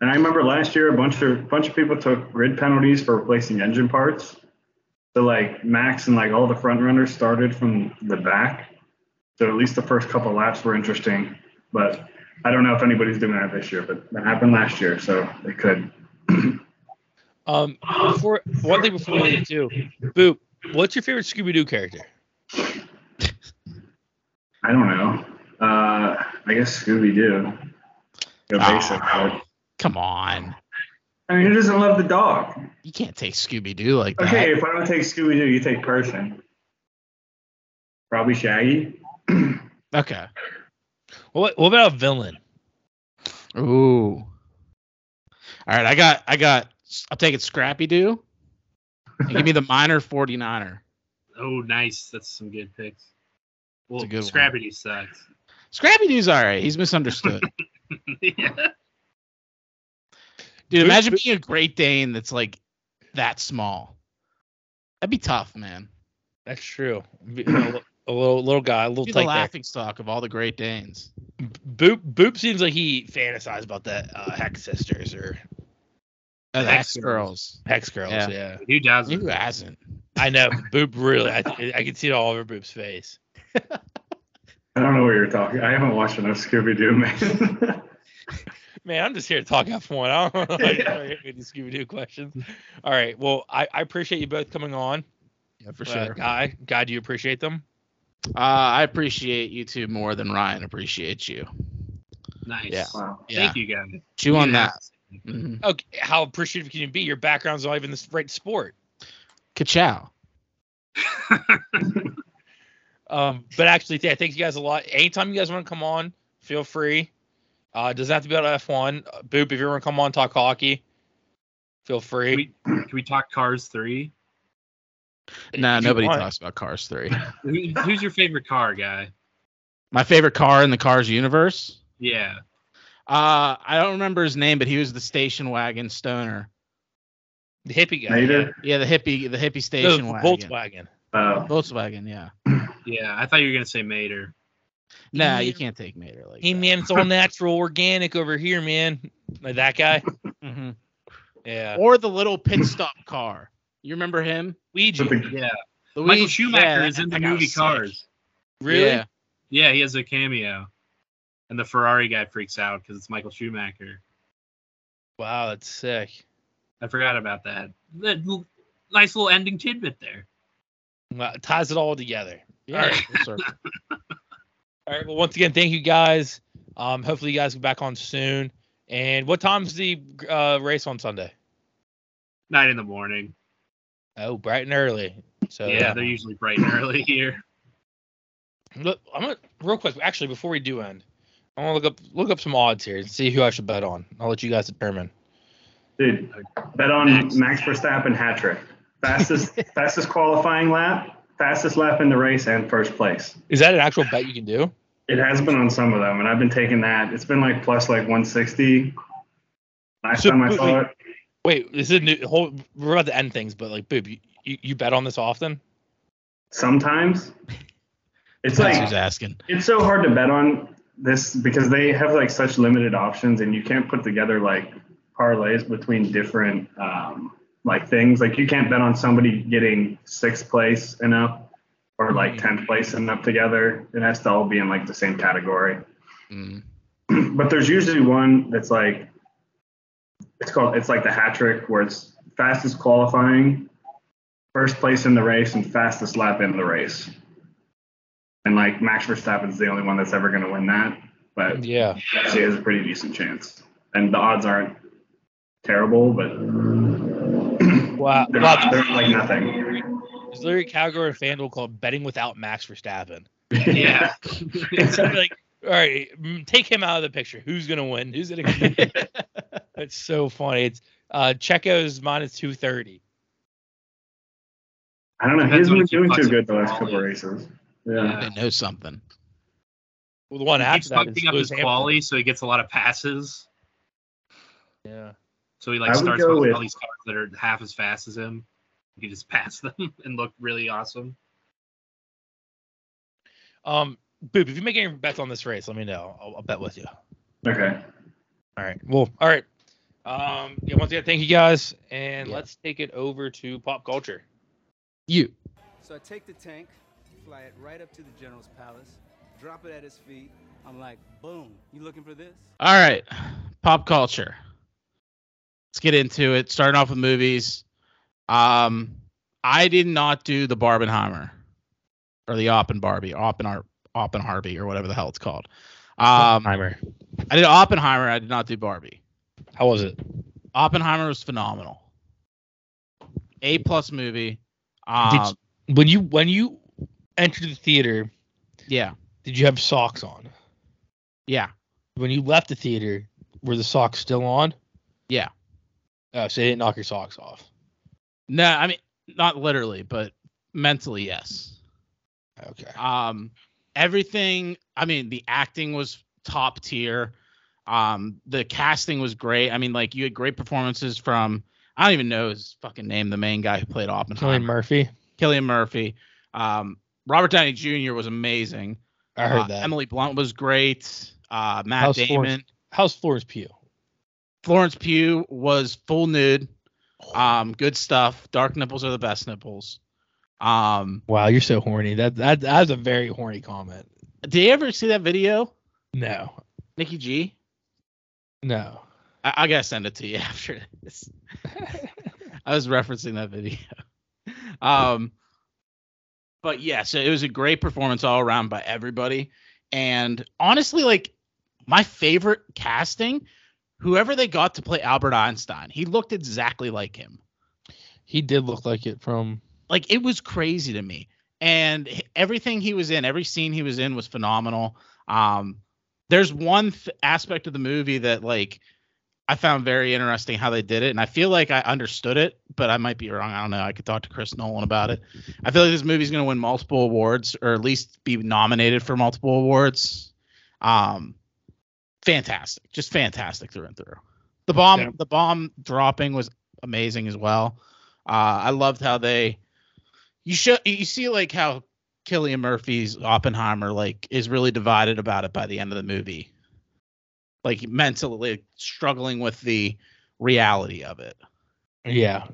And I remember last year a bunch of bunch of people took grid penalties for replacing engine parts. So like Max and like all the front runners started from the back. So at least the first couple laps were interesting. But I don't know if anybody's doing that this year, but that happened last year, so they could. Um, before one thing before we do, Boop, what's your favorite Scooby Doo character? I don't know. Uh, I guess Scooby Doo. Go Ah. basic. but- Come on. I mean, who doesn't love the dog? You can't take Scooby Doo like that. Okay, if I don't take Scooby Doo, you take person. Probably Shaggy. Okay. What What about a villain? Ooh. All right, I got I got I'll take it Scrappy Doo. And give me the minor 49er. Oh, nice. That's some good picks. Well, good one. Scrappy Doo sucks. Scrappy Doo's all right. He's misunderstood. Dude, imagine being a Great Dane that's like that small. That'd be tough, man. That's true. Be- A little, a little, little guy, a little Be the tight there. laughing stock of all the Great Danes. Boop Boop seems like he fantasized about that uh, hex sisters or Oh, the Hex X girls. hex girls. Yeah. Yeah, Who Who doesn't? hasn't? I know. Boop really, I, I can see it all over Boop's face. I don't know what you're talking. I haven't watched enough Scooby Doo, man. Man, I'm just here to talk F1. I don't know. I just wanna hit with these Scooby Doo questions. All right. Well, I, I appreciate you both coming on. Yeah, for Uh, sure. Uh, guy, guy, do you appreciate them? I appreciate you two more than Ryan appreciates you. Nice. Yeah. wow. Yeah. Thank you, guys. Chew on Yeah. that. Mhm. Okay, how appreciative can you be? Your background's not even the s- right sport. Ka-chow. Um, but actually, yeah, thank you guys a lot. Anytime you guys want to come on, feel free. Uh, it doesn't have to be on F1. Uh, Boop, if you want to come on, talk hockey, feel free. We- Can we talk Cars 3? No, If you nobody want. talks about Cars 3. Who, who's your favorite car guy? My favorite car in the Cars universe? Yeah. Uh, I don't remember his name, but he was the station wagon stoner. The hippie guy. Nader. Yeah, the hippie, the hippie yeah. station No, wagon. Volkswagen. Uh, Volkswagen, yeah. Yeah. I thought you were going to say Mater. Nah, you Yeah. can't take Mater like Hey, man, it's all natural, organic over here, man. Like that guy. that. Mm-hmm. Mhm. Yeah. Or the little pit stop car. You remember him? Ouija. but the, Yeah. The Michael Ouija- Schumacher yeah, is in the that guy was movie sick. Cars. Really? Yeah. Yeah, he has a cameo. And the Ferrari guy freaks out because it's Michael Schumacher. Wow, that's sick. I forgot about that. That l- nice little ending tidbit there. Wow, it ties it all together. Yeah, All right. full circle. All right. Well, once again, thank you guys. Um, hopefully, you guys get back on soon. And what time's the uh, race on Sunday? Nine in the morning. Oh, bright and early. So yeah, they're usually bright and early here. Look, I'm gonna real quick. Actually, before we do end, I want to look up look up some odds here and see who I should bet on. I'll let you guys determine. dude, bet on Max. Max, Verstappen hat trick. Fastest, fastest qualifying lap, fastest lap in the race, and first place. Is that an actual bet you can do? It has been on some of them, and I've been taking that. It's been like plus like 160. Last So, time I wait, saw wait. it, Wait, this is a new. Whole, we're about to end things, but like, boob, you, you, you bet on this often? Sometimes it's That's like who's asking. it's so hard to bet on this because they have like such limited options and you can't put together like parlays between different um, like things like you can't bet on somebody getting sixth place and up or like 10th place and up together it has to all be in like the same category Mm. but there's usually one that's like it's called it's like the hat trick where it's fastest qualifying first place in the race and fastest lap in the race and like max verstappen's the only one that's ever going to win that but Yeah. Mm-hmm. actually has a pretty decent chance and the odds aren't terrible but Wow. they're, wow. not, they're like nothing There's literally a category in FanDuel called betting without Max Verstappen. Yeah. It's gonna be like, all right, mm, take him out of the picture. Who's gonna win? Who's gonna? That's so funny. It's uh, Checo's minus two thirty. i don't know Depends he's on been if you doing putt too it good the or last quali. couple races Yeah. yeah They know something. Well, the one He keeps after that is fucking up his Lewis Hamilton. quali, so he gets a lot of passes. Yeah. So he I like would starts go with with- all these cars that are half as fast as him. He can just pass them and look really awesome. Um, Boop, if you make any bets on this race, let me know. I'll, I'll bet with you. okay All right. Well, all right. Um, yeah, once again, thank you guys, and Yeah. let's take it over to pop culture. You. So I take the tank, fly it right up to the general's palace, drop it at his feet. I'm like, boom, you looking for this? All right, pop culture. Let's get into it. Starting off with movies. Um, I did not do the Barbenheimer or the Oppen Barbie, Oppen Oppen Harvey, or whatever the hell it's called. Um, Oppenheimer. I did Oppenheimer. I did not do Barbie. How was it? Oppenheimer was phenomenal. A plus movie. Um, When you when you entered the theater, yeah, did you have socks on? yeah. When you left the theater, were the socks still on? Yeah. Oh, so they didn't knock your socks off. No, I mean not literally, but mentally, yes. Okay. Um, everything. I mean, the acting was top tier. Um, the casting was great. I mean, like you had great performances from I don't even know his fucking name, the main guy who played Oppenheimer, Killian Murphy. Killian Murphy. Um, Robert Downey Jr. was amazing. I heard Uh, that. Emily Blunt was great. Uh, Matt How's Damon, Florence? How's Florence Pugh? Florence Pugh was full nude. Oh. Um, good stuff. Dark nipples are the best nipples. Um, Wow, you're so horny. That that that's a very horny comment. did you ever see that video, No, Nikki G? no. I, I gotta send it to you after this. I was referencing that video. Um, but yeah, so it was a great performance all around by everybody. And honestly, like my favorite casting, whoever they got to play Albert Einstein, he looked exactly like him. He did look like it from. Like it was crazy to me. And h- everything he was in, every scene he was in was phenomenal. Um, there's one th- aspect of the movie that like I found very interesting how they did it, and I feel like I understood it, but I might be wrong. I don't know. I could talk to Chris Nolan about it. I feel like this movie's going to win multiple awards, or at least be nominated for multiple awards. Um, fantastic, just fantastic through and through. The bomb, Yeah. the bomb dropping was amazing as well. Uh, I loved how they you show you see like how Killian Murphy's Oppenheimer like is really divided about it by the end of the movie like mentally like, struggling with the reality of it Yeah,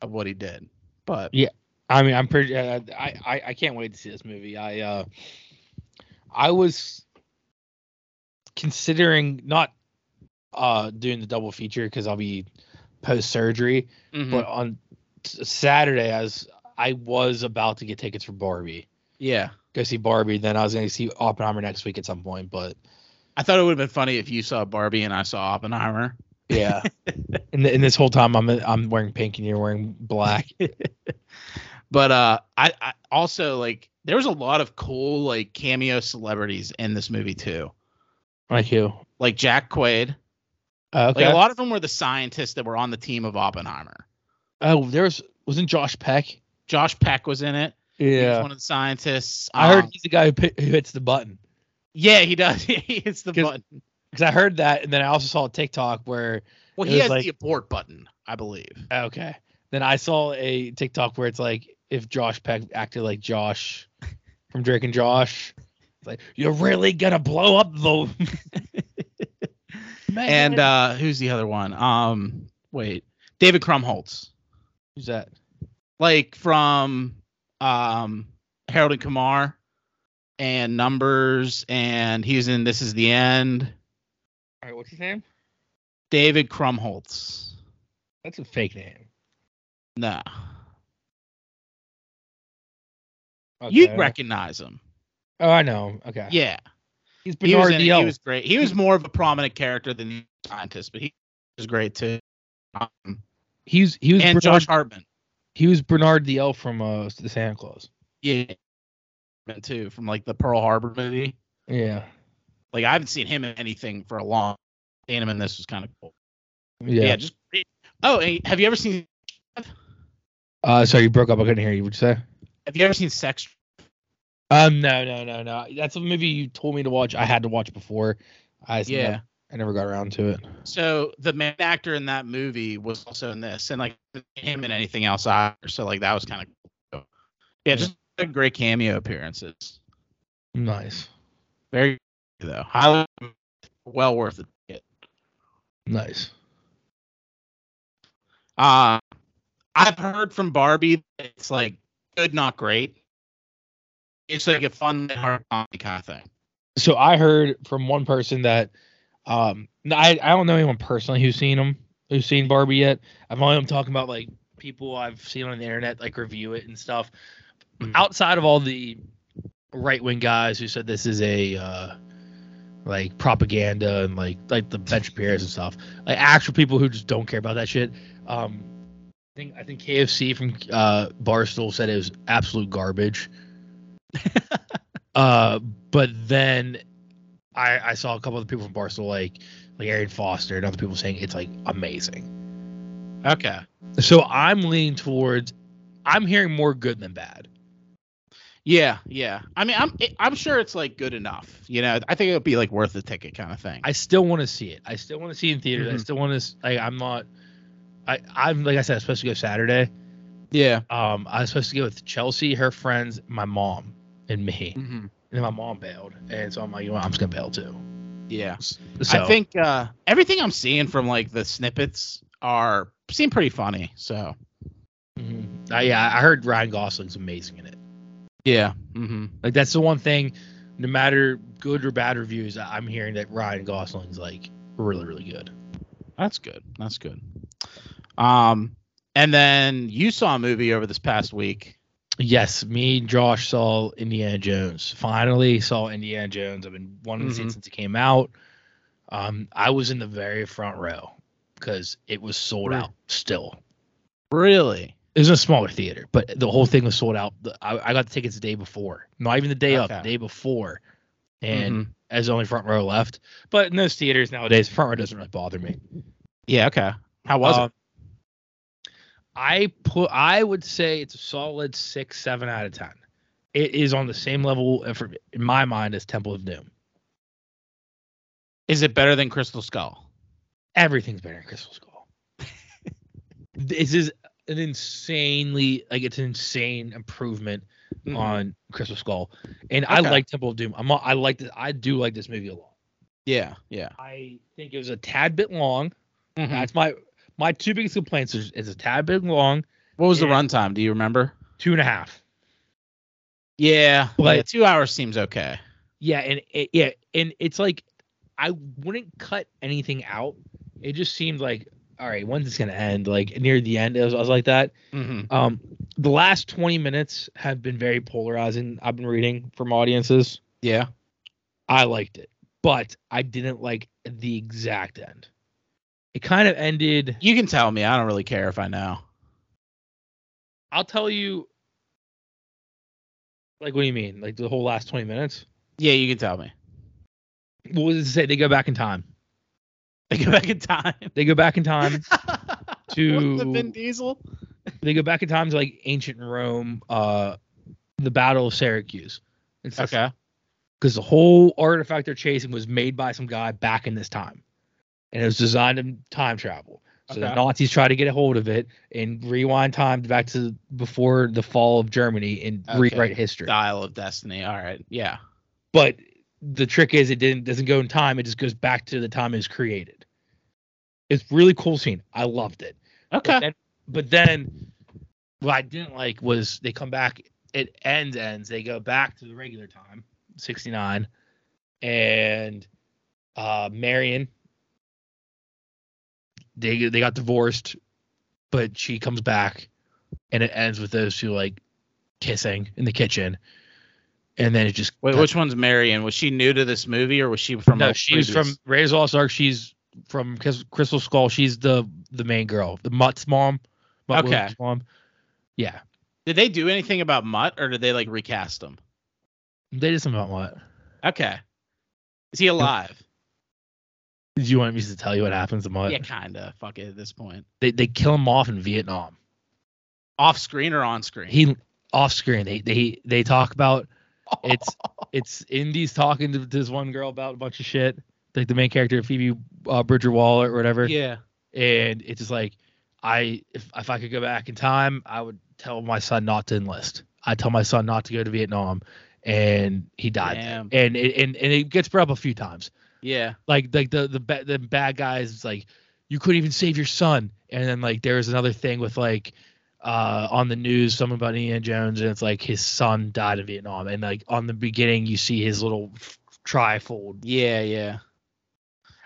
of what he did but Yeah. I mean, I'm pretty. Uh, I, I I can't wait to see this movie. I uh, I was considering not uh doing the double feature because I'll be post surgery. Mhm. But on s- Saturday, as I was about to get tickets for Barbie, yeah go see Barbie. Then I was going to see Oppenheimer next week at some point. But i thought it would have been funny if you saw barbie and i saw oppenheimer yeah, and, th- and this whole time I'm I'm wearing pink and you're wearing black. but uh I, I also like there was a lot of cool like cameo celebrities in this movie too Like who? like jack quaid Uh, okay. like a lot of them were the scientists that were on the team of oppenheimer oh, there was wasn't Josh Peck. josh peck was in it he was Yeah. one of the scientists I heard Um, he's the guy who, pi- who hits the button. yeah he does he hits the 'Cause- button Because I heard that, and then I also saw a TikTok where well it he was has like- the abort button i believe okay, Then I saw a TikTok where it's like if Josh Peck acted like Josh from Drake and Josh, it's like you're really gonna blow up the. Man, And uh, who's the other one? Um, wait, David Krumholtz, who's that? like from um Harold and Kumar and Numbers, and he's in This Is the End. All right, what's his name? David Krumholtz. That's a fake name. No, you'd Okay. recognize him. Oh, I know. Okay. Yeah, he's he was, Bernard in it. he Diel. was great. He was more of a prominent character than the scientist, but he was great too. Um, He was he was and Bernard, Josh Hartman. he was Bernard Diel from uh the Santa Claus. Yeah, too from like the Pearl Harbor movie. Yeah. Like I haven't seen him in anything for a long. Seeing him in this was kind of cool. Yeah. Yeah. just. Oh, and have you ever seen? Uh, sorry, you broke up. I couldn't hear you. What'd you say? Have you ever seen Sex? Um, no, no, no, no. That's a movie you told me to watch. I had to watch before. I just Yeah. never- I never got around to it. So the main actor in that movie was also in this, and like him and anything else either. So like that was kind of cool. Yeah, just great cameo appearances. Nice, Very good, though, highly well worth the ticket. nice. Uh, I've heard from Barbie that it's like good, not great. It's like a fun, hard comedy kind of thing. So I heard from one person that, um, no, I I don't know anyone personally who's seen him, who's seen Barbie yet. I've only I'm talking about like people I've seen on the internet like review it and stuff. Mhm. Outside of all the right wing guys who said this is a uh, like propaganda and like like the Ben Shapiro's and stuff, like actual people who just don't care about that shit. Um, I think I think KFC from uh, Barstool said it was absolute garbage. uh, but then I I saw a couple of the people from Barstool like like Aaron Foster and other people saying it's like amazing. Okay. So I'm leaning towards I'm hearing more good than bad. Yeah, yeah. I mean, I'm it- I'm sure it's like good enough. You know, I think it'll be like worth the ticket kind of thing. I still want to see it. I still want to see it in theaters. I Mhm. still want to like I'm not I I'm like I said I'm supposed to go Saturday. yeah. Um I was supposed to go with Chelsea, her friends, my mom, and me. And hmm then my mom bailed. And so I'm like, you know, what, I'm just gonna bail too. Yeah. So I think uh everything I'm seeing from like the snippets are seem pretty funny. So Mhm. I, yeah, I heard Ryan Gosling's amazing in it. yeah. Mm-hmm. Like that's the one thing, no matter good or bad reviews, I- I'm hearing that Ryan Gosling's like really, really good. That's good. That's good. Um, and then you saw a movie over this past week. Yes, me, Josh saw Indiana Jones. Finally saw Indiana Jones. I've been wanting to see it Mhm. since it came out. Um, I was in the very front row because it was sold Right. out still. Really? It was in a smaller theater, but the whole thing was sold out. The- I, I got the tickets the day before. Not even the day of, Okay. the Mm-hmm. day before. And as the only front row left. But in those theaters nowadays, front row doesn't really bother me. yeah. Okay. How was Um, I put. I would say it's a solid six, seven out of ten. It is on the same level, uh, for- in my mind, as Temple of Doom. it? Is it better than Crystal Skull? Everything's better than Crystal Skull. this is an insanely, like, it's an insane improvement Mhm. on Crystal Skull, and I Okay. like Temple of Doom. I'm. a- I like this. I do like this movie a lot. Yeah. Yeah. I think it was a tad bit long. Mhm. That's my my two biggest complaints. Is, is a tad bit long, What was the Yeah. runtime? Do you remember? two and a half. Yeah. But- yeah, two hours seems okay. Yeah, and it, yeah, and it's like I wouldn't cut anything out. It just seemed like all right, when's this gonna end? Like near the end, I was, I was like that. Mm-hmm. Um, the last twenty minutes have been very polarizing. I've been reading from audiences. Yeah. I liked it, but I didn't like the exact end. It kind of ended. You can tell me. I don't really care if I know. I'll tell you. Like, what do you mean? Like the whole last twenty minutes? Yeah, you can tell me. What was it say? They go back in time. They go back in time. They go back in time. Wasn't it to- Vin Diesel. they go back in time to like ancient Rome, uh, the Battle of Syracuse. It's Okay. Because the whole artifact they're chasing was made by some guy back in this time, and it was designed in time travel. So the Okay. Nazis try to get a hold of it and rewind time back to before the fall of Germany and Okay. rewrite history. Dial of Destiny. All right. Yeah. But the trick is it didn't doesn't go in time. It just goes back to the time it was created. It's really cool scene. I loved it. But Okay. then, but then what I didn't like was they come back. It ends ends. They go back to the regular time, sixty nine, and uh Marion. They they got divorced, but she comes back, and it ends with those two like kissing in the kitchen, and then it just Wait, which one's Marion? Was she new to this movie or was she from? no, a she's previous- from Raiders of the Lost Ark. She's from Crys- Crystal Skull. She's the the main girl, the Mutt's mom. Mutt Okay. Williams' mom. Yeah, Did they do anything about Mutt or did they like recast him? they did something about Mutt. Okay. Is he alive? Do you want me to tell you what happens to Mutt? yeah, kinda. Fuck it at this point. They they kill him off in Vietnam. Off screen or on screen? He off screen. They they they talk about it's it's Indy's talking to this one girl about a bunch of shit. Like the main character Phoebe uh, Bridger Waller or whatever. yeah. and it's just like I if if I could go back in time, I would tell my son not to enlist. I tell my son not to go to Vietnam, and he died. Damn. And it, and and it gets brought up a few times. Yeah. Like like the the ba- the bad guys it's like you couldn't even save your son. And then like there was another thing with like uh on the news something about Indiana Jones and it's like his son died in Vietnam and like on the beginning you see his little f- trifold. Yeah, yeah.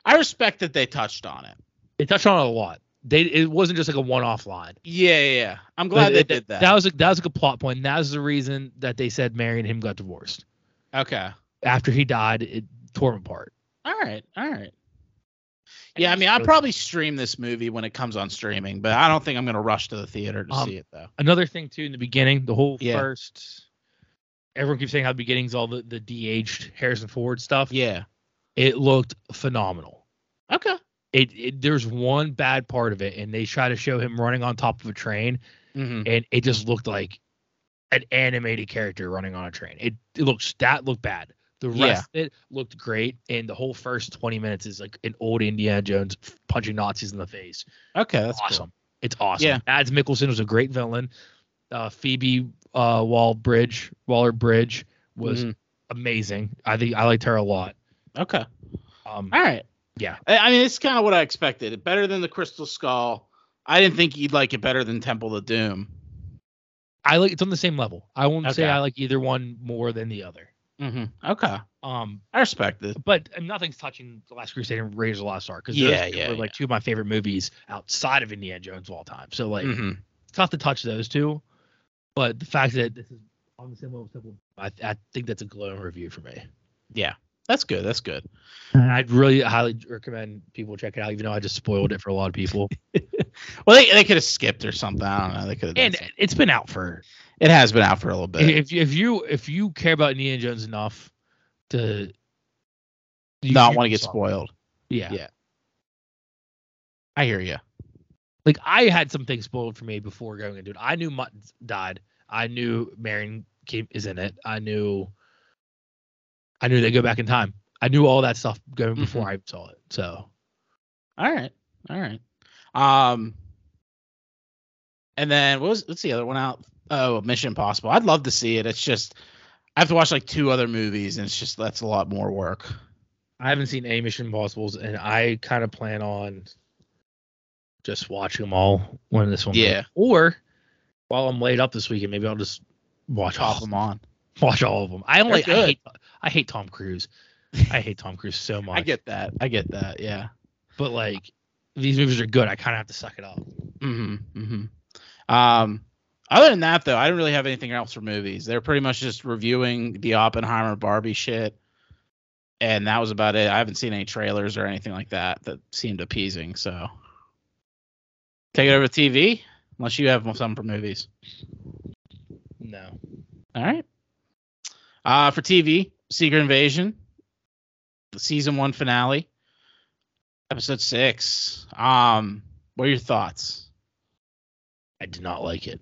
I respect that they touched on it. They touched on it a lot. They it wasn't just like a one off line. Yeah, yeah, yeah. I'm glad they But did that. That was a, that was a good plot point. And that was the reason that they said Mary and him got divorced. okay. After he died, it tore him apart. All right. All right. Yeah, I mean, I'll probably stream this movie when it comes on streaming, but I don't think I'm going to rush to the theater to Um, see it though. Another thing too in the beginning, the whole Yeah. first. Everyone keeps saying how the beginning's all the the de-aged Harrison Ford stuff. Yeah. It looked phenomenal. Okay. It, it there's one bad part of it, and they try to show him running on top of a train, hmm and it just looked like an animated character running on a train. It, it looks that looked bad. The rest Yeah. of it looked great, and the whole first twenty minutes is like an old Indiana Jones f- punching Nazis in the face. Okay, that's cool. awesome. It's awesome. Yeah. Mads Mikkelsen was a great villain. Uh, Phoebe uh, Wall Bridge Waller Bridge was Mhm. amazing. I think I liked her a lot. Okay. Um, All right. Yeah. I, I mean, it's kind of what I expected. Better than the Crystal Skull. I didn't think you'd like it better than Temple of Doom. I like it's on the same level. I won't say Okay. I like either one more than the other. hmm Okay. Um, I respect it. but and nothing's touching The Last Crusade and Raiders of the Lost Ark because Yeah, those two yeah, were like two of my favorite movies outside of Indiana Jones of all time. So like Mhm. it's tough to touch those two, but the fact that this is on the same level, as Temple of Doom, I, I think that's a glowing review for me. That's good. That's good. And I'd really highly recommend people check it out, even though I just spoiled it for a lot of people. Well, they, they could have skipped or something. I don't know. They could have. and Done it's been out for something. it has been out for a little bit. if you if you if you care about Indiana Jones enough to you- Not want you to can get stop. spoiled. yeah. yeah. I hear you. like I had some things spoiled for me before going into it. I knew Mutt died. I knew Marion came, is in it. I knew, I knew they go back in time. I knew all that stuff going before I saw it. So All right. All right. Um and then what was what's the other one out? Oh, Mission Impossible. I'd love to see it. It's just I have to watch like two other movies and it's just that's a lot more work. I haven't seen any Mission Impossibles, and I kind of plan on just watching them all when this one. comes. Yeah. Or while I'm laid up this weekend, maybe I'll just watch all Pop of them. them on. Watch all of them. I don't They're like. I good. hate, I hate Tom Cruise. I hate Tom Cruise so much. I get that. I get that. Yeah. but like these movies are good. I kind of have to suck it up. Mhm. Mhm. Um other than that though, I don't really have anything else for movies. They're pretty much just reviewing the Oppenheimer Barbie shit. And that was about it. I haven't seen any trailers or anything like that that seemed appeasing, so take it over to TV unless you have some for movies. No. All right. Uh, for TV, Secret Invasion, the season one finale, episode six. Um, what are your thoughts? I did not like it.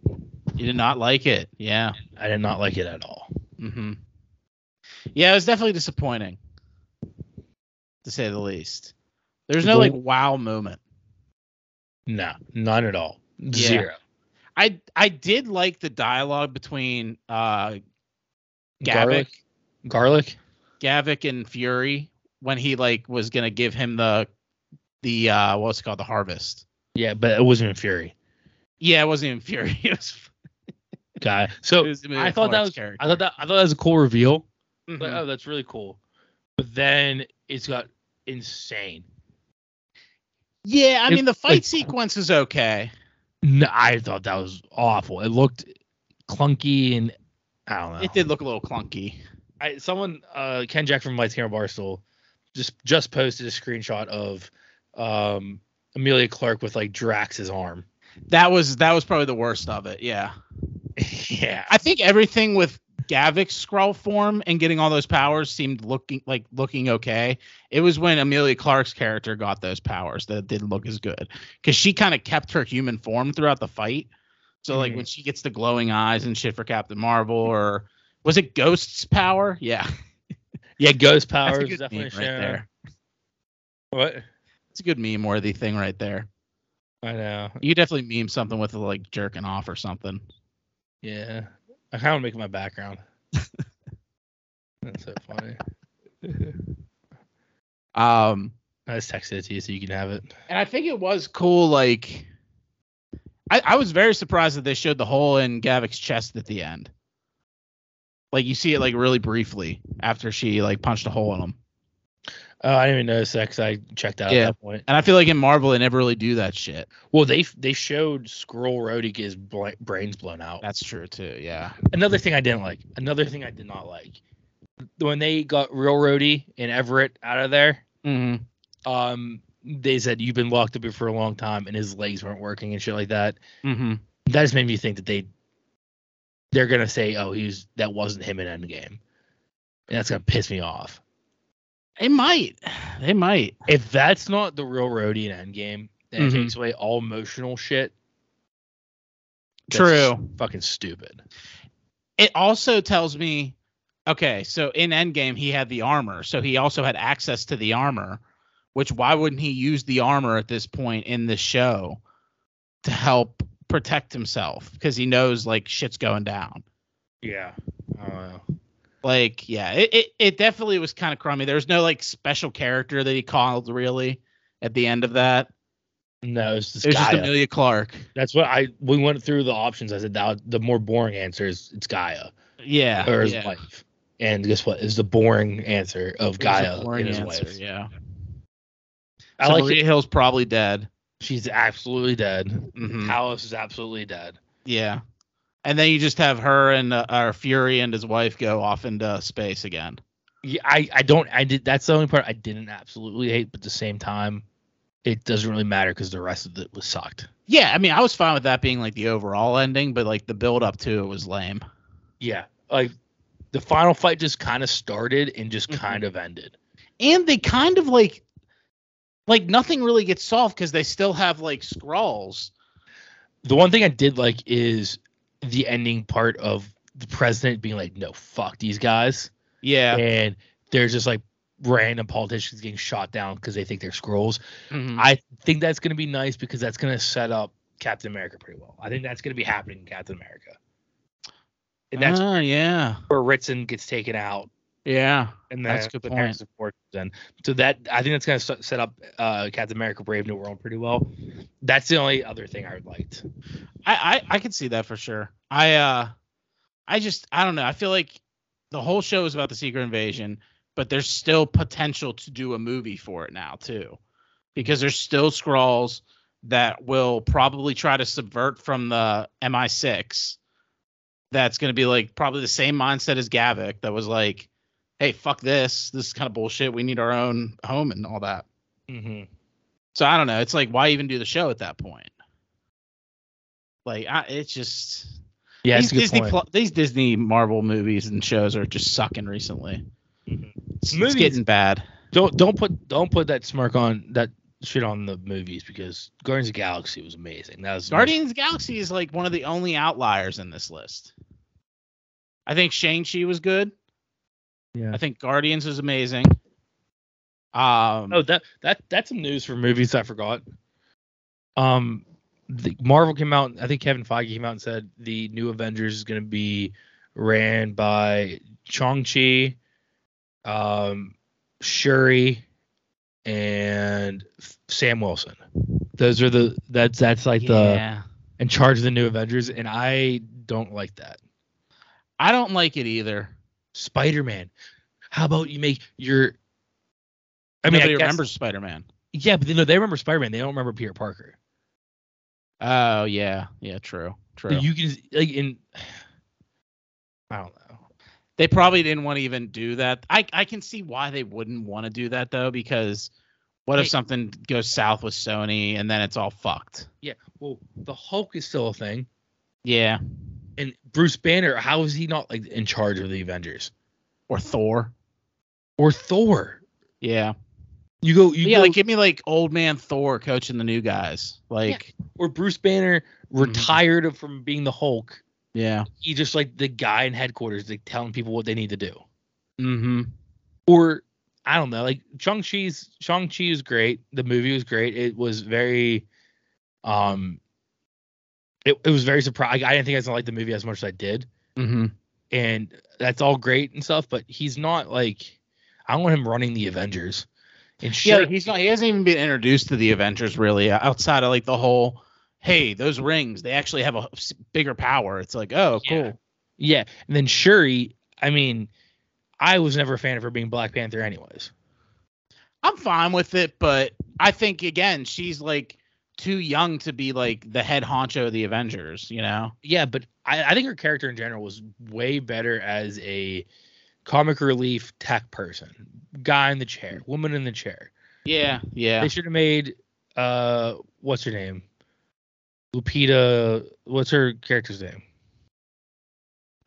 You did not like it, yeah. I did not like it at all. Mm-hmm. Yeah, it was definitely disappointing, Mm-hmm. to say the least. There's no like wow moment. No, none at all. Yeah. Zero. I I did like the dialogue between uh Gavik Garlic. Garlic. Gavik and Fury when he like was gonna give him the the uh what's it called the harvest. Yeah, but it wasn't in Fury. Yeah, it wasn't even Fury. It was, Guy. So it was Emilia I thought that Clarke's was. character. I thought that. I thought that was a cool reveal. Mhm. Like, oh, that's really cool. But then it's got insane. yeah, I it- mean the fight like- sequence is okay. No, I thought that was awful. It looked clunky and I don't know. It did look a little clunky. I, someone, uh, Ken Jack from Lights Camera Barstool, just just posted a screenshot of um, Amelia Clark with like Drax's arm. That was that was probably the worst of it. Yeah, yeah, I think everything with Gavik's scroll form and getting all those powers seemed looking like looking okay. It was when Amelia Clark's character got those powers that it didn't look as good because she kind of kept her human form throughout the fight. So like Mhm. when she gets the glowing eyes and shit for Captain Marvel or was it Ghost's power? Yeah, yeah. Ghost that's powers a good definitely meme right shown. there. What? It's a good meme worthy thing right there. I know. You definitely meme something with like jerking off or something. Yeah, I kind of make it my background. That's so funny. Um, I just texted it to you so you can have it. And I think it was cool. Like, I, I was very surprised that they showed the hole in Gavik's chest at the end. Like, you see it like really briefly after she like punched a hole in him. Oh, I didn't even notice that 'cause I checked out Yeah. at that point. And I feel like in Marvel they never really do that shit. Well, they they showed Scroll Road he gets bl- brains blown out. That's true too. Yeah. Another thing I didn't like. Another thing I did not like. When they got Real Roadie and Everett out of there, Mm-hmm. um, they said you've been locked up here for a long time and his legs weren't working and shit like that. Mm-hmm. That just made me think that they they're gonna say, oh, he was that wasn't him in Endgame, and that's gonna piss me off. It might. They might. If that's not the Real Roadie in Endgame, then Mhm. it takes away all emotional shit. That's True. Fucking stupid. It also tells me, okay, so in Endgame he had the armor, so he also had access to the armor. Which why wouldn't he use the armor at this point in the show? to help protect himself because he knows like shit's going down. Yeah. I don't know. Like, yeah, it, it, it definitely was kind of crummy. There was no like special character that he called really at the end of that. No, it's just, It was just Gaia. Amelia Clark. That's what I we went through the options. I said that the more boring answer is it's Gaia Yeah. or his yeah. wife. And guess what? Is the boring answer It of was a Gaia boring and his answer, wife. Yeah. I So like Maria it. Hill's probably dead. She's absolutely dead. Mhm. Talos is absolutely dead. Yeah. And then you just have her and uh, our Fury and his wife go off into space again. Yeah, I I don't I did that's the only part I didn't absolutely hate, but at the same time, it doesn't really matter because the rest of it was sucked. Yeah, I mean, I was fine with that being like the overall ending, but like the build up to it was lame. Yeah, like the final fight just kind of started and just Mhm. kind of ended. and they kind of like like nothing really gets solved because they still have like scrawls The one thing I did like is the ending part of the president being like, "No, fuck these guys," yeah and there's just like random politicians getting shot down because they think they're scrolls. Mhm. I think that's gonna be nice because that's gonna set up Captain America pretty well. I think that's gonna be happening in Captain America, and that's Ah, yeah where Ritson gets taken out, yeah and That's that's a good the parent point. support. Then, so that I think that's gonna set- set up uh, Captain America: Brave New World pretty well. That's the only other thing I liked. I, I I could see that for sure. I uh I just I don't know. I feel like the whole show is about the secret invasion, but there's still potential to do a movie for it now too. Because there's still scrolls that will probably try to subvert from the MI6. That's going to be like probably the same mindset as Gavik that was like, "Hey, fuck this. This is kind of bullshit. We need our own home and all that." Mm-hmm. So I don't know. It's like why even do the show at that point? Like I, it's just Yeah, these that's a good Disney point. pl- these Disney Marvel movies and shows are just sucking recently. Mhm. It's, it's Movies- getting bad. don't don't put don't put that smirk on that shit on the movies because Guardians of the Galaxy was amazing. That was the most- Guardians of the Galaxy is like one of the only outliers in this list. I think Shang Chi was good. Yeah. I think Guardians was amazing. Um, Oh, that that that's some news for movies I forgot. um, the, Marvel came out. I think Kevin Feige came out and said the new Avengers is going to be ran by Chong Chi, um, Shuri, and F- Sam Wilson. Those are the that's that's like the yeah. in charge of the new Avengers, and I don't like that. I don't like it either. Spider Man. How about you make your? I mean, I Nobody guess- remembers Spider Man. Yeah, but you know they remember Spider Man. They don't remember Peter Parker. Oh yeah, yeah, true, So true. You can like in. I don't know. they probably didn't want to even do that. I I can see why they wouldn't want to do that though, because what if Hey. something goes south with Sony and then it's all fucked? Yeah. Well, the Hulk is still a thing, Yeah, and Bruce Banner. How is he not like in charge of the Avengers or Thor. or Thor? Yeah, You go. You yeah. go, Like give me like old man Thor coaching the new guys. Like or Bruce Banner retired from being the Hulk. yeah. He just like the guy in headquarters, like telling people what they need to do. Mm-hmm. or I don't know, like Shang Chi's Shang Chi is great. The movie was great. It was very, um, it, it was very surprising. I didn't think I was gonna like the movie as much as I did, Mm-hmm. and that's all great and stuff. But he's not like I don't want him running the Avengers. And Yeah, sure, like, he's not. He hasn't even been introduced to the Avengers really outside of like the whole. Hey, those rings, they actually have a s- bigger power. It's like, oh, Yeah. cool. yeah. And then Shuri, I mean, I was never a fan of her being Black Panther, anyways. I'm fine with it, but I think again, she's like too young to be like the head honcho of the Avengers, you know? Yeah, but I, I think her character in general was way better as a comic relief tech person, guy in the chair, woman in the chair. Yeah, yeah. They should have made uh, what's her name, Lupita. What's her character's name?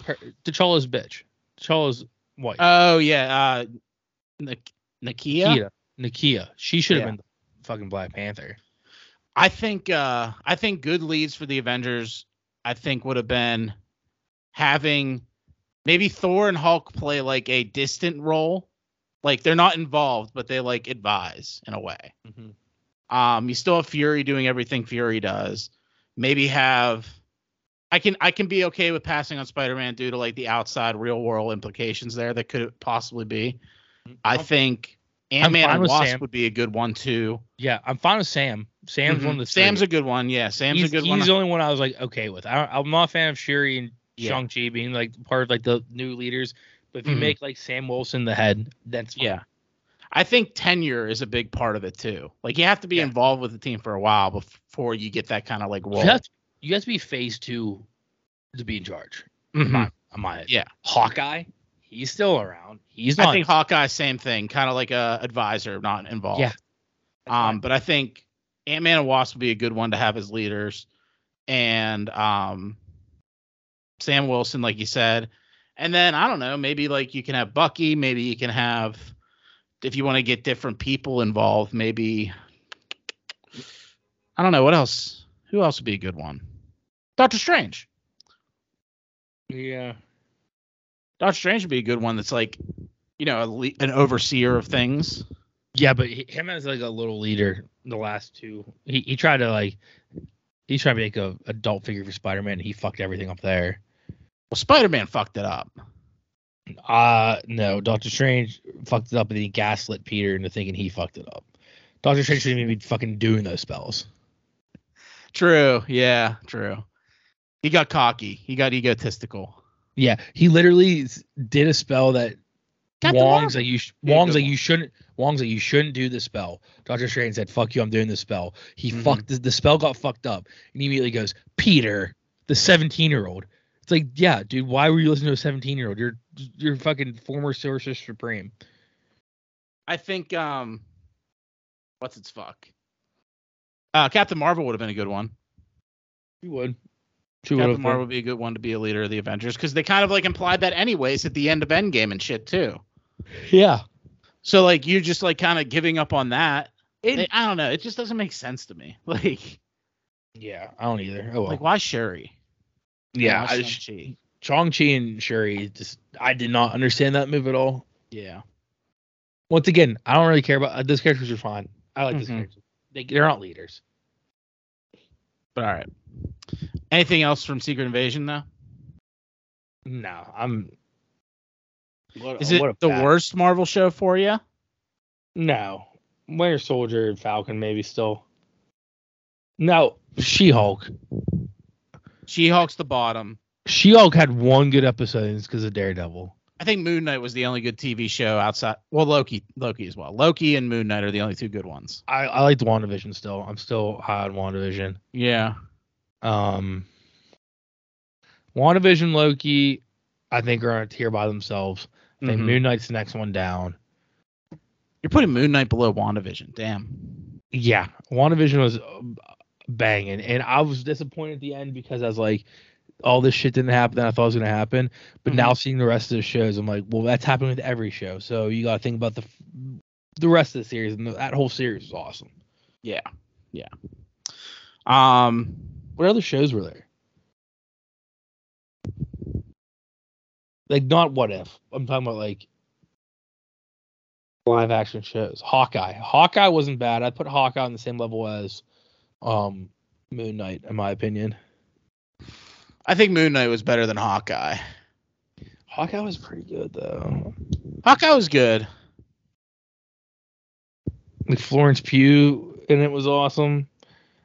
Her, T'Challa's bitch. T'Challa's wife. Oh yeah, uh Nik- Nakia. Nakia. Nakia. She should have Yeah. been the fucking Black Panther. I think uh I think good leads for the Avengers I think would have been having maybe Thor and Hulk play like a distant role. Like they're not involved, but they like advise in a way. Mm-hmm. Um, you still have Fury doing everything Fury does. Maybe have I can I can be okay with passing on Spider-Man due to like the outside real world implications there that could possibly be. I think Ant-Man Mm-hmm. fine and with Wasp Sam. would be a good one too. Yeah, I'm fine with Sam. Sam's one of Mhm. the three. Sam's a good one. Yeah, Sam's he's, a good he's one. the only one I was like okay with. I, I'm not a fan of Shuri and Yeah. Shang Chi being like part of like the new leaders, but if you Mhm. make like Sam Wilson the head, that's fine. yeah. I think tenure is a big part of it too. Like you have to be Yeah. involved with the team for a while before you get that kind of like role. You have to, you have to be phase two to be in charge. Mhm. Am I? Yeah. Hawkeye, he's still around. He's not. I think Hawkeye, same thing, kind of like a advisor, not involved. Yeah. Um, but I think Ant Man and Wasp would be a good one to have as leaders, and um, Sam Wilson, like you said, and then I don't know, maybe like you can have Bucky, maybe you can have, if you want to get different people involved, maybe I don't know what else. Who else would be a good one? Doctor Strange. yeah. Doctor Strange would be a good one. That's like, you know, a le- an overseer of things. Yeah, but he, him as like a little leader, the last two, he, he tried to like, he's trying to make a adult figure for Spider Man. and He fucked everything up there. Well, Spider Man fucked it up. Uh no, Doctor Strange fucked it up and he gaslit Peter into thinking he fucked it up. Doctor Strange shouldn't even be fucking doing those spells. True. Yeah. True. He got cocky. He got egotistical. Yeah, he literally s- did a spell that Captain Wong's Marvel. like you sh- Yeah, Wong's good like one. you shouldn't Wong's like you shouldn't do the spell. Doctor Strange said, "Fuck you, I'm doing the spell." He Mhm. fucked the, the spell got fucked up and he immediately goes, "Peter, the 17-year-old." It's like, "Yeah, dude, why were you listening to a 17-year-old? You're you're fucking former Sorcerer Supreme." I think um, what's its fuck? Uh, Captain Marvel would have been a good one. You would. She would Captain have- Marvel would be a good one to be a leader of the Avengers because they kind of like implied that anyways at the end of Endgame and shit too. Yeah. So like you're just like kind of giving up on that. It- They- I don't know. It just doesn't make sense to me. Like Yeah, I don't either. Oh well. like why Shuri? yeah, Why I, Shang-Chi? Chong Chi and Shuri just I did not understand that move at all. Yeah. Once again, I don't really care about uh, those characters are fine. I like those Mhm. characters. They, they're not leaders. But all right. Anything else from Secret Invasion though? No, I'm. What- Is it what a the pack. worst Marvel show for you? No, Winter Soldier and Falcon maybe still. No, She Hulk. She Hulk's the bottom. She Hulk had one good episode and it's because of Daredevil. I think Moon Knight was the only good TV show outside. Well, Loki, Loki as well. Loki and Moon Knight are the only two good ones. I I liked WandaVision still. I'm still high on WandaVision. Yeah. Um, WandaVision, Loki, I think are on a tier by themselves. I think Mhm. Moon Knight's the next one down. You're putting Moon Knight below WandaVision. Damn. Yeah, WandaVision was uh, banging, and I was disappointed at the end because I was like, all this shit didn't happen that I thought was gonna happen. But now seeing the rest of the shows, I'm like, well, that's happening with every show. So you gotta think about the f- the rest of the series, and that whole series was awesome. Yeah. Yeah. Um. What other shows were there? Like not what if. I'm talking about like live action shows. Hawkeye. Hawkeye wasn't bad. I put Hawkeye on the same level as um Moon Knight, in my opinion. I think Moon Knight was better than Hawkeye. Hawkeye was pretty good though. Hawkeye was good. Like Florence Pugh and it was awesome.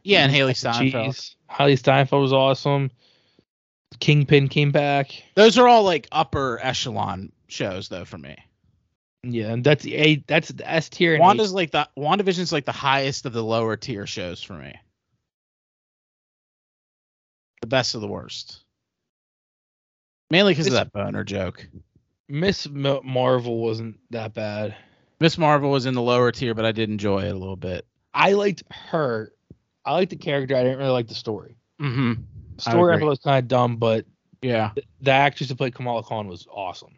Yeah, and Haley Steinfeld. Oh, Jeez. Haley Steinfeld was awesome. Kingpin came back. Those are all like upper echelon shows though for me. Yeah, and that's the A that's the S tier and Wanda's like the WandaVision's like the highest of the lower tier shows for me. The best of the worst. Mainly because of It's- that boner joke. Miss M- Marvel wasn't that bad. Miss Marvel was in the lower tier, but I did enjoy it a little bit. I liked her. I liked the character. I didn't really like the story. Mm-hmm. The I story I, agree. thought was kind of dumb, but Yeah. the actress who played Kamala Khan was awesome,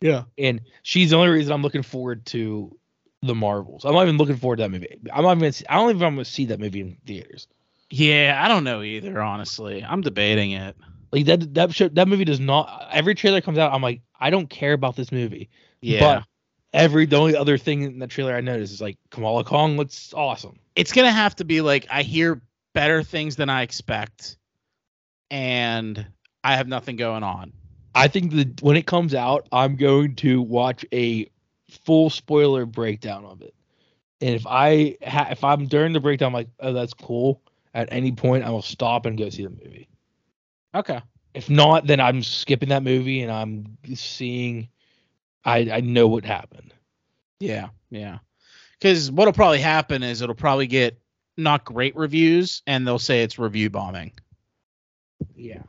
Yeah. and she's the only reason I'm looking forward to the Marvels. I'm not even looking forward to that movie. I'm not even. I don't even. I'm gonna see that movie in theaters. Yeah, I don't know either, honestly. I'm debating it. Like that. That show, that movie does not. Every trailer comes out. I'm like, I don't care about this movie. Yeah. But every the only other thing in the trailer I noticed is like Kamala Khan looks awesome. it's gonna have to be like I hear better things than I expect, and I have nothing going on. I think that when it comes out, I'm going to watch a full spoiler breakdown of it. And if I ha- if I'm during the breakdown, I'm like, oh, that's cool. At any point, I will stop and go see the movie. Okay. If not, then I'm skipping that movie and I'm seeing. I I know what happened. Yeah, yeah. Because what'll probably happen is it'll probably get not great reviews, and they'll say it's review bombing. Yeah.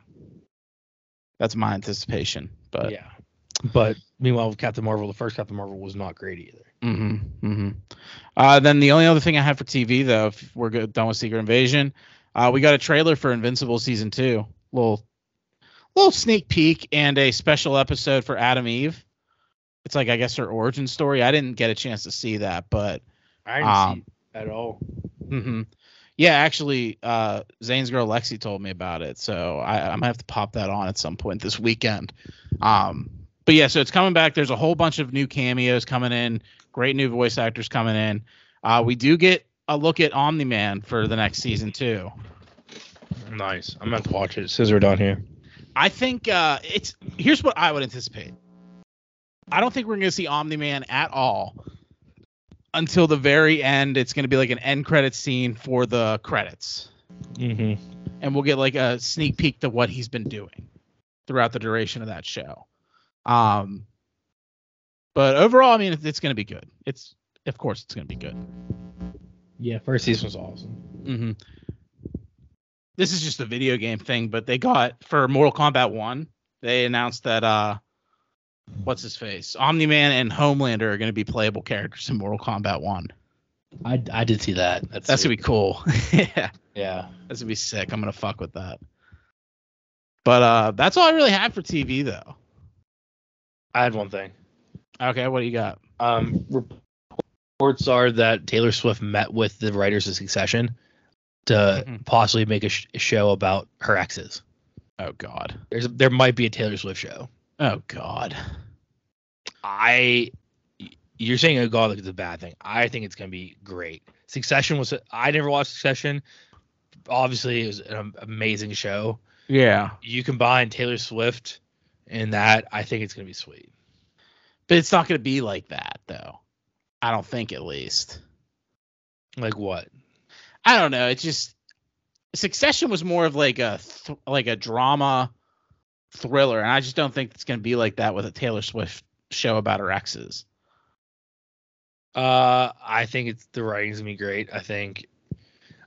That's my anticipation. But yeah. But meanwhile, Captain Marvel, the first Captain Marvel was not great either. hmm hmm Uh, then the only other thing I have for TV though, if we're good, done with Secret Invasion, uh, we got a trailer for Invincible season two. Little, little sneak peek and a special episode for Adam Eve. It's like I guess her origin story. I didn't get a chance to see that, but I didn't see it at all. hmm yeah, actually, uh, Zane's girl Lexi told me about it, so I, I'm gonna have to pop that on at some point this weekend. Um, but yeah, so it's coming back. There's a whole bunch of new cameos coming in. Great new voice actors coming in. Uh, we do get a look at Omni Man for the next season too. Nice. I'm going to watch it as soon as we're done here. I think uh, it's here's what I would anticipate. I don't think we're gonna see Omni Man at all until the very end. It's gonna be like an end credit scene for the credits. Mm-hmm. and we'll get like a sneak peek to what he's been doing throughout the duration of that show. Um, but overall, I mean, it's, it's going to be good. It's of course it's going to be good. Yeah, first season was awesome. hmm This is just a video game thing, but they got for Mortal Kombat One, they announced that uh, what's his face, Omni Man and Homelander are going to be playable characters in Mortal Kombat One. I, I did see that. That's, That's gonna be cool. yeah. yeah. That's gonna be sick. I'm gonna fuck with that. But uh that's all I really have for TV though. I had one thing. Okay, what do you got? Um, reports are that Taylor Swift met with the writers of Succession to Mhm. possibly make a, sh- a show about her exes. Oh god. There's there might be a Taylor Swift show. Oh god. I you're saying oh god like it's a bad thing. I think it's gonna be great. Succession was I never watched Succession. obviously it was an am- amazing show. Yeah. You combine Taylor Swift and that, I think it's gonna be sweet. But it's not going to be like that, though. I don't think, at least. Like what? I don't know. It's just Succession was more of like a th- like a drama thriller, and I just don't think it's going to be like that with a Taylor Swift show about her exes. Uh, I think it's the writing's gonna be great. I think,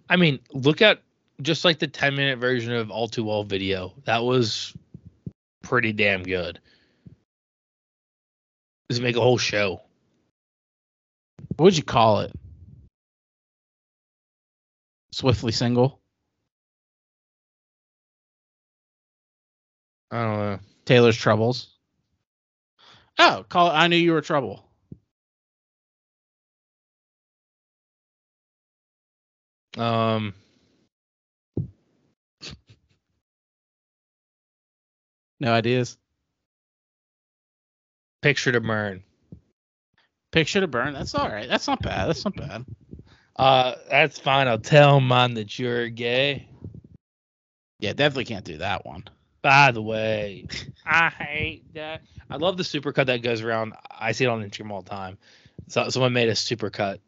I mean, look at just like the ten minute version of All Too Well video. That was pretty damn good. Just make a whole show. What would you call it? Swiftly single. I don't know. Taylor's troubles. Oh, call it. I knew you were trouble. Um, No ideas. picture to burn. Picture to burn. That's all right. That's not bad. That's not bad. Uh, that's fine. I'll tell mine that you're gay. Yeah, definitely can't do that one. By the way, I hate that. I love the supercut that goes around. I see it on Instagram all the time. So someone made a supercut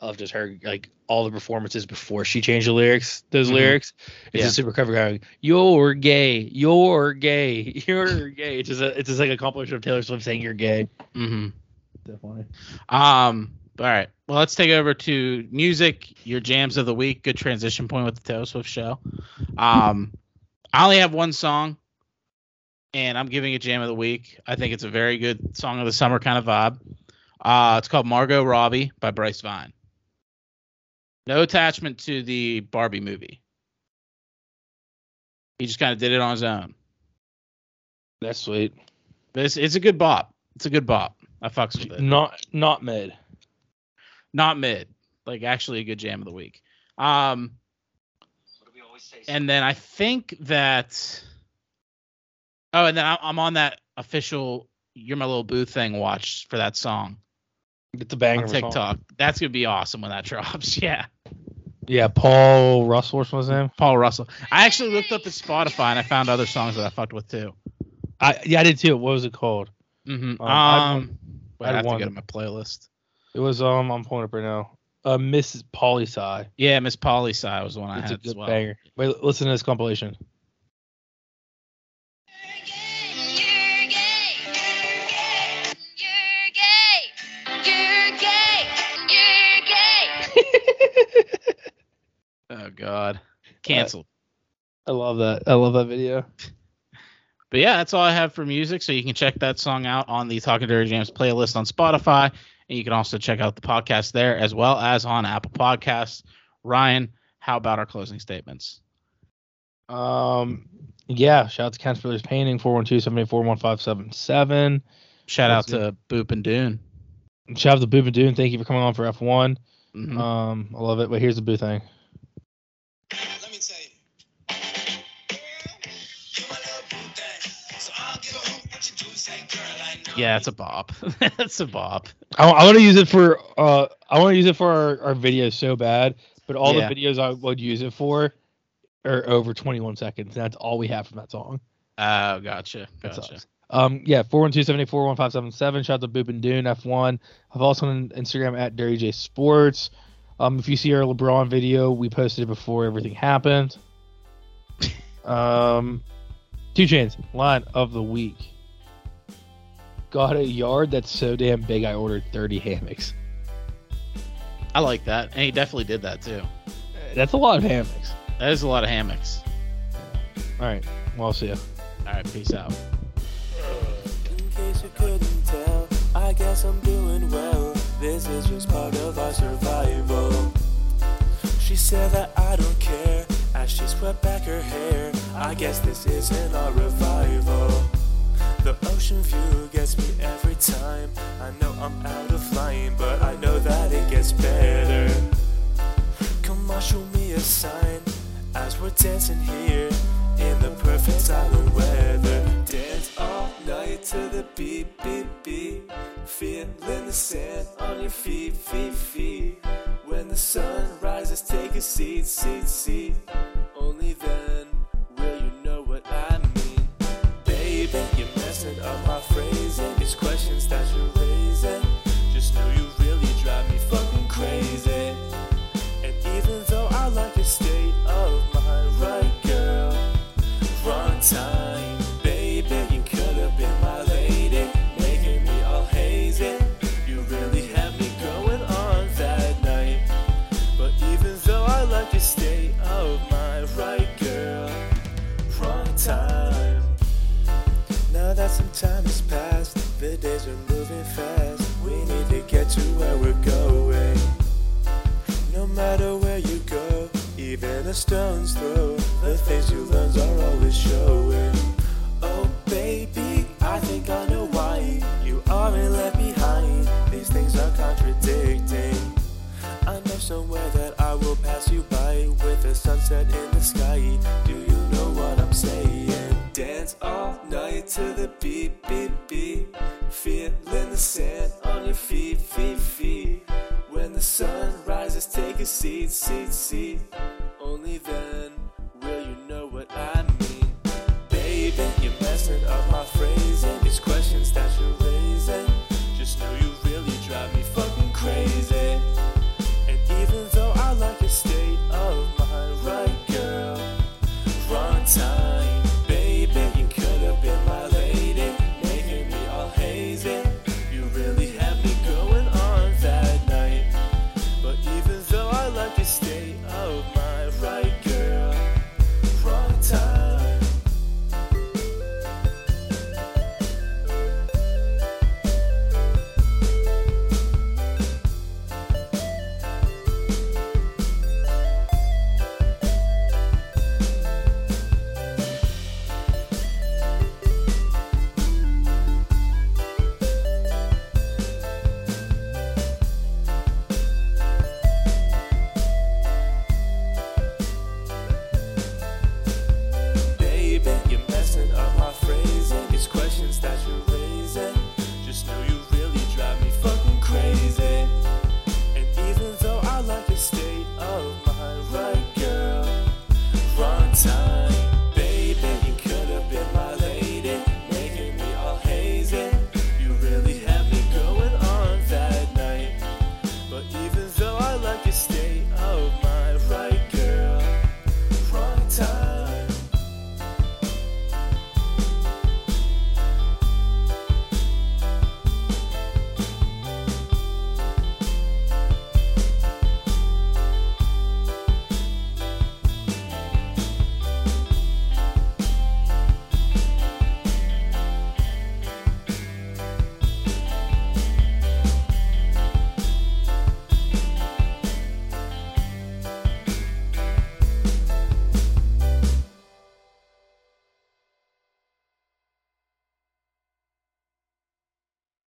of just her like all the performances before she changed the lyrics. Those Mhm. lyrics. It's a supercut going, "You're gay. You're gay. You're gay." It's just a, it's just like a compilation of Taylor Swift saying you're gay. Mm-hmm. So funny. Um. All right. Well, let's take over to music. Your jams of the week. Good transition point with the Taylor Swift show. Um, I only have one song, and I'm giving it jam of the week. I think it's a very good song of the summer kind of vibe. Uh, it's called Margot Robbie by Bryce Vine. No attachment to the Barbie movie. He just kind of did it on his own. That's sweet. But it's, it's a good bop. It's a good bop. I fucks with it. Not not mid. not mid like actually a good jam of the week um and then i think that oh and then I- i'm on that official you're my little boo thing watch for that song It's a banger on of a song. tiktok that's gonna be awesome when that drops yeah Yeah, Paul Russell or something. paul russell i actually looked up his spotify and i found other songs that i fucked with too I yeah, I did too. What was it called? mm-hmm. Um, um, I had wait, i I had have to one. go to my playlist It was um I'm pulling it up right now. Uh Mrs. Poli Sci. yeah miss polly Sci was the one i It's a had as good well banger. Wait, listen to this compilation. oh god canceled I love that. I love that video. But yeah, that's all I have for music. So you can check that song out on the Talking Dirty Jams playlist on Spotify. And you can also check out the podcast there as well as on Apple Podcasts. Ryan, how about our closing statements? Um yeah, shout out to Caterpillar's Painting, 412-784-1577. Shout out That's to Boop and Dune. Shout out to Boob and Doon. Thank you for coming on for F1. Mhm. Um, I love it. Wait, here's the boo thing. Let me tell you. You're my little boo thing. So I don't give a hoot what you do, say, girl, I know. yeah, it's a bop. that's a bop. I, I want to use it for uh I want to use it for our, our video so bad, but all Yeah. the videos I would use it for are over 21 seconds. And that's all we have from that song. Oh, gotcha. That Gotcha. sucks. Um, yeah, 412-784-1577. Shout out to Boop and Dune F1. I'm also on Instagram at Dirty J Sports. Um, if you see our LeBron video, we posted it before everything happened. Um, two chains line of the week. Got a yard that's so damn big. I ordered 30 hammocks. I like that. And he definitely did that too. That's a lot of hammocks. That is a lot of hammocks. All right. Well, I'll see ya. All right, peace out. In case you couldn't tell, I guess I'm doing well. This is just part of our survival. She said that I don't care as she swept back her hair. I guess this isn't our revival. The ocean view gets me every time. I know I'm out of line, but I know that it gets better. Come on, show me a sign as we're dancing here in the perfect silent weather. Dance all night to the beat, beat, beat. Feeling the sand on your feet, feet, feet. When the sun rises, take a seat, seat, seat. Only then will you know what I mean. Baby, you're messing up my phrasing. These questions that you're raising. Just know you really drive me fucking crazy. And even though I like your state of mind, right, girl? Wrong time, baby. You could have been my lady, making me all hazy. You really had me going on that night. But even though I like your state of mind, right, girl? Wrong time. Now that some time has passed, the days are moving fast. We need to get to where we're going. No matter where you go, even a stone's throw, the things you learn are always showing. Oh, baby, I think I know why you aren't left behind. These things are contradicting. I know somewhere that I will pass you by with the sunset in the sky. Do you know what I'm saying? Dance all night to the beat, beat, beat. Feeling the sand on your feet, feet, feet. When the sun rises, take a seat, seat, seat. Only then will you know what I mean. Baby, you're messing up my phrasing. These questions that you're raising. Just know you really drive me fucking crazy.